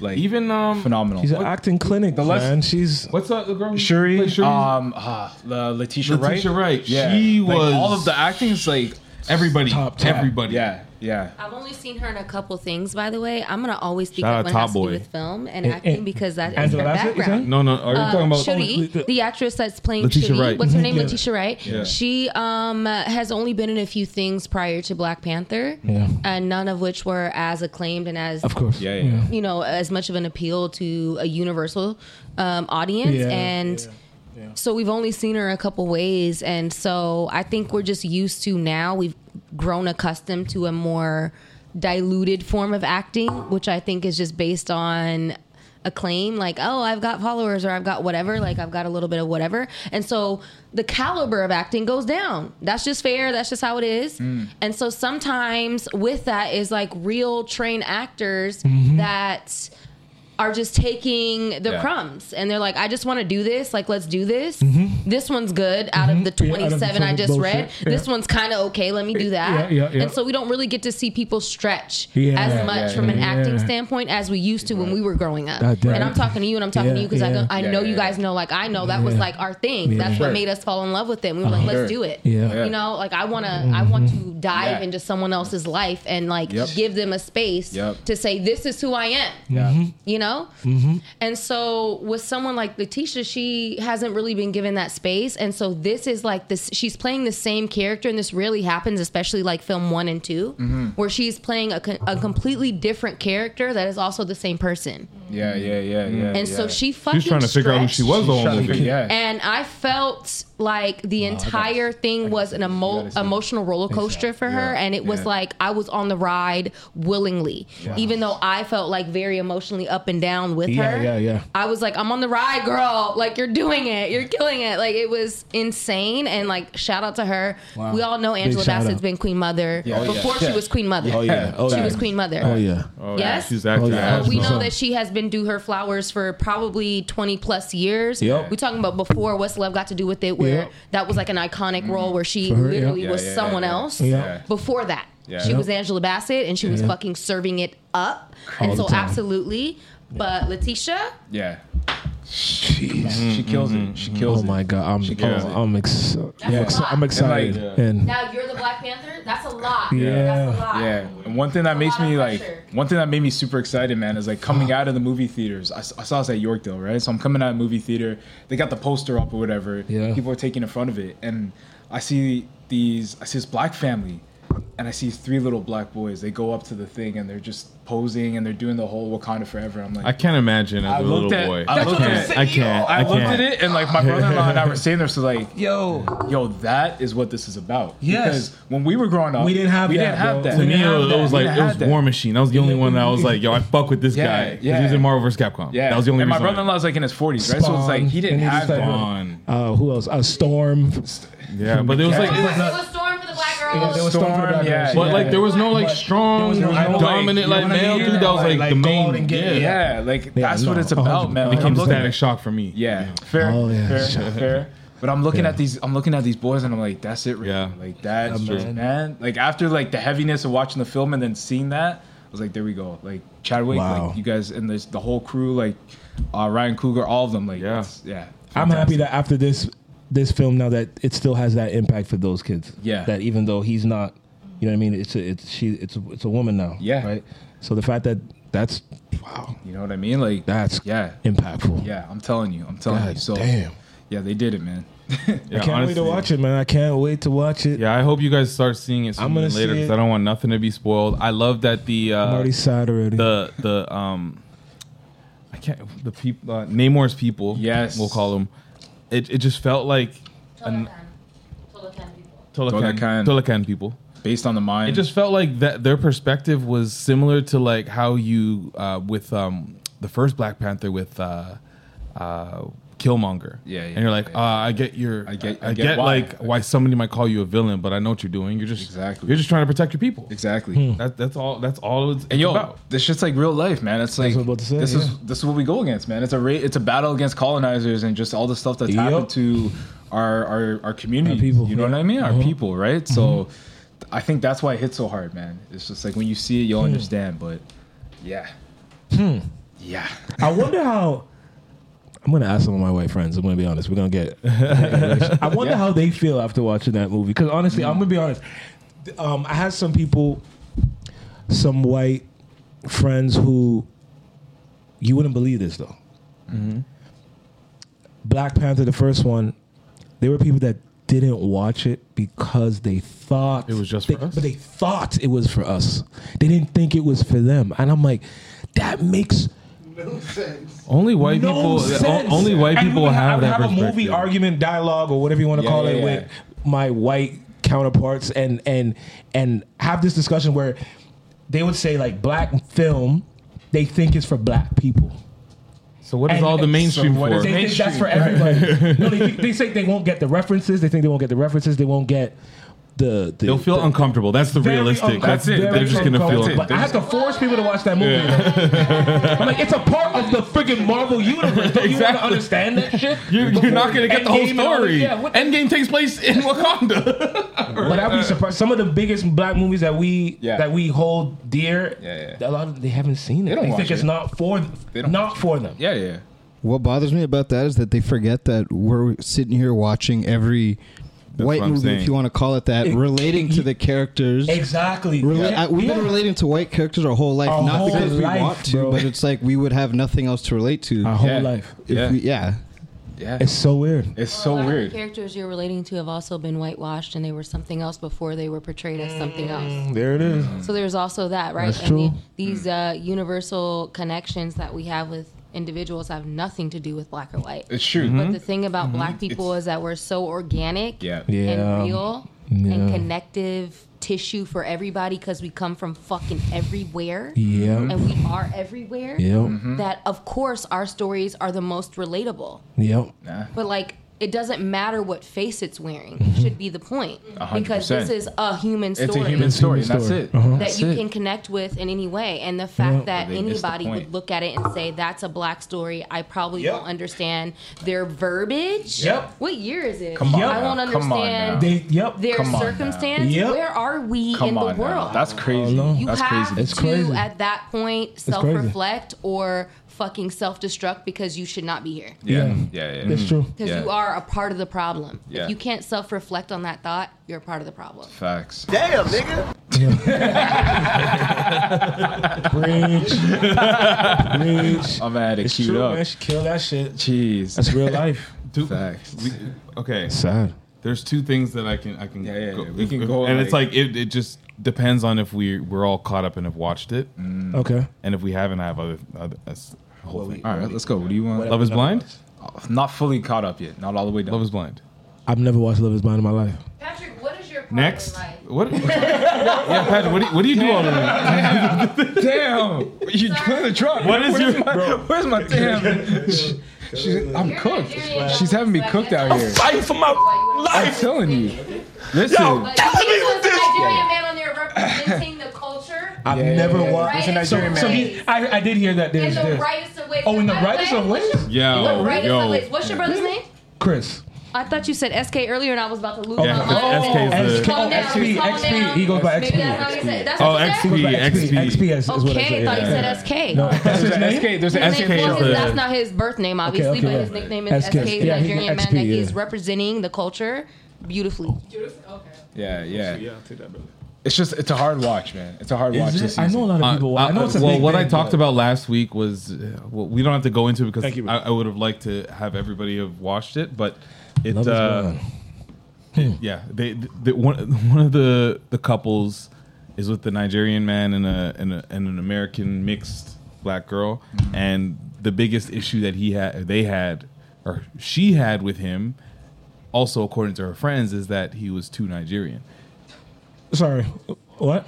Speaker 4: Like
Speaker 1: even um
Speaker 4: phenomenal.
Speaker 6: She's an acting clinic,
Speaker 4: less-
Speaker 6: man. She's
Speaker 1: What's up, the girl? who
Speaker 4: Shuri,
Speaker 1: plays Shuri?
Speaker 4: um, ah, La- Letitia Wright.
Speaker 1: Letitia Wright.
Speaker 4: Yeah.
Speaker 1: She
Speaker 4: Like,
Speaker 1: was-
Speaker 4: all of the acting's like
Speaker 1: everybody,
Speaker 4: top, top.
Speaker 1: everybody.
Speaker 4: Yeah, yeah.
Speaker 8: I've only seen her in a couple things, by the way. I'm gonna always speak
Speaker 1: Shout
Speaker 8: up
Speaker 1: out
Speaker 8: when it
Speaker 1: Top
Speaker 8: has to do
Speaker 1: Boy.
Speaker 8: with film and
Speaker 1: Eh, eh,
Speaker 8: acting because that is
Speaker 1: Angela
Speaker 8: her
Speaker 1: Bassett, you
Speaker 8: background.
Speaker 1: said? No, no, are you talking about-
Speaker 8: Uh, Shuri, the actress that's playing
Speaker 1: Letitia
Speaker 8: Shuri?
Speaker 1: Wright.
Speaker 8: What's her name?
Speaker 1: Yeah.
Speaker 8: Letitia Wright.
Speaker 1: Yeah.
Speaker 8: She um has only been in a few things prior to Black Panther,
Speaker 6: Yeah.
Speaker 8: and none of which were as acclaimed and as
Speaker 6: Of course.
Speaker 4: Yeah,
Speaker 6: yeah.
Speaker 8: you know as much of an appeal to a universal um, audience
Speaker 6: Yeah,
Speaker 8: and so we've only seen her a couple ways and so i think we're just used to now we've grown accustomed to a more diluted form of acting which i think is just based on acclaim like oh i've got followers or i've got whatever like i've got a little bit of whatever and so the caliber of acting goes down that's just fair that's just how it is and so sometimes with that is like real trained actors
Speaker 15: Mhm.
Speaker 8: that are just taking the
Speaker 15: Yeah.
Speaker 8: crumbs and they're like, I just want to do this. Like, let's do this.
Speaker 15: Mhm.
Speaker 8: This one's good out of the
Speaker 15: Mm-hmm. Yeah, out of the
Speaker 8: 27 I just
Speaker 15: bullshit.
Speaker 8: read.
Speaker 15: Yeah.
Speaker 8: This one's kind of okay. Let me do that.
Speaker 15: yeah, yeah.
Speaker 8: And so we don't really get to see people stretch
Speaker 15: Yeah,
Speaker 8: as much
Speaker 15: yeah,
Speaker 8: from an
Speaker 15: yeah.
Speaker 8: acting standpoint as we used to when we were growing up.
Speaker 15: God damn.
Speaker 8: And I'm talking to you and I'm talking
Speaker 15: Yeah,
Speaker 8: to you because
Speaker 15: yeah.
Speaker 8: I, go- I
Speaker 15: Yeah,
Speaker 8: know
Speaker 15: yeah,
Speaker 8: you
Speaker 15: yeah.
Speaker 8: guys know, like, I know that was
Speaker 15: Yeah.
Speaker 8: like our thing.
Speaker 15: Yeah.
Speaker 8: That's
Speaker 15: Sure.
Speaker 8: what made us fall in love with it. We were like,
Speaker 15: Uh-huh.
Speaker 8: let's
Speaker 15: Sure.
Speaker 8: do it.
Speaker 15: Yeah. Mm-hmm.
Speaker 8: You know, like, I want to, I want to dive
Speaker 15: Yeah.
Speaker 8: into someone else's life and like
Speaker 15: Yep.
Speaker 8: give them a space
Speaker 15: Yep.
Speaker 8: to say, this is who I am.
Speaker 6: Mm-hmm.
Speaker 15: Yeah.
Speaker 8: You know? And so with someone like Letitia, she hasn't really been given that space. And so this is like this she's playing the same character and this really happens especially like film 1 and 2
Speaker 4: Mhm.
Speaker 8: where she's playing a, co- a completely different character that is also the same person.
Speaker 4: Yeah,
Speaker 6: Mm.
Speaker 4: yeah, yeah, yeah.
Speaker 8: And so
Speaker 4: yeah.
Speaker 8: she She's fucking trying to figure out who she
Speaker 1: was the whole
Speaker 4: She's trying to
Speaker 1: movie.
Speaker 4: figure- Yeah.
Speaker 8: And I felt like the entire thing was an emo- emotional roller coaster for her. And it was
Speaker 15: Yeah.
Speaker 8: like I was on the ride willingly,
Speaker 15: Wow.
Speaker 8: even though I felt like very emotionally up and down with
Speaker 15: Yeah,
Speaker 8: her.
Speaker 15: yeah, yeah.
Speaker 8: I was like, I'm on the ride, girl. Like, you're doing it. You're killing it. Like, it was insane. And, like, shout out to her.
Speaker 6: Wow.
Speaker 8: We all know
Speaker 6: Big
Speaker 8: Angela
Speaker 6: shout
Speaker 8: Bassett's
Speaker 6: out.
Speaker 8: been Queen Mother
Speaker 6: Yeah. Oh, yeah.
Speaker 8: before she
Speaker 6: Yeah.
Speaker 8: was Queen Mother.
Speaker 6: Oh, yeah. Oh,
Speaker 8: she
Speaker 6: yeah.
Speaker 8: was Queen Mother.
Speaker 6: Oh, yeah.
Speaker 1: Oh, yeah.
Speaker 8: yes.
Speaker 1: She's acting
Speaker 6: Oh, yeah.
Speaker 8: So we know
Speaker 6: Awesome.
Speaker 8: that she has been due her flowers for probably 20 plus years.
Speaker 6: Yep.
Speaker 8: We're talking about before What's Love Got to Do with It, where
Speaker 6: Yep. Mm-hmm.
Speaker 8: that was like an iconic role where she
Speaker 6: For her,
Speaker 8: literally
Speaker 6: yep.
Speaker 8: was
Speaker 6: Yeah, yeah,
Speaker 8: someone
Speaker 6: yeah, yeah.
Speaker 8: else.
Speaker 6: Yeah.
Speaker 8: Before that,
Speaker 6: Yeah.
Speaker 8: she
Speaker 6: Yep.
Speaker 8: was Angela Bassett and she was
Speaker 6: Yeah.
Speaker 8: fucking serving it up.
Speaker 6: All
Speaker 8: and
Speaker 6: the
Speaker 8: so,
Speaker 6: time.
Speaker 8: absolutely. But Letitia,
Speaker 4: Yeah. She kills it. She kills
Speaker 6: Mm. oh
Speaker 4: it.
Speaker 6: my god, I'm
Speaker 4: She kills
Speaker 6: oh,
Speaker 4: it.
Speaker 6: I'm, ex-
Speaker 4: That's
Speaker 6: yeah,
Speaker 4: a
Speaker 6: ex-
Speaker 4: lot.
Speaker 6: I'm
Speaker 4: And,
Speaker 6: excited.
Speaker 4: like,
Speaker 6: and
Speaker 8: Now you're the Black Panther. That's a lot. That's a
Speaker 4: Yeah,
Speaker 8: lot.
Speaker 4: yeah. And one thing that makes me like, one thing that made me super excited, man, is like coming out of the movie theaters. I, s- I saw this at Yorkdale, right? So I'm coming out of the movie theater. They got the poster up or whatever.
Speaker 6: Yeah.
Speaker 4: People are taking in front of it, and I see these. I see this black family, and I see three little black boys. They go up to the thing and they're just posing and they're doing the whole Wakanda forever. I'm like,
Speaker 1: I can't imagine as a little boy.
Speaker 4: I, looked
Speaker 1: can't.
Speaker 4: at it.
Speaker 1: I can't.
Speaker 4: I, looked
Speaker 1: can't.
Speaker 4: at it, and like my brother-in-law and I were sitting there, so like, yo, yo, that is what this is about.
Speaker 6: Yes.
Speaker 4: Because when we were growing up,
Speaker 6: We didn't have
Speaker 4: we
Speaker 6: that,
Speaker 4: Didn't have
Speaker 6: bro.
Speaker 4: that.
Speaker 1: To me, it
Speaker 4: it
Speaker 1: was, it was like it was War Machine. That was the only one that I was like, yo, I fuck with this
Speaker 4: Yeah,
Speaker 1: guy because
Speaker 4: yeah.
Speaker 1: he was in Marvel vs. Capcom.
Speaker 4: Yeah.
Speaker 1: that was the only
Speaker 4: And my
Speaker 1: reason. why.
Speaker 4: brother-in-law's like in his 40s, right? so it's like he didn't
Speaker 6: and
Speaker 4: have
Speaker 6: it's like,
Speaker 4: that.
Speaker 6: Uh, who else? A storm.
Speaker 1: Yeah, but there was like
Speaker 8: was Storm for the black
Speaker 6: Yeah,
Speaker 8: girls.
Speaker 6: there was Storm,
Speaker 4: Storm,
Speaker 6: back
Speaker 4: yeah,
Speaker 6: then.
Speaker 1: But like there was no like strong
Speaker 4: there was no, like,
Speaker 1: dominant like,
Speaker 4: you know what I
Speaker 1: male
Speaker 4: mean?
Speaker 1: dude that was like,
Speaker 4: Like,
Speaker 1: the
Speaker 4: go
Speaker 1: main
Speaker 4: out and get it. Yeah, like, that's what it's about, man.
Speaker 1: Oh, It became
Speaker 4: I'm looking-
Speaker 1: static shock for me.
Speaker 4: Yeah, fair,
Speaker 6: Oh, yeah.
Speaker 4: fair,
Speaker 6: Sure.
Speaker 4: fair. But I'm looking at these. I'm looking at these boys, and I'm like, that's it, right yeah. Like that's
Speaker 6: Yeah,
Speaker 4: just
Speaker 6: man.
Speaker 4: man. Like after like the heaviness of watching the film and then seeing that, I was like, there we go. Like Chadwick,
Speaker 6: Wow.
Speaker 4: like you guys and this, the whole crew, like uh, Ryan Coogler, all of them. Like yeah, yeah.
Speaker 6: I'm happy that after this this film, now that it still has that impact for those kids.
Speaker 4: Yeah.
Speaker 6: That even though he's not, you know what I mean? It's a, it's she it's a, it's a woman now.
Speaker 4: Yeah.
Speaker 6: Right. So the fact that that's
Speaker 4: You know what I mean? Like
Speaker 6: that's
Speaker 4: yeah
Speaker 6: impactful.
Speaker 4: Yeah, I'm telling you, I'm telling you.
Speaker 6: God
Speaker 4: So
Speaker 6: damn.
Speaker 4: yeah, they did it, man.
Speaker 6: I can't wait to watch it, man. I can't wait to watch it.
Speaker 1: Yeah, I hope you guys start seeing it
Speaker 6: I'm
Speaker 1: sooner
Speaker 6: gonna
Speaker 1: than later
Speaker 6: see
Speaker 1: because
Speaker 6: it.
Speaker 1: I don't want nothing to be spoiled. I love that the uh,
Speaker 6: I'm already sad already.
Speaker 1: the the um I can't the people uh, Namor's people
Speaker 4: Yes.
Speaker 1: we'll call them. It it just felt like an Tolakan
Speaker 4: Tolakan.
Speaker 1: Tolakan people.
Speaker 4: Based on the mind,
Speaker 1: It just felt like that their perspective was similar to like how you uh, with um, the first Black Panther with uh, uh, Killmonger.
Speaker 4: Yeah, yeah,
Speaker 1: And you're like, uh, I get your, I get, I, get,
Speaker 4: why.
Speaker 1: like why somebody might call you a villain, but I know what you're doing. You're just
Speaker 4: Exactly.
Speaker 1: You're just trying to protect your people.
Speaker 4: Exactly.
Speaker 6: Hmm.
Speaker 1: That, that's all. That's all. It's,
Speaker 4: And yo,
Speaker 1: it's about.
Speaker 4: this shit's like real life, man. It's like
Speaker 6: say,
Speaker 4: this
Speaker 6: yeah.
Speaker 4: is this is what we go against, man. It's a ra- it's a battle against colonizers and just all the stuff that's happened to our our, our community. people, you know what I mean? Our
Speaker 6: Uh-huh.
Speaker 4: people, right? So
Speaker 6: Mm-hmm.
Speaker 4: I think that's why it hits so hard, man. It's just like when you see it, you'll
Speaker 6: Hmm.
Speaker 4: understand. But yeah,
Speaker 6: Hmm.
Speaker 4: yeah,
Speaker 6: I wonder how. I'm gonna ask some of my white friends. I'm gonna be honest. We're gonna get. I wonder how they feel after watching that movie. Because honestly, I'm gonna be honest. Th- Um, I had some people, some white friends who. You wouldn't believe this though. Mm-hmm. Black Panther, the first one, there were people that didn't watch it because they thought it was just for us. But they thought it was for us. They didn't think it was for them. And I'm like, that makes
Speaker 1: only white
Speaker 6: no
Speaker 1: people. uh,
Speaker 6: sense.
Speaker 1: o- Only white
Speaker 6: And
Speaker 1: people
Speaker 6: we would
Speaker 1: have,
Speaker 6: I would
Speaker 1: that
Speaker 6: have a
Speaker 1: perspective.
Speaker 6: movie argument, dialogue, or whatever you want to
Speaker 1: Yeah,
Speaker 6: call
Speaker 1: yeah,
Speaker 6: it,
Speaker 1: yeah.
Speaker 6: with my white counterparts, and and and have this discussion where they would say like black film, they think is for black people.
Speaker 1: So what is all the mainstream for?
Speaker 6: They think that's for everybody. no, they, think- they say they won't get the references. They think they won't get the references. They won't get the. the
Speaker 1: They'll feel
Speaker 6: the-
Speaker 1: uncomfortable. That's the
Speaker 6: very
Speaker 1: realistic.
Speaker 6: uncomfortable.
Speaker 1: That's it.
Speaker 6: Very
Speaker 1: They're just gonna feel
Speaker 6: uncomfortable. But I have to force people to watch that movie. I'm like, it's a part of the freaking Marvel universe. Don't you want to understand that shit?
Speaker 1: You're, you're not gonna get the whole
Speaker 6: Endgame and all
Speaker 1: story.
Speaker 6: this- yeah, what the-
Speaker 1: Endgame takes place in Wakanda.
Speaker 6: but I'd be surprised. Some of the biggest black movies that we that we hold dear, a lot of they haven't seen it. They,
Speaker 4: don't watch
Speaker 6: think it's
Speaker 4: it.
Speaker 6: not for them. Not for them.
Speaker 4: yeah, yeah.
Speaker 14: What bothers me about that is that they forget that we're sitting here watching every white
Speaker 6: what I'm
Speaker 14: movie,
Speaker 6: saying.
Speaker 14: if you want to call it that,
Speaker 6: It-
Speaker 14: relating to the characters.
Speaker 6: Exactly.
Speaker 14: Rela-
Speaker 6: Yeah.
Speaker 14: I- we've
Speaker 6: Yeah.
Speaker 14: been relating to white characters our whole life,
Speaker 6: Our
Speaker 14: not
Speaker 6: whole
Speaker 14: because we
Speaker 6: life,
Speaker 14: want to,
Speaker 6: bro.
Speaker 14: but it's like we would have nothing else to relate to.
Speaker 6: Our whole Yeah. life.
Speaker 14: If
Speaker 6: Yeah.
Speaker 14: We, yeah.
Speaker 4: Yeah.
Speaker 6: It's so weird.
Speaker 4: It's
Speaker 14: so
Speaker 8: The characters you're relating to have also been whitewashed, and they were something else before they were portrayed as
Speaker 6: Mm.
Speaker 8: something
Speaker 1: Mm,
Speaker 8: else.
Speaker 6: There it is.
Speaker 8: So there's also that, right?
Speaker 6: That's
Speaker 8: And the-
Speaker 6: true.
Speaker 8: these
Speaker 4: Mm.
Speaker 8: uh, universal connections that we have with individuals have nothing to do with black or white.
Speaker 4: It's
Speaker 8: But
Speaker 4: true.
Speaker 6: Mm-hmm.
Speaker 4: Mhm.
Speaker 8: the thing about
Speaker 4: Mhm.
Speaker 8: black people is that we're so organic
Speaker 4: Yeah.
Speaker 6: Yeah.
Speaker 8: and real
Speaker 6: Yeah.
Speaker 8: and connective tissue for everybody because we come from fucking everywhere.
Speaker 6: Yeah.
Speaker 1: Mm.
Speaker 8: And we are everywhere.
Speaker 6: Yeah.
Speaker 4: Mm-hmm.
Speaker 6: Mhm.
Speaker 8: That, of course, our stories are the most relatable.
Speaker 6: Yep.
Speaker 1: Mm.
Speaker 8: But like, it doesn't matter what face it's wearing. Should be the point
Speaker 4: Mm-hmm. A hundred
Speaker 8: because this
Speaker 4: percent.
Speaker 8: is a human story.
Speaker 4: It's a human story. and That's it.
Speaker 6: Uh-huh.
Speaker 8: That you can connect with in any way, and the fact
Speaker 4: Yeah.
Speaker 8: that
Speaker 4: They missed the
Speaker 8: anybody
Speaker 4: point.
Speaker 8: would look at it and say that's a black story, I probably won't understand their verbiage.
Speaker 6: Yep.
Speaker 8: What year is it?
Speaker 4: Come on
Speaker 8: I
Speaker 4: now.
Speaker 8: won't
Speaker 4: Come on
Speaker 8: understand
Speaker 4: now.
Speaker 6: They- yep.
Speaker 8: their
Speaker 4: Come on now.
Speaker 8: circumstance.
Speaker 4: Yep.
Speaker 8: Where are we
Speaker 4: Come
Speaker 8: in the
Speaker 4: on, now.
Speaker 8: world?
Speaker 4: that's crazy.
Speaker 8: You
Speaker 4: That's
Speaker 8: have
Speaker 4: crazy.
Speaker 8: to at that point
Speaker 4: crazy.
Speaker 8: self reflect or fucking self destruct because you should not be here.
Speaker 4: Yeah. Yeah. Yeah, yeah. That's true.
Speaker 8: Because
Speaker 4: Yeah.
Speaker 8: you are a part of the problem.
Speaker 4: Yeah.
Speaker 8: If you can't self reflect on that thought, you're a part of the problem.
Speaker 4: Facts.
Speaker 8: Damn, nigga.
Speaker 4: I'm at it
Speaker 6: It's
Speaker 4: queued
Speaker 6: true,
Speaker 4: up.
Speaker 6: man. She killed that shit.
Speaker 4: Jeez.
Speaker 6: That's real life.
Speaker 1: Two, We, okay.
Speaker 6: Sad.
Speaker 1: There's two things that I can I can yeah, yeah, go,
Speaker 4: we can go,
Speaker 1: and it's
Speaker 4: like-
Speaker 1: like it, it just depends on if we we're all caught up and have watched it.
Speaker 6: Mm. Okay.
Speaker 1: And if we haven't, I have other. other that's the whole thing.
Speaker 4: All right, let's go. What do you want? Oh,
Speaker 1: Love is blind.
Speaker 4: Not fully caught up yet. Not all the way done. Love
Speaker 1: is blind.
Speaker 6: I've never watched Love Is Blind in my life.
Speaker 8: Patrick, what is your problem?
Speaker 1: Next. What? yeah, Patrick. What do you, what do, you do all the
Speaker 4: Damn. You put in the truck.
Speaker 1: What is your-
Speaker 4: my, Where's my damn? She's, I'm cooked. She's having me cooked out here.
Speaker 5: Fight for my
Speaker 4: I'm
Speaker 5: life.
Speaker 4: telling you. Listen.
Speaker 8: Like, this was a Nigerian
Speaker 4: Yeah.
Speaker 8: man on there representing the culture.
Speaker 4: I've
Speaker 8: and
Speaker 4: never
Speaker 8: the
Speaker 4: wa-
Speaker 8: right
Speaker 4: it's Uh, a Nigerian
Speaker 8: of
Speaker 4: man.
Speaker 8: ways.
Speaker 4: So he- I, I did hear that
Speaker 8: And the rightest of ways.
Speaker 4: Oh, in the
Speaker 8: By way,
Speaker 4: rightest of ways?
Speaker 8: what's your-
Speaker 4: Yo,
Speaker 8: the
Speaker 1: Oh,
Speaker 8: rightest
Speaker 4: yo.
Speaker 8: of ways. What's your brother's name?
Speaker 6: Chris.
Speaker 8: I thought you said SK earlier, and I was about to lose
Speaker 1: Yeah,
Speaker 8: my mind.
Speaker 1: oh, SK is the-
Speaker 8: Calm down,
Speaker 4: XP,
Speaker 8: calm
Speaker 4: XP.
Speaker 8: down.
Speaker 4: He goes by
Speaker 8: Maybe
Speaker 4: XP.
Speaker 8: that's how he said it. That's
Speaker 1: Oh,
Speaker 8: what he said?
Speaker 1: XP, XP,
Speaker 6: XP is, is what I
Speaker 8: Okay, I
Speaker 6: said.
Speaker 8: thought he
Speaker 6: yeah.
Speaker 8: said SK.
Speaker 6: No, that's his name?
Speaker 4: There's
Speaker 8: His name- well, his-
Speaker 6: the-
Speaker 8: that's not his birth name, obviously,
Speaker 6: okay,
Speaker 8: but
Speaker 6: yeah.
Speaker 8: his nickname is
Speaker 6: SK.
Speaker 8: SK, the
Speaker 6: Yeah, he's
Speaker 8: Nigerian
Speaker 6: an
Speaker 8: man
Speaker 6: XP,
Speaker 8: that he's
Speaker 6: yeah.
Speaker 8: representing the culture beautifully. Beautiful. Okay.
Speaker 4: Yeah, yeah.
Speaker 5: Yeah, I'll take that, brother.
Speaker 4: It's just it's a hard watch, man. It's a hard
Speaker 6: Is
Speaker 4: watch
Speaker 6: it?
Speaker 4: this
Speaker 6: I
Speaker 4: season.
Speaker 6: know a lot of people.
Speaker 1: Uh,
Speaker 6: I know
Speaker 1: uh,
Speaker 6: it's a
Speaker 1: well,
Speaker 6: big
Speaker 1: what I
Speaker 6: thing,
Speaker 1: talked
Speaker 6: but-
Speaker 1: about last week was uh, well, we don't have to go into it because I, I would have liked to have everybody have watched it, but it.
Speaker 6: Love is
Speaker 1: Uh,
Speaker 6: blind.
Speaker 1: it- yeah, they, they one one of the the couples is with the Nigerian man and a and, a, and an American mixed black girl, and the biggest issue that he had, they had, or she had with him, also according to her friends, is that he was too Nigerian.
Speaker 6: Sorry. What?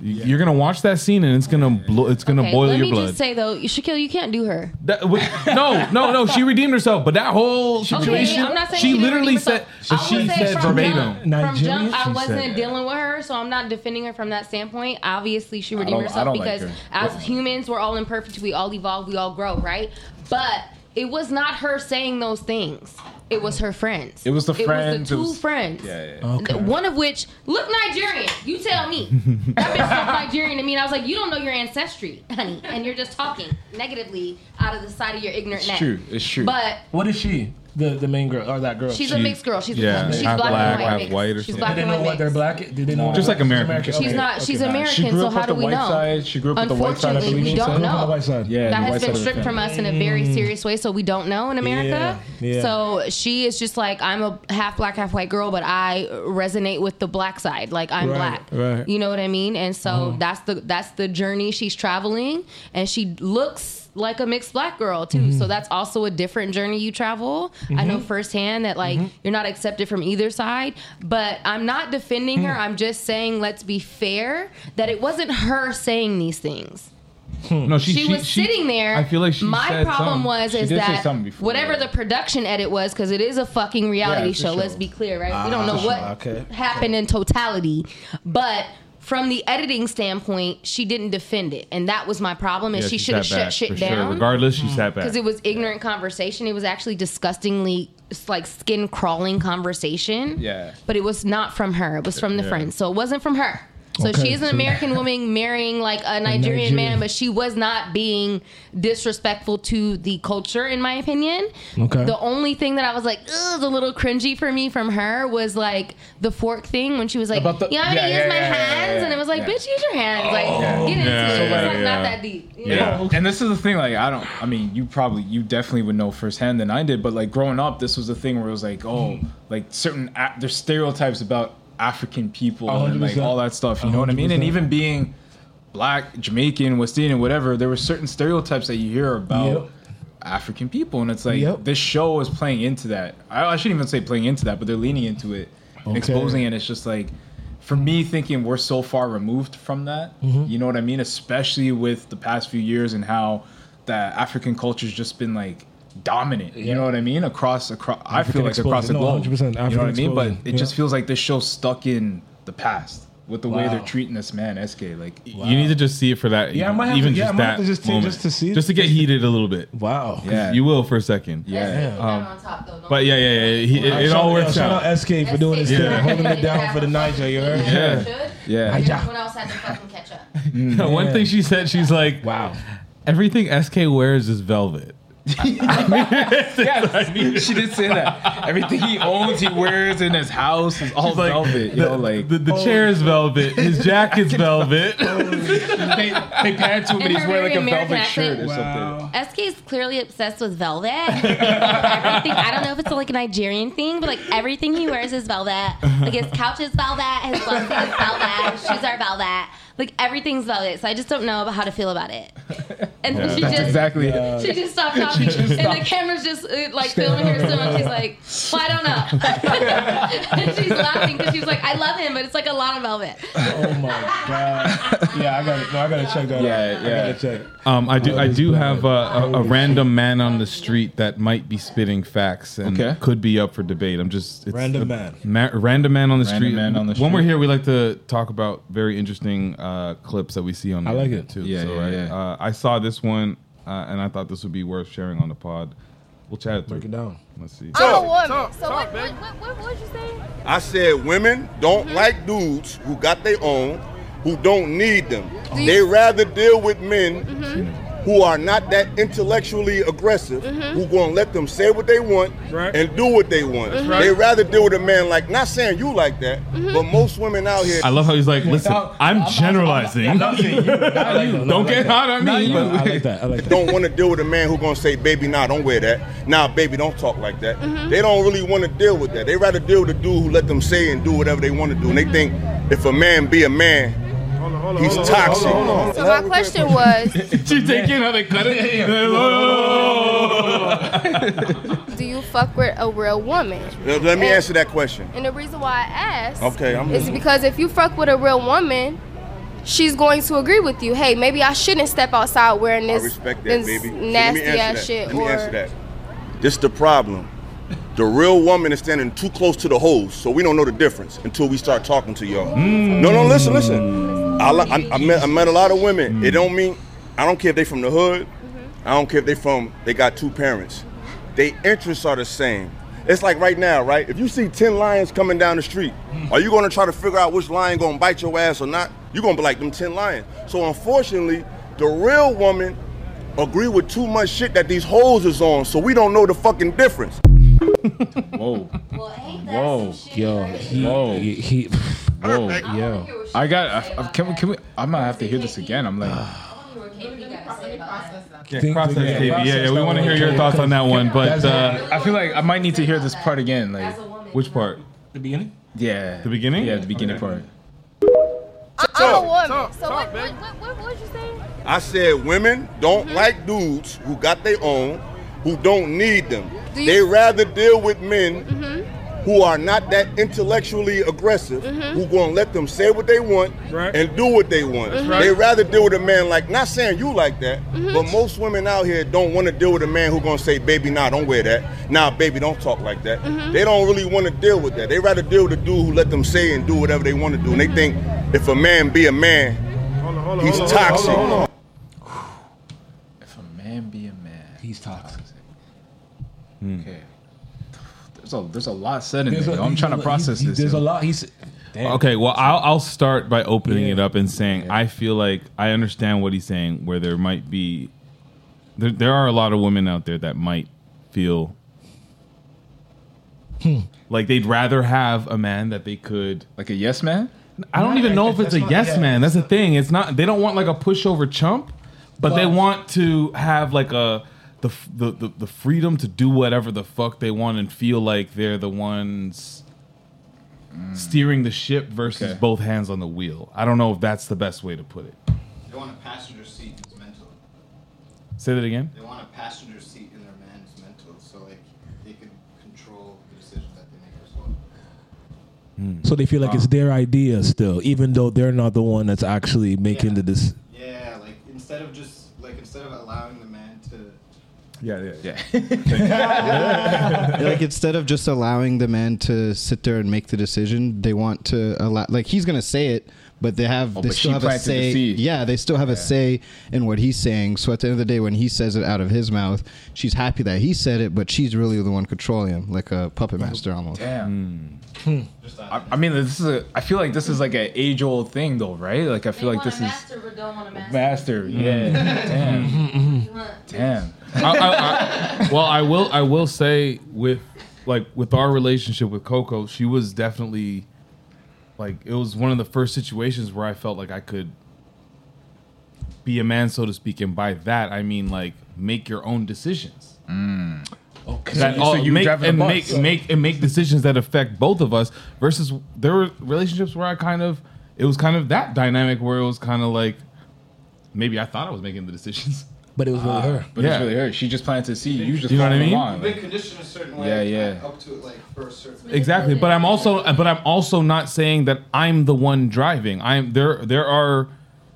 Speaker 1: You- You're gonna watch that scene and it's gonna blow. It's gonna
Speaker 8: Okay,
Speaker 1: boil
Speaker 8: let
Speaker 1: your
Speaker 8: me
Speaker 1: blood.
Speaker 8: just say though, you- Shaquille, you can't do her.
Speaker 1: That, w- no, no, no. She redeemed herself, but that whole
Speaker 8: Okay,
Speaker 1: situation,
Speaker 8: I'm not saying
Speaker 1: she
Speaker 8: she didn't
Speaker 1: literally
Speaker 8: redeem
Speaker 1: said,
Speaker 8: herself. I
Speaker 1: she
Speaker 8: would say
Speaker 1: said
Speaker 8: from
Speaker 1: verbatim.
Speaker 8: From jump, I wasn't dealing with her, so I'm not defending her from that standpoint. Obviously, she
Speaker 1: don't-
Speaker 8: redeemed
Speaker 1: I
Speaker 8: herself
Speaker 1: don't
Speaker 8: because
Speaker 1: like her.
Speaker 8: as humans, we're all imperfect. We all evolve. We all grow, right? But it was not her saying those things. It was her friends.
Speaker 4: It was the
Speaker 8: It was
Speaker 4: friends,
Speaker 8: the
Speaker 4: it
Speaker 8: two
Speaker 4: was-
Speaker 8: friends.
Speaker 4: Yeah, yeah.
Speaker 8: Th- One of which look Nigerian. You tell me. That bitch looked Nigerian to me, and I was like, "You don't know your ancestry, honey, and you're just talking negatively out of the side of your ignorant neck."
Speaker 4: It's
Speaker 8: But
Speaker 6: what is she? The the main girl or that girl?
Speaker 8: She's a She- mixed girl. She's- yeah, she's half black and black, white half mixed. white or She's something. black
Speaker 6: Did
Speaker 8: and
Speaker 6: they know
Speaker 8: white
Speaker 6: what they're black? Did they know?
Speaker 1: Just
Speaker 6: what-
Speaker 1: like American.
Speaker 8: She's not- she's American,
Speaker 4: She grew
Speaker 8: so
Speaker 4: up
Speaker 8: how
Speaker 4: with
Speaker 8: do
Speaker 4: the
Speaker 8: we
Speaker 4: white
Speaker 8: know?
Speaker 4: Side. She grew up with the white side. I
Speaker 8: Unfortunately,
Speaker 4: believe
Speaker 8: we
Speaker 4: she
Speaker 8: don't
Speaker 4: said.
Speaker 8: know.
Speaker 4: Yeah,
Speaker 8: that
Speaker 4: the
Speaker 8: has
Speaker 4: white
Speaker 8: been
Speaker 4: side of the
Speaker 8: stripped from
Speaker 4: family.
Speaker 8: us in a very serious way, so we don't know in America.
Speaker 4: Yeah, yeah.
Speaker 8: So she is just like, I'm a half black, half white girl, but I resonate with the black side. Like I'm
Speaker 15: Right,
Speaker 8: black.
Speaker 15: right.
Speaker 8: You know what I mean? And so
Speaker 4: Uh-huh.
Speaker 8: that's the that's the journey she's traveling, and she looks like a mixed black girl too.
Speaker 4: Mm-hmm.
Speaker 15: Mhm.
Speaker 8: So that's also a different journey you travel. I know
Speaker 15: Mhm.
Speaker 8: firsthand that like
Speaker 4: Mm-hmm.
Speaker 15: Mhm.
Speaker 8: you're not accepted from either side. But I'm not defending her.
Speaker 4: Mm.
Speaker 15: Hmm.
Speaker 8: I'm just saying let's be fair that it wasn't her saying these things
Speaker 1: No, she,
Speaker 8: she, was sitting there.
Speaker 1: I feel like she
Speaker 8: my
Speaker 1: said
Speaker 8: problem
Speaker 1: something.
Speaker 8: was
Speaker 1: She
Speaker 8: is
Speaker 1: did say
Speaker 8: that
Speaker 1: something before,
Speaker 8: whatever the production edit was, because it is a fucking reality
Speaker 15: Yeah, for
Speaker 8: show. Let's
Speaker 15: sure.
Speaker 8: be clear, right?
Speaker 15: Ah,
Speaker 8: we don't know
Speaker 15: for
Speaker 8: what
Speaker 15: sure. Okay.
Speaker 8: happened in totality, but from the editing standpoint, she didn't defend it, and that was my problem. And
Speaker 1: Yeah,
Speaker 8: she, should have
Speaker 1: sat
Speaker 8: shut
Speaker 1: back,
Speaker 8: shit
Speaker 1: for sure.
Speaker 8: down.
Speaker 1: Regardless, she sat back.
Speaker 8: Because it was ignorant conversation. It was actually disgustingly s- like skin crawling conversation.
Speaker 4: Yeah.
Speaker 8: But it was not from her. It was from the
Speaker 4: Yeah.
Speaker 8: friends. So it wasn't from her. So
Speaker 15: Okay,
Speaker 8: she is an
Speaker 15: so-
Speaker 8: American woman marrying like a Nigerian
Speaker 15: Nigerian.
Speaker 8: man, but she was not being disrespectful to the culture, in my opinion.
Speaker 15: Okay.
Speaker 8: The only thing that I was like, ugh, a little cringy for me from her was like the fork thing when she was like,
Speaker 15: About the-
Speaker 8: "Yeah, I'm gonna
Speaker 15: yeah,
Speaker 8: use
Speaker 15: yeah,
Speaker 8: my
Speaker 15: yeah, yeah,
Speaker 8: hands,"
Speaker 4: yeah,
Speaker 8: and it was like,
Speaker 4: yeah.
Speaker 8: "Bitch, use your hands!" Like, get into
Speaker 4: Yeah,
Speaker 8: it.
Speaker 4: yeah,
Speaker 8: it's like
Speaker 4: yeah.
Speaker 8: not that deep. you know?
Speaker 6: Oh,
Speaker 4: Yeah. And this is the thing, like, I don't, I mean, you probably, you definitely would know firsthand than I did, but like growing up, this was the thing where it was like,
Speaker 6: Hmm.
Speaker 4: oh, like certain, a- there's stereotypes about African people and like
Speaker 6: 100%.
Speaker 4: all that stuff, you know what I mean? And
Speaker 6: 100%.
Speaker 4: even being black, Jamaican, West Indian, whatever, there were certain stereotypes that you hear about.
Speaker 6: Yep.
Speaker 4: African people, and it's like
Speaker 6: Yep.
Speaker 4: this show is playing into that. I, I shouldn't even say playing into that, but they're leaning into it, and
Speaker 6: Okay.
Speaker 4: exposing it. And it's just like, for me, thinking we're so far removed from that.
Speaker 6: Mhm.
Speaker 4: You know what I mean? Especially with the past few years and how the African culture's just been like dominant. You know what I mean? Across across, I feel
Speaker 6: African
Speaker 4: like across the
Speaker 6: explosion. No,
Speaker 4: globe.
Speaker 6: 100%
Speaker 4: you know
Speaker 6: African
Speaker 4: what I mean? But
Speaker 6: explosion.
Speaker 4: it
Speaker 6: Yeah.
Speaker 4: just feels like this show's stuck in the past with the way
Speaker 6: Wow.
Speaker 4: they're treating this man, SK. Like
Speaker 1: You need to just see it for that.
Speaker 4: Yeah, I might have
Speaker 1: even
Speaker 4: to- yeah,
Speaker 1: just
Speaker 4: I might
Speaker 1: that
Speaker 4: have to just see-
Speaker 1: moment.
Speaker 4: just to see it.
Speaker 1: just to get heated a little bit.
Speaker 6: Wow,
Speaker 1: yeah, you will for a second.
Speaker 4: Yeah.
Speaker 1: Um, but yeah, yeah, yeah. He, it, it all works
Speaker 6: shout
Speaker 1: out.
Speaker 6: out SK for doing his
Speaker 1: Yeah.
Speaker 6: thing, holding it down for the Niger. You heard?
Speaker 1: Yeah.
Speaker 6: Niger.
Speaker 8: Everyone else had to fucking catch up.
Speaker 1: One thing she said, she's like, "Wow." everything SK wears is velvet.
Speaker 4: yes, she did say that. Everything he owns, he wears in his house is all
Speaker 1: She's like,
Speaker 4: velvet. You know, like
Speaker 1: The chair is velvet. His jacket's velvet.
Speaker 4: they, they pan to him and
Speaker 8: In
Speaker 4: he's
Speaker 8: her
Speaker 4: wearing
Speaker 8: very
Speaker 4: like a
Speaker 8: American
Speaker 4: velvet shirt
Speaker 8: accent.
Speaker 4: or something.
Speaker 8: SK is clearly obsessed with velvet. everything, I don't know if it's like a Nigerian thing, but like everything he wears is velvet. Like his couch is velvet, his gloves is velvet, his shoes are velvet. Like everything's velvet. So I just don't know about how to feel about it. And
Speaker 4: Yeah.
Speaker 8: she
Speaker 4: That's
Speaker 8: just
Speaker 4: exactly it.
Speaker 8: she just stopped
Speaker 4: She
Speaker 8: talking,
Speaker 4: just
Speaker 8: and the
Speaker 4: stopped.
Speaker 8: camera's just uh, like filming her so much. She's like, well, I don't know. and she's laughing because she's like, I love him, but it's like a lot of velvet.
Speaker 6: Oh my god. Yeah, I got it. No, I gotta check that out.
Speaker 1: yeah.
Speaker 6: I gotta check.
Speaker 1: Um, I do. I do
Speaker 4: Oh,
Speaker 1: have a, a, a random man on the street that might be spitting facts and
Speaker 6: Okay.
Speaker 1: could be up for debate. I'm just it's
Speaker 6: Random
Speaker 1: a-
Speaker 6: man.
Speaker 1: ma- random man on the
Speaker 4: Random
Speaker 1: street.
Speaker 4: man on the
Speaker 1: When we're
Speaker 4: street.
Speaker 1: here, we like to talk about very interesting uh, clips that we see on. The
Speaker 4: I like
Speaker 1: internet
Speaker 4: it.
Speaker 1: too.
Speaker 4: Yeah,
Speaker 1: so,
Speaker 4: yeah,
Speaker 1: right?
Speaker 4: yeah.
Speaker 1: Uh, I saw this one uh, and I thought this would be worth sharing on the pod. We'll chat it through. Break it
Speaker 6: down.
Speaker 1: Let's see.
Speaker 15: I'm a woman. so what, what, what, what would you say?
Speaker 3: I said women don't
Speaker 15: Mm-hmm.
Speaker 3: like dudes who got their own, who don't need them.
Speaker 15: Do you- Mm-hmm.
Speaker 3: They rather deal with men who are not that intellectually aggressive,
Speaker 15: Mhm.
Speaker 3: who gonna let them say what they want
Speaker 15: Right.
Speaker 3: and do what they want.
Speaker 15: That's
Speaker 3: They
Speaker 15: right.
Speaker 3: rather deal with a man like not saying you like that,
Speaker 15: Mm-hmm.
Speaker 3: but most women out here.
Speaker 1: I love how he's like, listen, I'm generalizing. Don't get hot on me. but-
Speaker 6: that. I like that.
Speaker 3: Don't want to deal with a man who gonna say, "Baby, nah, don't wear that." Nah, baby, don't talk like that.
Speaker 15: Mm-hmm.
Speaker 3: They don't really want to deal with that. They rather deal with a dude who let them say and do whatever they want to do. And they think
Speaker 15: Mm-hmm.
Speaker 3: if a man be a man, he's toxic.
Speaker 15: So my question was,
Speaker 1: you take in how they cut
Speaker 15: do you fuck with a real woman?
Speaker 3: Let let me answer that question.
Speaker 15: And the reason why I asked
Speaker 6: Oh.
Speaker 3: Okay, I'm
Speaker 15: is because if you fuck with a real woman, she's going to agree with you. Hey, maybe I shouldn't step outside wearing
Speaker 3: I
Speaker 15: this,
Speaker 3: respect that,
Speaker 15: this
Speaker 3: baby. So let me
Speaker 15: nasty
Speaker 3: answer
Speaker 15: ass
Speaker 3: that.
Speaker 15: shit.
Speaker 3: Let me
Speaker 15: or
Speaker 3: answer that. This the problem. The real woman is standing too close to the hose, so we don't know the difference until we start talking to y'all. No, no, listen, listen. I, li- I, I, met, I met a lot of women. It don't mean I don't care if they from the hood. I don't care if they from they got two parents. They interests are the same. It's like right now, right? If you see ten lions coming down the street, are you gonna try to figure out which lion gonna bite your ass or not? you gonna be like them ten lions. So unfortunately, the real woman agree with too much shit that these hoes is on, so we don't know the fucking difference.
Speaker 4: Whoa.
Speaker 3: Whoa.
Speaker 6: Yo, he,
Speaker 4: Whoa.
Speaker 6: He, he-
Speaker 4: Whoa, yo. I got. I, I, can we? Can we? I'm gonna have to hear this again. I'm like.
Speaker 1: Yeah, process, KB. Yeah, yeah, we want to hear your thoughts on that one. But
Speaker 4: That's-
Speaker 1: uh,
Speaker 4: I feel like I might need to hear this part again. Like
Speaker 1: which part?
Speaker 4: The beginning. Yeah. The
Speaker 1: beginning.
Speaker 4: Yeah, the beginning part.
Speaker 15: I'm a woman. so what, what, what, what, would you say?
Speaker 3: I said women don't
Speaker 15: Mm-hmm.
Speaker 3: like dudes who got their own, who don't need them.
Speaker 15: Do you-
Speaker 3: they rather deal with men
Speaker 15: Mm-hmm.
Speaker 3: who are not that intellectually aggressive,
Speaker 15: Mhm.
Speaker 3: who gonna let them say what they want and do what they want.
Speaker 15: That's
Speaker 3: They
Speaker 15: right.
Speaker 3: rather deal with a man like not saying you like that,
Speaker 15: Mm-hmm.
Speaker 3: but most women out here don't want to deal with a man who gonna say, "Baby, nah, don't wear that. Nah, baby, don't talk like that."
Speaker 15: Mhm.
Speaker 3: They don't really want to deal with that. They rather deal with a dude who let them say and do whatever they want to do. And they
Speaker 15: Mm-hmm.
Speaker 3: think if a man be a man, he's toxic.
Speaker 4: If a man be a man, he's toxic. Okay. There's a there's a lot said in
Speaker 6: There's
Speaker 4: there.
Speaker 6: a-
Speaker 4: yo. I'm trying to
Speaker 6: he-
Speaker 4: process
Speaker 6: he-
Speaker 4: this.
Speaker 6: There's
Speaker 4: yo.
Speaker 6: a lot. He's
Speaker 1: Okay, well, I'll, I'll start by opening it up and saying I feel like I understand what he's saying, where there might be, there, there are a lot of women out there that might feel like they'd rather have a man that they could.
Speaker 4: Like a yes man?
Speaker 1: I don't even know if it's a yes man. That's the thing. It's not, they don't want like a pushover chump, but they
Speaker 4: Well-
Speaker 1: want to have like a. The, f- the, the, the freedom to do whatever the fuck they want and feel like they're the ones steering the ship versus both hands on the wheel. I don't know if that's the best way to put it.
Speaker 12: They want a passenger seat in his mental.
Speaker 1: Say that again.
Speaker 12: They want a passenger seat in their man's mental, so like they can control the decisions that they make as well.
Speaker 6: So they feel like it's their idea still, even though they're not the one that's actually making the this.
Speaker 12: Yeah, like instead of just like instead of allowing the man to
Speaker 4: Yeah, yeah,
Speaker 14: Yeah, like instead of just allowing the man to sit there and make the decision, they want to allow. Like he's gonna say it, but they have
Speaker 4: Oh,
Speaker 14: they
Speaker 4: but
Speaker 14: still
Speaker 4: she
Speaker 14: have a
Speaker 4: planted the
Speaker 14: say.
Speaker 4: seed.
Speaker 14: Yeah, they still have a say in what he's saying. So at the end of the day, when he says it out of his mouth, she's happy that he said it, but she's really the one controlling him, like a puppet master almost.
Speaker 4: Oh, Damn. Hmm.
Speaker 16: Hmm.
Speaker 4: I, I mean, this is a. I feel like this is like an age old thing, though, right? Like I feel like this is
Speaker 8: Master, but don't want to master.
Speaker 4: master. Yeah. Damn. Damn.
Speaker 1: I, I, I, well, I will. I will say with like with our relationship with Coco, she was definitely like it was one of the first situations where I felt like I could be a man, so to speak, and by that I mean like make your own decisions.
Speaker 4: Okay.
Speaker 1: That
Speaker 4: So-
Speaker 1: all-
Speaker 4: so you
Speaker 1: make,
Speaker 4: driving the
Speaker 1: and
Speaker 4: bus.
Speaker 1: make make and make decisions that affect both of us. Versus there were relationships where I kind of it was kind of that dynamic where it was kind of like maybe I thought I was making the decisions,
Speaker 17: but it was
Speaker 14: uh,
Speaker 4: Ah, But it's really her. She just planted a seed. You just
Speaker 1: You know what I
Speaker 4: follow
Speaker 1: mean?
Speaker 4: along.
Speaker 16: You've been conditioned a certain way.
Speaker 4: Yeah, yeah.
Speaker 16: Up to it, like for a certain.
Speaker 1: Exactly, but I'm also but I'm also not saying that I'm the one driving. I'm there. There are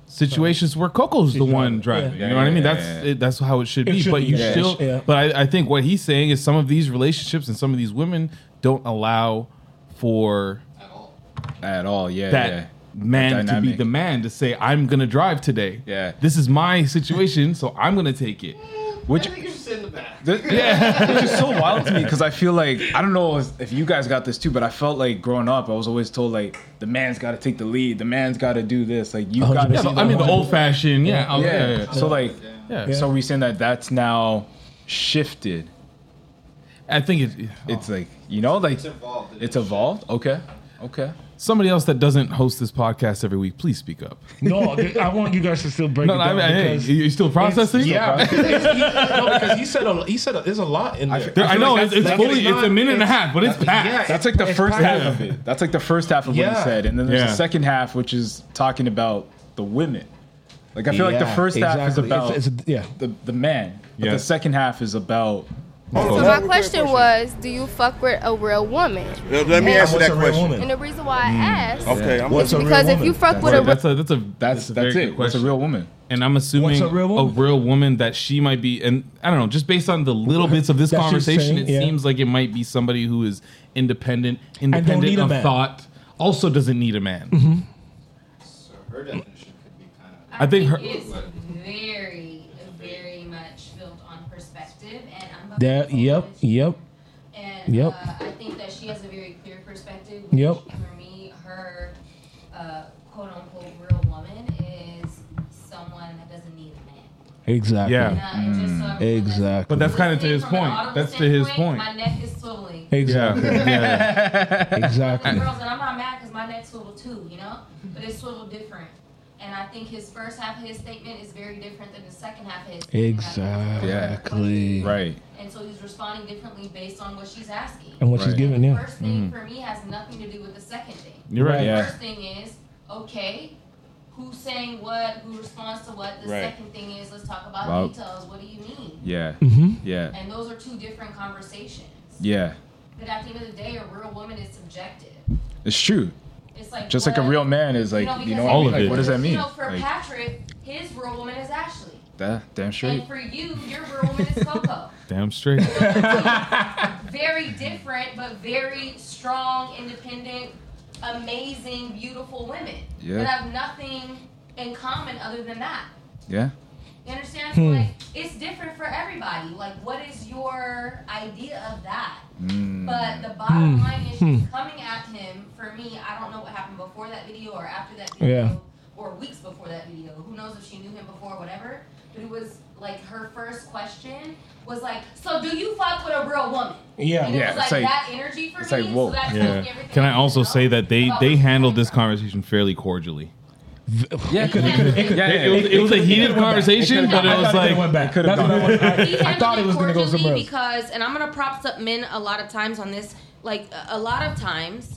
Speaker 1: situations where Coco's the one driving.
Speaker 4: Yeah.
Speaker 1: You know what I mean?
Speaker 4: Yeah,
Speaker 1: That's
Speaker 4: yeah.
Speaker 1: It, that's how it should
Speaker 4: It
Speaker 1: be.
Speaker 4: should
Speaker 1: but
Speaker 4: be,
Speaker 1: you
Speaker 4: yeah.
Speaker 1: still.
Speaker 4: Yeah.
Speaker 1: But I, I think what he's saying is some of these relationships and some of these women don't allow for
Speaker 4: At all. Yeah.
Speaker 1: that
Speaker 4: Oh, yeah.
Speaker 1: man to be
Speaker 4: dynamic.
Speaker 1: the man to say I'm gonna drive today.
Speaker 4: Yeah.
Speaker 1: this is my situation, so I'm gonna take it.
Speaker 4: Which Th-
Speaker 1: Yeah.
Speaker 4: which is so wild to me because I feel like I don't know if- if you guys got this too, but I felt like growing up, I was always told like the man's got to take the lead, the man's got to do this, like you got to.
Speaker 1: Yeah, I mean the old fashioned. Yeah,
Speaker 4: yeah.
Speaker 1: oh, yeah.
Speaker 4: So like,
Speaker 1: Yeah.
Speaker 4: so we saying that that's now shifted.
Speaker 1: I think it,
Speaker 4: it's like you know like it's evolved. It's evolved. Okay. Okay.
Speaker 1: Somebody else that doesn't host this podcast every week, please speak up.
Speaker 6: No, th- I want you guys to still break
Speaker 1: No,
Speaker 6: it
Speaker 1: no, I
Speaker 6: down.
Speaker 1: mean, hey,
Speaker 6: because
Speaker 1: you- you still
Speaker 6: it's-
Speaker 1: processing?
Speaker 6: Yeah,
Speaker 1: Still
Speaker 6: because it's- he- no, because he said a, he said a, there's a lot in there.
Speaker 4: I
Speaker 1: There- I
Speaker 4: feel
Speaker 1: know,
Speaker 4: like
Speaker 1: it's,
Speaker 4: that's-
Speaker 1: it's
Speaker 4: that's
Speaker 1: fully,
Speaker 4: not-
Speaker 1: it's a minute and a half, but it's
Speaker 4: that's-
Speaker 1: packed.
Speaker 4: yeah, That's like the first half of it. That's like the first half of what
Speaker 1: Yeah.
Speaker 4: he said, and then there's
Speaker 1: Yeah.
Speaker 4: the second half, which is talking about the women. Like I feel like the
Speaker 6: Yeah,
Speaker 4: first half is
Speaker 6: exactly. It's-
Speaker 4: about
Speaker 6: it's- yeah.
Speaker 4: the the man, but
Speaker 6: Yeah.
Speaker 4: the second half is about.
Speaker 15: So my question was, do you fuck with a real woman?
Speaker 18: Let- let me
Speaker 15: And-
Speaker 18: answer that What's a real question. woman?
Speaker 15: And the reason why I asked,
Speaker 18: Okay, I'm
Speaker 15: is because if you fuck with a real
Speaker 1: that's a that's a that's
Speaker 4: that's it. What's a real woman?
Speaker 1: And I'm assuming
Speaker 6: What's a
Speaker 1: a
Speaker 6: real
Speaker 1: real,
Speaker 6: woman?
Speaker 1: woman that she might be, and I don't know, just based on the little bits of this
Speaker 6: That she's
Speaker 1: conversation,
Speaker 6: saying,
Speaker 1: it
Speaker 6: yeah.
Speaker 1: seems like it might be somebody who is independent,
Speaker 6: don't
Speaker 1: independent
Speaker 6: need a
Speaker 1: of
Speaker 6: man. Mm-hmm.
Speaker 1: thought, also doesn't need a man. I think her-
Speaker 8: it's very, very much built on perspective, and I'm a
Speaker 6: That yep yep
Speaker 8: And
Speaker 6: yep.
Speaker 8: uh, I think that she has a very clear perspective.
Speaker 6: Yep.
Speaker 8: For me, her uh, quote unquote real woman is someone that doesn't need a man.
Speaker 6: Exactly.
Speaker 1: Yeah.
Speaker 6: Exactly.
Speaker 1: But Mm, that's kind of to his
Speaker 8: From an
Speaker 1: point.
Speaker 8: audible
Speaker 1: That's to his
Speaker 8: standpoint,
Speaker 1: point.
Speaker 8: My neck is swiveling.
Speaker 6: Exactly.
Speaker 1: Yeah.
Speaker 6: exactly.
Speaker 8: Girls, and I'm not mad because my neck swiveled too, you know? But it's swiveled different. And I think his first half of his statement is very different than the second half of his statement.
Speaker 6: Exactly.
Speaker 4: Right.
Speaker 8: And so he's responding differently based on what she's asking.
Speaker 6: And what she's
Speaker 8: Right.
Speaker 6: giving, yeah.
Speaker 8: The first thing
Speaker 6: Mhm.
Speaker 4: Mm-hmm.
Speaker 8: for me has nothing to do with the second thing.
Speaker 6: You're right.
Speaker 8: The
Speaker 6: Yeah.
Speaker 8: first thing is, okay, who's saying what, who responds to what. The
Speaker 4: Right.
Speaker 8: second thing is, let's talk about
Speaker 4: Wow.
Speaker 8: details. What do you mean?
Speaker 4: Yeah.
Speaker 6: Mhm.
Speaker 4: Yeah.
Speaker 8: And those are two different conversations.
Speaker 4: Yeah.
Speaker 8: But at the end of the day, a real woman is subjective.
Speaker 4: It's true.
Speaker 8: It's like
Speaker 4: Just like a
Speaker 8: what-
Speaker 4: real man is like, you
Speaker 8: because
Speaker 4: know,
Speaker 8: if
Speaker 4: what I mean?
Speaker 8: you-
Speaker 4: Like, what does that
Speaker 8: You
Speaker 4: mean?
Speaker 8: know, for
Speaker 4: Like,
Speaker 8: Patrick, his real woman is Ashley,
Speaker 4: that damn straight.
Speaker 8: and for you, your real woman is Coco.
Speaker 1: Damn straight.
Speaker 8: very different, but very strong, independent, amazing, beautiful women
Speaker 4: Yeah.
Speaker 8: that have nothing in common other than that.
Speaker 4: Yeah.
Speaker 8: You understand?
Speaker 4: Hmm.
Speaker 8: Like it's different for everybody. Like, what is your idea of that? But the bottom
Speaker 6: Hmm.
Speaker 8: line is
Speaker 6: Hmm.
Speaker 8: she's coming at him. For me, I don't know what happened before that video or after that video
Speaker 6: Yeah.
Speaker 8: or weeks before that video. Who knows if she knew him before, whatever. But it was like her first question was like, "So do you fuck with a real woman?"
Speaker 1: Yeah.
Speaker 8: And it
Speaker 1: Yeah,
Speaker 8: was
Speaker 1: it's
Speaker 8: like,
Speaker 1: like-
Speaker 8: that energy for
Speaker 1: it's
Speaker 8: me.
Speaker 1: like, whoa.
Speaker 8: So that tells
Speaker 1: Yeah.
Speaker 8: me everything
Speaker 1: Can I also
Speaker 8: need to
Speaker 1: say
Speaker 8: know
Speaker 1: that they
Speaker 8: about
Speaker 1: they
Speaker 8: where she's
Speaker 1: handled this conversation fairly cordially?
Speaker 6: Yeah, it could- it could-
Speaker 1: It-
Speaker 6: yeah,
Speaker 1: it was-
Speaker 6: yeah,
Speaker 1: it was a
Speaker 6: it could've
Speaker 1: heated
Speaker 6: went back.
Speaker 1: conversation,
Speaker 6: It
Speaker 1: but
Speaker 6: could've
Speaker 1: it
Speaker 6: gone- I
Speaker 1: was
Speaker 6: thought it
Speaker 1: like
Speaker 6: went back. Could've
Speaker 1: That's
Speaker 6: gone.
Speaker 1: what I wanted-
Speaker 8: He
Speaker 6: I, I thought it
Speaker 8: handled
Speaker 6: was going to go
Speaker 8: cordially
Speaker 6: somewhere else.
Speaker 8: because, and I'm gonna props up men a lot of times on this. Like a- a lot of times,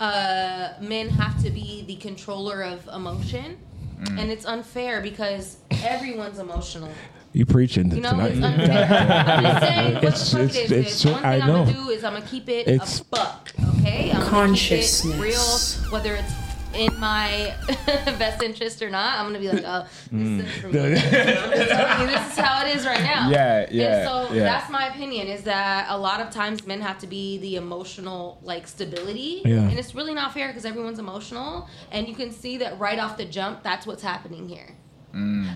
Speaker 8: uh, men have to be the controller of emotion,
Speaker 17: Mm.
Speaker 8: and it's unfair because everyone's emotional.
Speaker 17: You preaching
Speaker 8: You know,
Speaker 17: tonight?
Speaker 8: it's unfair. I'm just saying, what
Speaker 17: It's-
Speaker 8: the fuck
Speaker 17: it's-
Speaker 8: is
Speaker 17: it's
Speaker 8: this?
Speaker 17: so-
Speaker 8: One
Speaker 17: I
Speaker 8: thing I'm
Speaker 17: know.
Speaker 8: gonna do is I'm gonna keep it
Speaker 17: It's-
Speaker 8: a buck, okay? I'm gonna keep it
Speaker 19: Consciousness.
Speaker 8: real, whether it's in my best interest or not, I'm gonna be like, oh,
Speaker 4: Mm.
Speaker 8: this is how it is right now.
Speaker 4: Yeah, yeah,
Speaker 8: And so
Speaker 4: yeah.
Speaker 8: that's my opinion is that a lot of times men have to be the emotional like stability,
Speaker 15: Yeah.
Speaker 8: and it's really not fair because everyone's emotional, and you can see that right off the jump. That's what's happening here.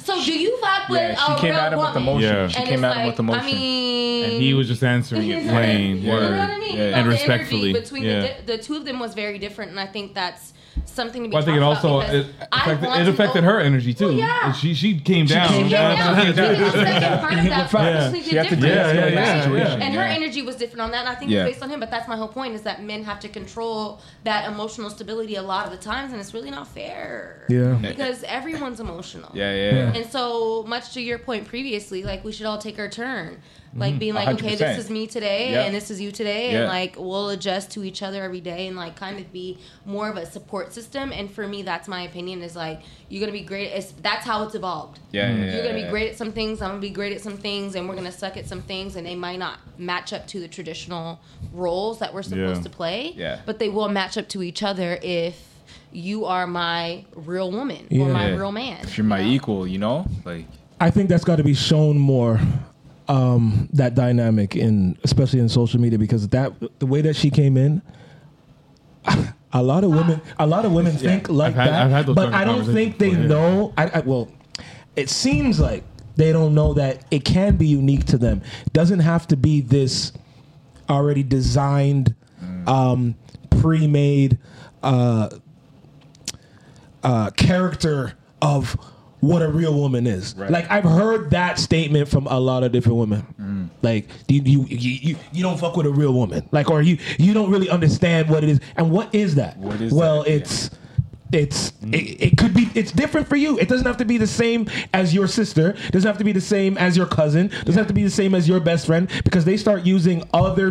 Speaker 8: So do you vibe with
Speaker 4: Mm. Yeah, she
Speaker 8: a
Speaker 4: came
Speaker 8: real
Speaker 4: at him with
Speaker 8: woman?
Speaker 4: emotion.
Speaker 1: Yeah.
Speaker 4: She
Speaker 8: And
Speaker 4: came
Speaker 8: it's
Speaker 4: at him with
Speaker 8: like,
Speaker 4: emotion.
Speaker 8: I mean,
Speaker 1: And he was just answering it plain,
Speaker 4: Yeah.
Speaker 1: word,
Speaker 4: You know what I mean?
Speaker 1: and
Speaker 8: the
Speaker 1: respectfully.
Speaker 8: energy between
Speaker 1: yeah.
Speaker 8: the, the two of them was very different, and I think that's something to be.
Speaker 1: well, I think it
Speaker 8: talked
Speaker 1: also
Speaker 8: about
Speaker 1: it
Speaker 8: because I
Speaker 1: affected,
Speaker 8: want
Speaker 1: it
Speaker 8: to
Speaker 1: affected
Speaker 8: go-
Speaker 1: her energy too.
Speaker 8: Well, yeah.
Speaker 1: And She she came down.
Speaker 8: She came down.
Speaker 1: Yeah.
Speaker 8: Because the second part of that was
Speaker 1: Yeah.
Speaker 8: completely
Speaker 1: She had to
Speaker 8: different.
Speaker 1: dance in that
Speaker 8: Right.
Speaker 1: situation,
Speaker 8: And her
Speaker 1: yeah.
Speaker 8: energy was different on that, and I think
Speaker 1: Yeah.
Speaker 8: it's based on him. But that's my whole point: is that men have to control that emotional stability a lot of the times, and it's really not fair.
Speaker 4: Yeah.
Speaker 8: Because everyone's emotional.
Speaker 4: Yeah, yeah, yeah.
Speaker 8: And so much to your point previously, like we should all take our turn, like
Speaker 4: Mhm.
Speaker 8: being like, okay, this
Speaker 4: 100%.
Speaker 8: is me today,
Speaker 4: Yeah.
Speaker 8: and this is you today,
Speaker 4: Yeah.
Speaker 8: and like we'll adjust to each other every day, and like kind of be more of a support system. And for me, that's my opinion: is like you're gonna be great. It's, that's how it's evolved.
Speaker 4: Yeah, yeah,
Speaker 8: You're
Speaker 4: yeah,
Speaker 8: gonna be
Speaker 4: yeah.
Speaker 8: great at some things. I'm gonna be great at some things, and we're gonna suck at some things, and they might not match up to the traditional roles that we're supposed
Speaker 4: Yeah.
Speaker 8: to play.
Speaker 4: Yeah.
Speaker 8: But they will match up to each other if you are my real woman or
Speaker 6: Yeah.
Speaker 8: my real man.
Speaker 4: If you're my equal, you know, like
Speaker 6: I think that's got to be shown more um, that dynamic in especially in social media because that the way that she came in a lot of women a lot of women think
Speaker 1: I've
Speaker 6: like
Speaker 1: had-
Speaker 6: that
Speaker 1: I've had those
Speaker 6: but
Speaker 1: type of
Speaker 6: I don't think they
Speaker 1: conversations before, yeah.
Speaker 6: know I, I well it seems like they don't know that it can be unique to them it doesn't have to be this already designed um, pre-made uh, uh, character of what a real woman is. Like I've heard that statement from a lot of different women. Like you, you you you you don't fuck with a real woman. Like or you you don't really understand what it is. And what is that? What is well, it's it's it, it could be it's different for you. It doesn't have to be the same as your sister. Doesn't have to be the same as your cousin. Doesn't have to be the same as your best friend because they start using other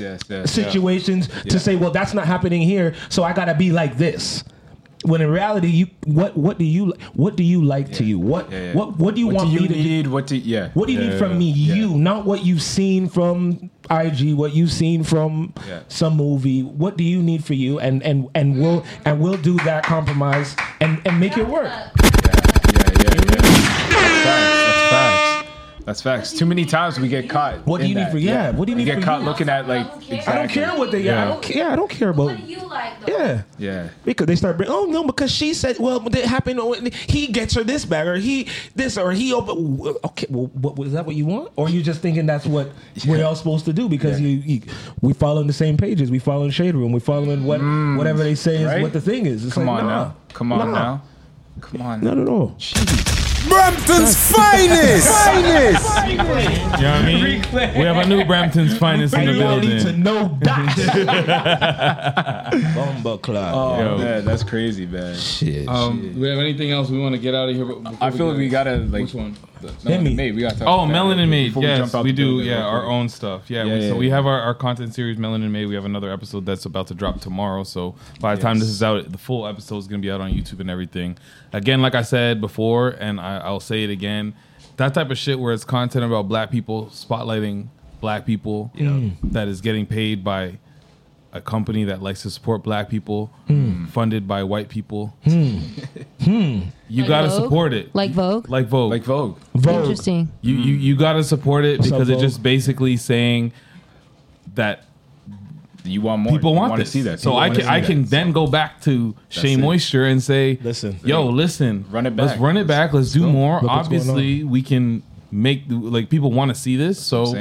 Speaker 4: yes, yes, yeah.
Speaker 6: situations to say, well, that's not happening here, so I gotta be like this. When in reality, you what what do you what do you like to you? What
Speaker 4: yeah, yeah.
Speaker 6: what what do you
Speaker 4: What
Speaker 6: want
Speaker 4: do you
Speaker 6: me to do?
Speaker 4: need? What do yeah?
Speaker 6: What do you
Speaker 4: Yeah,
Speaker 6: need from me? You, not what you've seen from IG, what you've seen from
Speaker 4: Yeah.
Speaker 6: some movie. What do you need for you? And and and we'll and we'll do that compromise and and make it work.
Speaker 4: That's facts. That's facts. Too many times we get caught.
Speaker 6: What do
Speaker 4: in
Speaker 6: you need
Speaker 4: that.
Speaker 6: for- yeah, what do you
Speaker 4: We
Speaker 6: need
Speaker 4: get
Speaker 6: for
Speaker 4: caught
Speaker 6: you?
Speaker 4: looking at like.
Speaker 6: I don't care what they. Yeah. I don't care. I don't care about. What do
Speaker 8: you like?
Speaker 6: Yeah.
Speaker 4: Yeah.
Speaker 6: Because they start, bring- oh no, because she said, well, it happened. When he gets her this bag, or he this, or he. Open, okay, well, what was that? What you want, or you just thinking that's what we're all supposed to do because you, you we following the same pages, we following shade room, we following what
Speaker 1: Mm.
Speaker 6: whatever they say
Speaker 4: Right?
Speaker 6: is what the thing is. It's
Speaker 4: Come
Speaker 6: like,
Speaker 4: on
Speaker 6: nah,
Speaker 4: now. Come on
Speaker 6: nah.
Speaker 4: now. Come on.
Speaker 6: Not at all.
Speaker 7: Brampton's finest. finest.
Speaker 1: You know what I mean? We have a new Brampton's finest in the
Speaker 6: Everybody
Speaker 1: building.
Speaker 6: to know
Speaker 1: Bomba club.
Speaker 4: Oh man, that's crazy, man. Shit.
Speaker 1: Um, do we have anything else we want to get out of here? but before
Speaker 4: I feel like we gotta like.
Speaker 1: Which one?
Speaker 4: No, Hit me. Maid, we gotta talk
Speaker 1: oh,
Speaker 4: about that
Speaker 1: Melanin
Speaker 4: real quick
Speaker 1: Maid.
Speaker 4: before we
Speaker 1: Yes,
Speaker 4: jump
Speaker 1: we,
Speaker 4: out the
Speaker 1: do.
Speaker 4: building
Speaker 1: Yeah,
Speaker 4: real
Speaker 1: our
Speaker 4: quick.
Speaker 1: own stuff.
Speaker 4: Yeah,
Speaker 1: Yeah. we,
Speaker 4: yeah,
Speaker 1: so we
Speaker 4: yeah.
Speaker 1: have our, our content series, Melanin Maid. We have another episode that's about to drop tomorrow. So by the time
Speaker 4: Yes.
Speaker 1: this is out, the full episode is gonna be out on YouTube and everything. Again, like I said before, and I, I'll say it again, that type of shit where it's content about black people spotlighting black people
Speaker 6: Mm.
Speaker 1: that is getting paid by a company that likes to support black people,
Speaker 6: Mm.
Speaker 1: funded by white people.
Speaker 6: Hmm. Hmm.
Speaker 1: You
Speaker 8: Like
Speaker 1: gotta
Speaker 8: Vogue?
Speaker 1: support it.
Speaker 8: Like Vogue?
Speaker 1: Like Vogue. Like
Speaker 4: Vogue.
Speaker 6: Vogue.
Speaker 8: Interesting.
Speaker 1: You you,
Speaker 4: Mm.
Speaker 1: you gotta support it
Speaker 4: What's up,
Speaker 1: because it's
Speaker 4: Vogue?
Speaker 1: just basically saying that
Speaker 4: you want more.
Speaker 1: People
Speaker 4: You
Speaker 1: want
Speaker 4: wanna
Speaker 1: this.
Speaker 4: see that.
Speaker 1: So
Speaker 4: People
Speaker 1: I
Speaker 4: wanna
Speaker 1: can I
Speaker 4: see
Speaker 1: can
Speaker 4: that.
Speaker 1: then go back to
Speaker 4: That's
Speaker 1: Shea
Speaker 4: it.
Speaker 1: Moisture and say,
Speaker 6: listen,
Speaker 1: yo, listen, run
Speaker 4: it
Speaker 1: Let's
Speaker 4: back.
Speaker 1: run it back. Let's, do more.
Speaker 4: Look what's going
Speaker 1: Obviously, we can make the- like people want to see this. so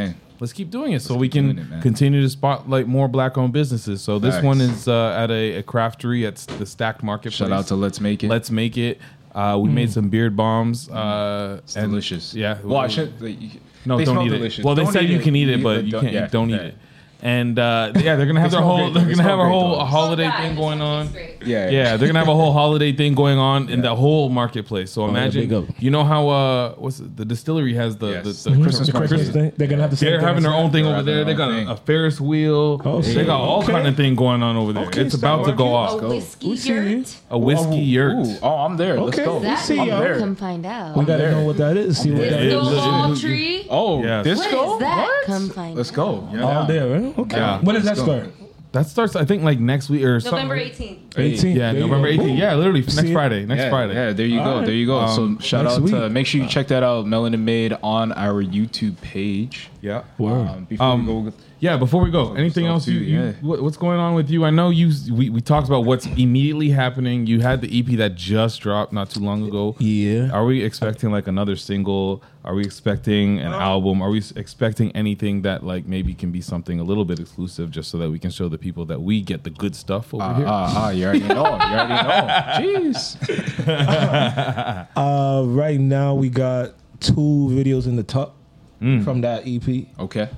Speaker 1: let's keep doing it so we can
Speaker 4: doing it, man.
Speaker 1: continue to spotlight more black-owned businesses. So this
Speaker 4: Facts.
Speaker 1: one is uh, at a, a craftery at s- the Stacked Marketplace.
Speaker 4: Shout out to Let's Make It.
Speaker 1: Let's Make It. Uh, we
Speaker 4: Mm.
Speaker 1: made some beard bombs. Uh, it's delicious. Yeah.
Speaker 4: Well, I should. Like, you-
Speaker 1: No,
Speaker 4: they
Speaker 1: don't
Speaker 4: smell
Speaker 1: eat
Speaker 4: delicious.
Speaker 1: it. Well, they
Speaker 4: Don't
Speaker 1: said
Speaker 4: eat
Speaker 1: you can eat it, but you
Speaker 4: don't-
Speaker 1: can't.
Speaker 4: yeah,
Speaker 1: don't
Speaker 4: yeah.
Speaker 1: eat it. And uh, yeah, they're gonna have
Speaker 4: They smell
Speaker 1: their whole
Speaker 4: great,
Speaker 1: they're
Speaker 4: though. They
Speaker 1: gonna
Speaker 4: smell
Speaker 1: have a
Speaker 4: great,
Speaker 1: whole
Speaker 4: though.
Speaker 1: a holiday thing going on.
Speaker 4: Yeah,
Speaker 1: yeah, they're gonna have a whole holiday thing going on in the whole marketplace. So
Speaker 6: yeah,
Speaker 1: imagine,
Speaker 6: big up.
Speaker 1: you know how uh, what's it- the distillery has the the, the Christmas,
Speaker 6: The Christmas
Speaker 1: market.
Speaker 6: thing, They're gonna have the same
Speaker 1: They're
Speaker 6: thing
Speaker 1: having
Speaker 6: as
Speaker 1: their
Speaker 6: that.
Speaker 1: own thing over there. They got a, a Ferris wheel. they
Speaker 6: shit.
Speaker 1: got all
Speaker 6: Okay.
Speaker 1: kind of thing going on over there.
Speaker 6: Okay,
Speaker 1: it's about to
Speaker 6: Starbucks.
Speaker 1: go off.
Speaker 8: A Oh, whiskey yurt.
Speaker 1: A whiskey yurt.
Speaker 4: oh, I'm there.
Speaker 1: Let's
Speaker 6: Okay,
Speaker 1: go.
Speaker 6: we
Speaker 8: That
Speaker 6: see
Speaker 8: we
Speaker 6: y'all.
Speaker 8: come find out.
Speaker 6: We gotta know what that is. See what
Speaker 1: Yeah,
Speaker 6: that
Speaker 1: it
Speaker 6: is.
Speaker 1: looks-
Speaker 8: Ball tree.
Speaker 4: Oh,
Speaker 1: Yes.
Speaker 8: What is that? Come find
Speaker 4: Let's go.
Speaker 6: All there, right? Okay. When does that start?
Speaker 1: That starts, I think, like next week or something.
Speaker 8: November 18th.
Speaker 6: 18th.
Speaker 1: Yeah,
Speaker 6: There you
Speaker 1: November
Speaker 6: go.
Speaker 1: 18th. Yeah, literally next
Speaker 6: See?
Speaker 1: Friday. Next
Speaker 4: yeah,
Speaker 1: Friday.
Speaker 4: Yeah, there you go.
Speaker 1: All right.
Speaker 4: There you go.
Speaker 1: Um,
Speaker 4: so shout
Speaker 1: next
Speaker 4: out to
Speaker 1: week.
Speaker 4: make sure you check that out, Melanin Made on our YouTube page.
Speaker 1: Yeah.
Speaker 4: Um, before
Speaker 1: Um,
Speaker 4: we go,
Speaker 1: yeah, before we go, anything else? You, you
Speaker 4: yeah.
Speaker 1: what, what's going on with you? I know you. We, we talked about what's immediately happening. You had the EP that just dropped not too long ago.
Speaker 6: Yeah.
Speaker 1: Are we expecting like another single? Are we expecting an album? Are we s- expecting anything that like maybe can be something a little bit exclusive, just so that we can show the people that we get the good stuff over
Speaker 6: Uh,
Speaker 4: Ah,
Speaker 1: here?
Speaker 4: ah, ah, you already know. You already know. Jeez.
Speaker 6: Uh, right now we got two videos in the top
Speaker 1: Mm.
Speaker 6: from that EP.
Speaker 4: Okay.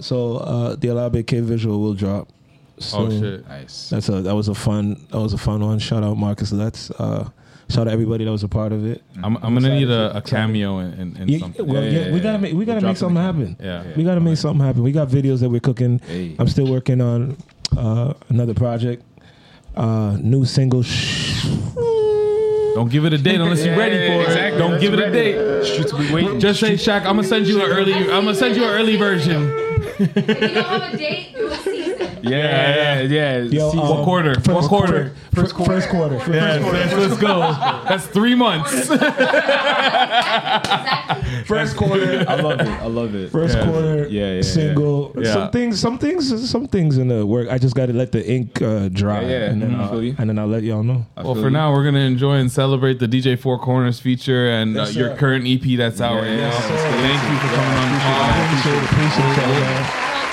Speaker 6: So uh, the Alabe K visual will drop. So
Speaker 1: Oh, shit.
Speaker 4: Nice.
Speaker 6: That's a that was a fun that was a fun one. Shout out Marcus Letts. Uh, shout out everybody that was a part of it.
Speaker 1: I'm, I'm gonna need a, a cameo and, and, and
Speaker 6: Yeah,
Speaker 1: something.
Speaker 6: well, yeah, we gotta make we gotta make something happen.
Speaker 1: Yeah.
Speaker 6: we gotta make something happen. We got videos that we're cooking.
Speaker 1: Hey.
Speaker 6: I'm still working on uh, another project, uh, new single. Sh-
Speaker 1: Don't give it a date unless you're ready for it. Don't give it a date. Just say, Shaq, I'm gonna send you an early. I'm gonna send you an early version.
Speaker 4: Yeah, yeah, yeah.
Speaker 6: Yo, um,
Speaker 1: what quarter?
Speaker 6: first
Speaker 1: What quarter?
Speaker 6: First quarter. First quarter. First
Speaker 1: Yeah,
Speaker 6: quarter.
Speaker 1: that's- let's go. That's three months.
Speaker 6: First quarter.
Speaker 4: I love it. I love it.
Speaker 6: First
Speaker 4: Yeah.
Speaker 6: quarter.
Speaker 4: Yeah, yeah, yeah.
Speaker 6: Single.
Speaker 4: Yeah.
Speaker 6: Some things. Some things. Some things in the work. I just got to let the ink uh, dry.
Speaker 1: Yeah, yeah.
Speaker 6: And then,
Speaker 1: Mhm. I
Speaker 6: I'll,
Speaker 4: Mm-hmm.
Speaker 1: feel you.
Speaker 6: and then I'll let y'all know.
Speaker 1: Well, for now, we're gonna enjoy and celebrate the DJ Four Corners feature and uh,
Speaker 6: Yes,
Speaker 1: your
Speaker 6: sir.
Speaker 1: current EP that's out right now. Thank you for coming on. the pod.
Speaker 6: Appreciate it. Appreciate y'all. man.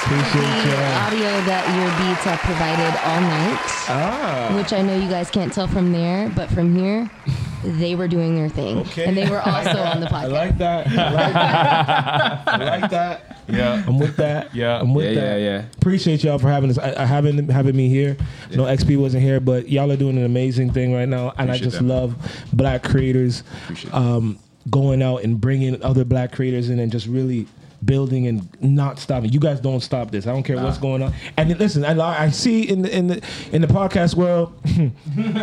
Speaker 6: Appreciate
Speaker 20: the
Speaker 6: y'all.
Speaker 20: audio that your beats have provided all night,
Speaker 8: Ah.
Speaker 20: which I know you guys can't tell from there, but from here, they were doing their thing, and they were also on the
Speaker 6: I
Speaker 20: podcast.
Speaker 6: like that. I like that. I like that.
Speaker 1: Yeah.
Speaker 6: I'm with that.
Speaker 1: Yeah.
Speaker 6: I'm with
Speaker 4: Yeah,
Speaker 6: that.
Speaker 4: yeah, yeah.
Speaker 6: Appreciate y'all for having us. I, I having having me here. No XP wasn't here, but y'all are doing an amazing thing right now, and I
Speaker 4: Appreciate
Speaker 6: just
Speaker 4: that, man.
Speaker 6: love black creators um, going out and bringing other black creators in and just really building and not stopping. You guys don't stop this. I don't care what's going on. And then, listen, I, I see in the in the in the podcast world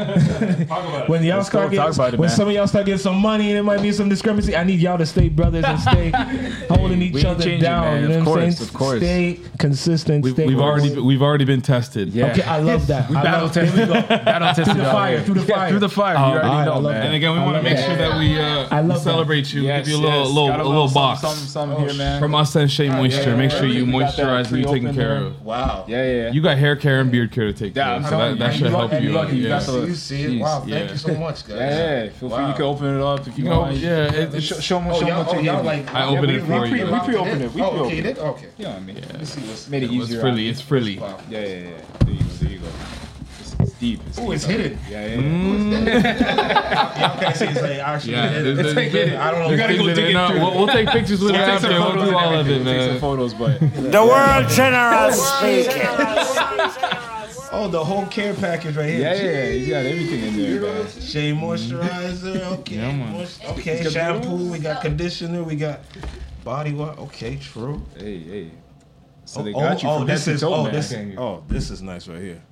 Speaker 6: when y'all
Speaker 4: Let's
Speaker 6: start
Speaker 4: go talk
Speaker 6: getting
Speaker 4: about it,
Speaker 6: when
Speaker 4: man.
Speaker 6: some of y'all start getting some money and there might be some discrepancy. I need y'all to stay brothers and stay holding
Speaker 4: Hey, we
Speaker 6: each
Speaker 4: ain't
Speaker 6: other
Speaker 4: changing,
Speaker 6: down.
Speaker 4: man.
Speaker 6: You know
Speaker 4: Of
Speaker 6: what I'm
Speaker 4: course,
Speaker 6: saying?
Speaker 4: of course.
Speaker 6: Stay consistent. stay
Speaker 1: We've already
Speaker 6: focused.
Speaker 1: been- we've already been tested.
Speaker 6: Okay, I love that.
Speaker 4: We
Speaker 6: I
Speaker 4: battle
Speaker 6: love, there
Speaker 4: tested.
Speaker 6: we go.
Speaker 4: Battle tested
Speaker 6: through the
Speaker 4: all
Speaker 6: fire,
Speaker 4: the
Speaker 6: through the
Speaker 4: way. Yeah,
Speaker 6: fire,
Speaker 4: through the fire. You
Speaker 1: Um,
Speaker 4: already
Speaker 1: I
Speaker 4: know,
Speaker 1: love
Speaker 4: man.
Speaker 1: that. And again, we
Speaker 4: I
Speaker 1: want to
Speaker 4: love
Speaker 1: make
Speaker 4: that.
Speaker 1: sure that we uh,
Speaker 4: I love
Speaker 1: we celebrate you.
Speaker 4: Yes,
Speaker 1: Give you a little
Speaker 4: yes.
Speaker 1: little,
Speaker 4: Got a
Speaker 1: a little
Speaker 4: little Oh,
Speaker 1: box
Speaker 4: something, something, something here, man.
Speaker 1: from us and Shea
Speaker 4: Yeah,
Speaker 1: Moisture.
Speaker 4: yeah,
Speaker 1: Make
Speaker 4: yeah.
Speaker 1: sure you
Speaker 4: We got that
Speaker 1: moisturize and you're taken
Speaker 4: pre-open
Speaker 1: care
Speaker 4: there.
Speaker 1: of.
Speaker 4: Wow. Yeah, yeah.
Speaker 1: You got hair care and beard care to take
Speaker 4: Yeah,
Speaker 1: care
Speaker 4: I'm
Speaker 1: of. So
Speaker 4: telling
Speaker 1: that,
Speaker 4: you,
Speaker 1: that
Speaker 4: man,
Speaker 1: should
Speaker 4: you
Speaker 1: help
Speaker 4: lucky,
Speaker 1: you.
Speaker 4: you lucky, you
Speaker 1: yeah.
Speaker 4: got the- You see it? Wow,
Speaker 1: Jeez, yeah.
Speaker 4: much, guys. Yeah, yeah. Feel free. You can open it up if you,
Speaker 1: You know,
Speaker 4: want.
Speaker 1: yeah, it-
Speaker 4: show, show 'em-
Speaker 1: Oh,
Speaker 4: show 'em
Speaker 1: y'all-
Speaker 4: what
Speaker 1: oh,
Speaker 4: you
Speaker 1: y'all
Speaker 4: gave me.
Speaker 1: like- I opened
Speaker 4: we-
Speaker 1: it
Speaker 4: we
Speaker 1: for you.
Speaker 4: pre- We
Speaker 1: Locked it
Speaker 4: pre-opened
Speaker 1: in?
Speaker 4: it. We
Speaker 1: Oh, okay,
Speaker 4: pre-opened it.
Speaker 1: you did?
Speaker 4: Okay. You know what I mean? Let's see what's made it
Speaker 1: It's
Speaker 4: easier.
Speaker 1: frilly, it's frilly.
Speaker 4: Yeah, yeah, yeah. There you go. There you go. It's, it's deep. It's
Speaker 5: Ooh,
Speaker 4: deep.
Speaker 5: it's hidden.
Speaker 4: Yeah, yeah.
Speaker 5: Y'all can't say it's like actually. it
Speaker 1: Yeah, there's-
Speaker 5: is.
Speaker 1: there's-
Speaker 5: It's like, yeah, I don't know.
Speaker 1: there's things in it. No, we'll- we'll take pictures with it
Speaker 4: take some
Speaker 1: after. We'll
Speaker 4: photos
Speaker 1: do
Speaker 4: and
Speaker 1: all of it,
Speaker 4: everything. Take
Speaker 1: man.
Speaker 4: some photos, but
Speaker 5: The world general
Speaker 4: speaking.
Speaker 5: Oh, the whole care package right here.
Speaker 4: Yeah, yeah, yeah. He's got everything in there, man.
Speaker 5: Shea moisturizer. Okay.
Speaker 4: Yeah, man.
Speaker 5: moist- okay. Shampoo. We got conditioner. We got body wash. Okay. True.
Speaker 4: Hey, hey.
Speaker 5: oh,
Speaker 4: So they got you
Speaker 5: oh,
Speaker 4: from
Speaker 5: this
Speaker 4: head to
Speaker 5: is.
Speaker 4: toe,
Speaker 5: Oh,
Speaker 4: man.
Speaker 5: this is. Oh, this is nice right here.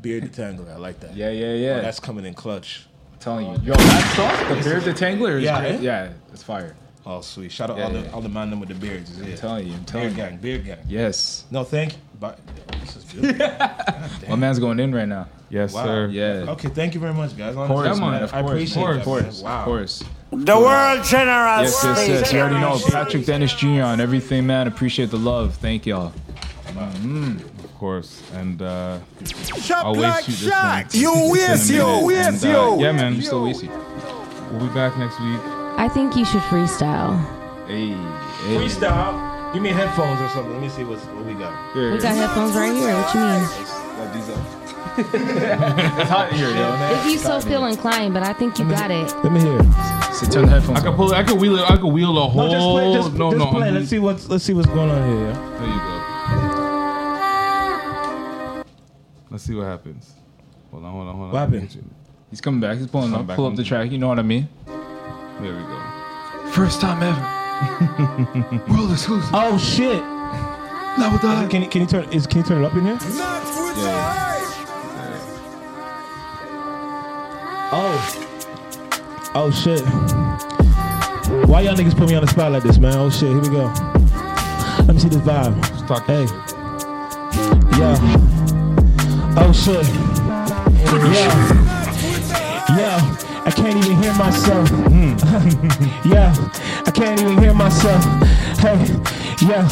Speaker 5: Beard detangler. I like that.
Speaker 4: Yeah, yeah, yeah.
Speaker 5: Oh, that's coming in clutch.
Speaker 4: I'm telling you. Yo, that sauce, the
Speaker 5: This
Speaker 4: beard
Speaker 5: is-
Speaker 4: detangler is
Speaker 5: Yeah,
Speaker 4: great.
Speaker 5: eh?
Speaker 4: Yeah, it's fire.
Speaker 5: Oh, sweet. Shout out
Speaker 4: Yeah,
Speaker 5: all,
Speaker 4: yeah.
Speaker 5: The, all the man them with the beards. is it.
Speaker 4: telling you, I'm telling
Speaker 5: Beard
Speaker 4: you.
Speaker 5: gang. Beard gang.
Speaker 4: Yes.
Speaker 5: No, thank you. But, this is good.
Speaker 4: My man's going in right now.
Speaker 1: Yes,
Speaker 5: Wow.
Speaker 4: Yeah.
Speaker 5: Okay, thank you very much, guys.
Speaker 4: Of course,
Speaker 5: Honestly,
Speaker 4: man. Of
Speaker 5: I
Speaker 4: course,
Speaker 5: appreciate
Speaker 4: man.
Speaker 5: that,
Speaker 4: Of course.
Speaker 5: man. Wow.
Speaker 4: Of course.
Speaker 5: The world generous.
Speaker 4: Yes, yes, yes. You already know. Patrick Dennis Jr. on everything, man. Appreciate the love. Thank y'all.
Speaker 1: Mm, Of course. And uh,
Speaker 9: Shop
Speaker 1: I'll
Speaker 9: like
Speaker 1: waste you this
Speaker 9: Shaq.
Speaker 1: one.
Speaker 9: You
Speaker 1: It's in
Speaker 9: waste, yo,
Speaker 1: a minute.
Speaker 9: waste,
Speaker 1: And, uh,
Speaker 9: yo.
Speaker 1: Yeah, man.
Speaker 9: You
Speaker 1: still wasting. We'll be back next week.
Speaker 20: I think you should freestyle.
Speaker 4: Hey, hey.
Speaker 5: Freestyle. Give me headphones or something. Let me see what's, what we got.
Speaker 20: We got headphones right here. What you mean?
Speaker 4: Love these up. it's hot in here, yo. man.
Speaker 20: uh, If you
Speaker 4: It's
Speaker 20: so
Speaker 4: hot in
Speaker 20: feel
Speaker 4: here.
Speaker 20: inclined, but I think you got it.
Speaker 6: Let me hear.
Speaker 4: So turn the headphones.
Speaker 1: I could pull. I could wheel. I could wheel a whole.
Speaker 6: No, just play.
Speaker 4: Oh,
Speaker 6: Just,
Speaker 1: no,
Speaker 6: just
Speaker 1: no,
Speaker 6: play.
Speaker 1: I'm-
Speaker 6: Let's see what's let's see what's going on here. yeah.
Speaker 1: There you go. Let's see what happens. Hold on, hold on, hold on.
Speaker 4: What happened? He's coming back. He's pulling
Speaker 1: Coming
Speaker 4: up.
Speaker 1: back.
Speaker 4: Pull up the track. You know what I mean?
Speaker 1: There we go.
Speaker 4: First time ever. World exclusive.
Speaker 6: Oh shit.
Speaker 4: Level
Speaker 6: Is it- Can you can you turn is can you turn it up in here? Oh. Oh shit. Why y'all niggas put me on the spot like this, man? Oh shit, here we go. Let me see this vibe. Hey. Yeah. Oh shit.
Speaker 2: Yeah. Yeah. I can't even hear myself. yeah. I can't even hear myself. Hey. Yeah.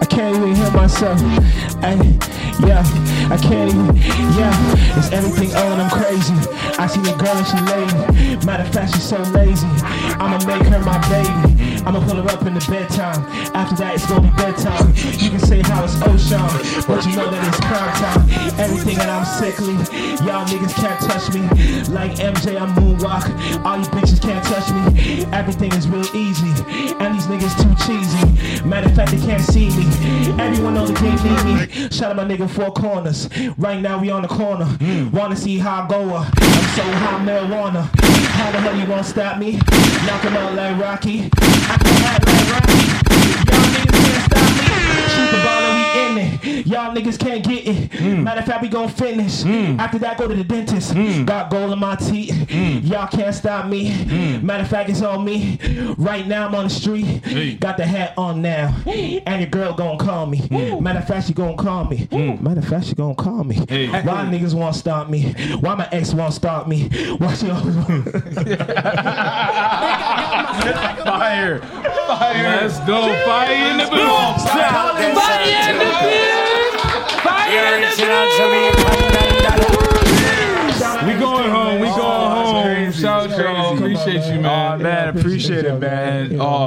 Speaker 2: I can't even hear myself. Hey. Yeah. I can't even. Yeah. It's everything on. I'm crazy. I see the girl and she lazy. Matter of fact, she's so lazy. I'ma make her my baby. I'ma pull her up in the bedtime. After that, it's gonna be bedtime. You can say how it's ocean, but you know that it's prime time. Everything and I'm sickly. Y'all niggas can't touch me. Like MJ, I moonwalk. All you bitches can't touch me. Everything is real easy. And these niggas too cheesy. Matter of fact, they can't see me. Everyone knows they can't need me. Shout out my nigga Four Corners. Right now, we on the corner. Wanna see how I go? uh, I'm so high marijuana. How the hell you won't stop me? Knock 'em out like Rocky. I can act like Rocky. Shoot the ball and we in it. Y'all niggas can't get it. Matter of fact, we gon' finish. After that, go to the dentist. Got gold in my teeth. Y'all can't stop me. Matter of fact, it's on me. Right now, I'm on the street. Got the hat on now. And your girl gon' call me. Matter of fact, she gon' call me. Matter of fact, she gon' call me. Why niggas won't stop me? Why my ex won't stop me? Why she always
Speaker 4: Fire. Fire.
Speaker 1: Let's go. Fire in the
Speaker 5: Let's go.
Speaker 1: booth.
Speaker 5: Stop calling
Speaker 1: Fire
Speaker 5: it.
Speaker 1: in the booth. Fire in the booth. We going home. We going home. Shout out, y'all. Appreciate you, man.
Speaker 4: Man, appreciate it, man. Oh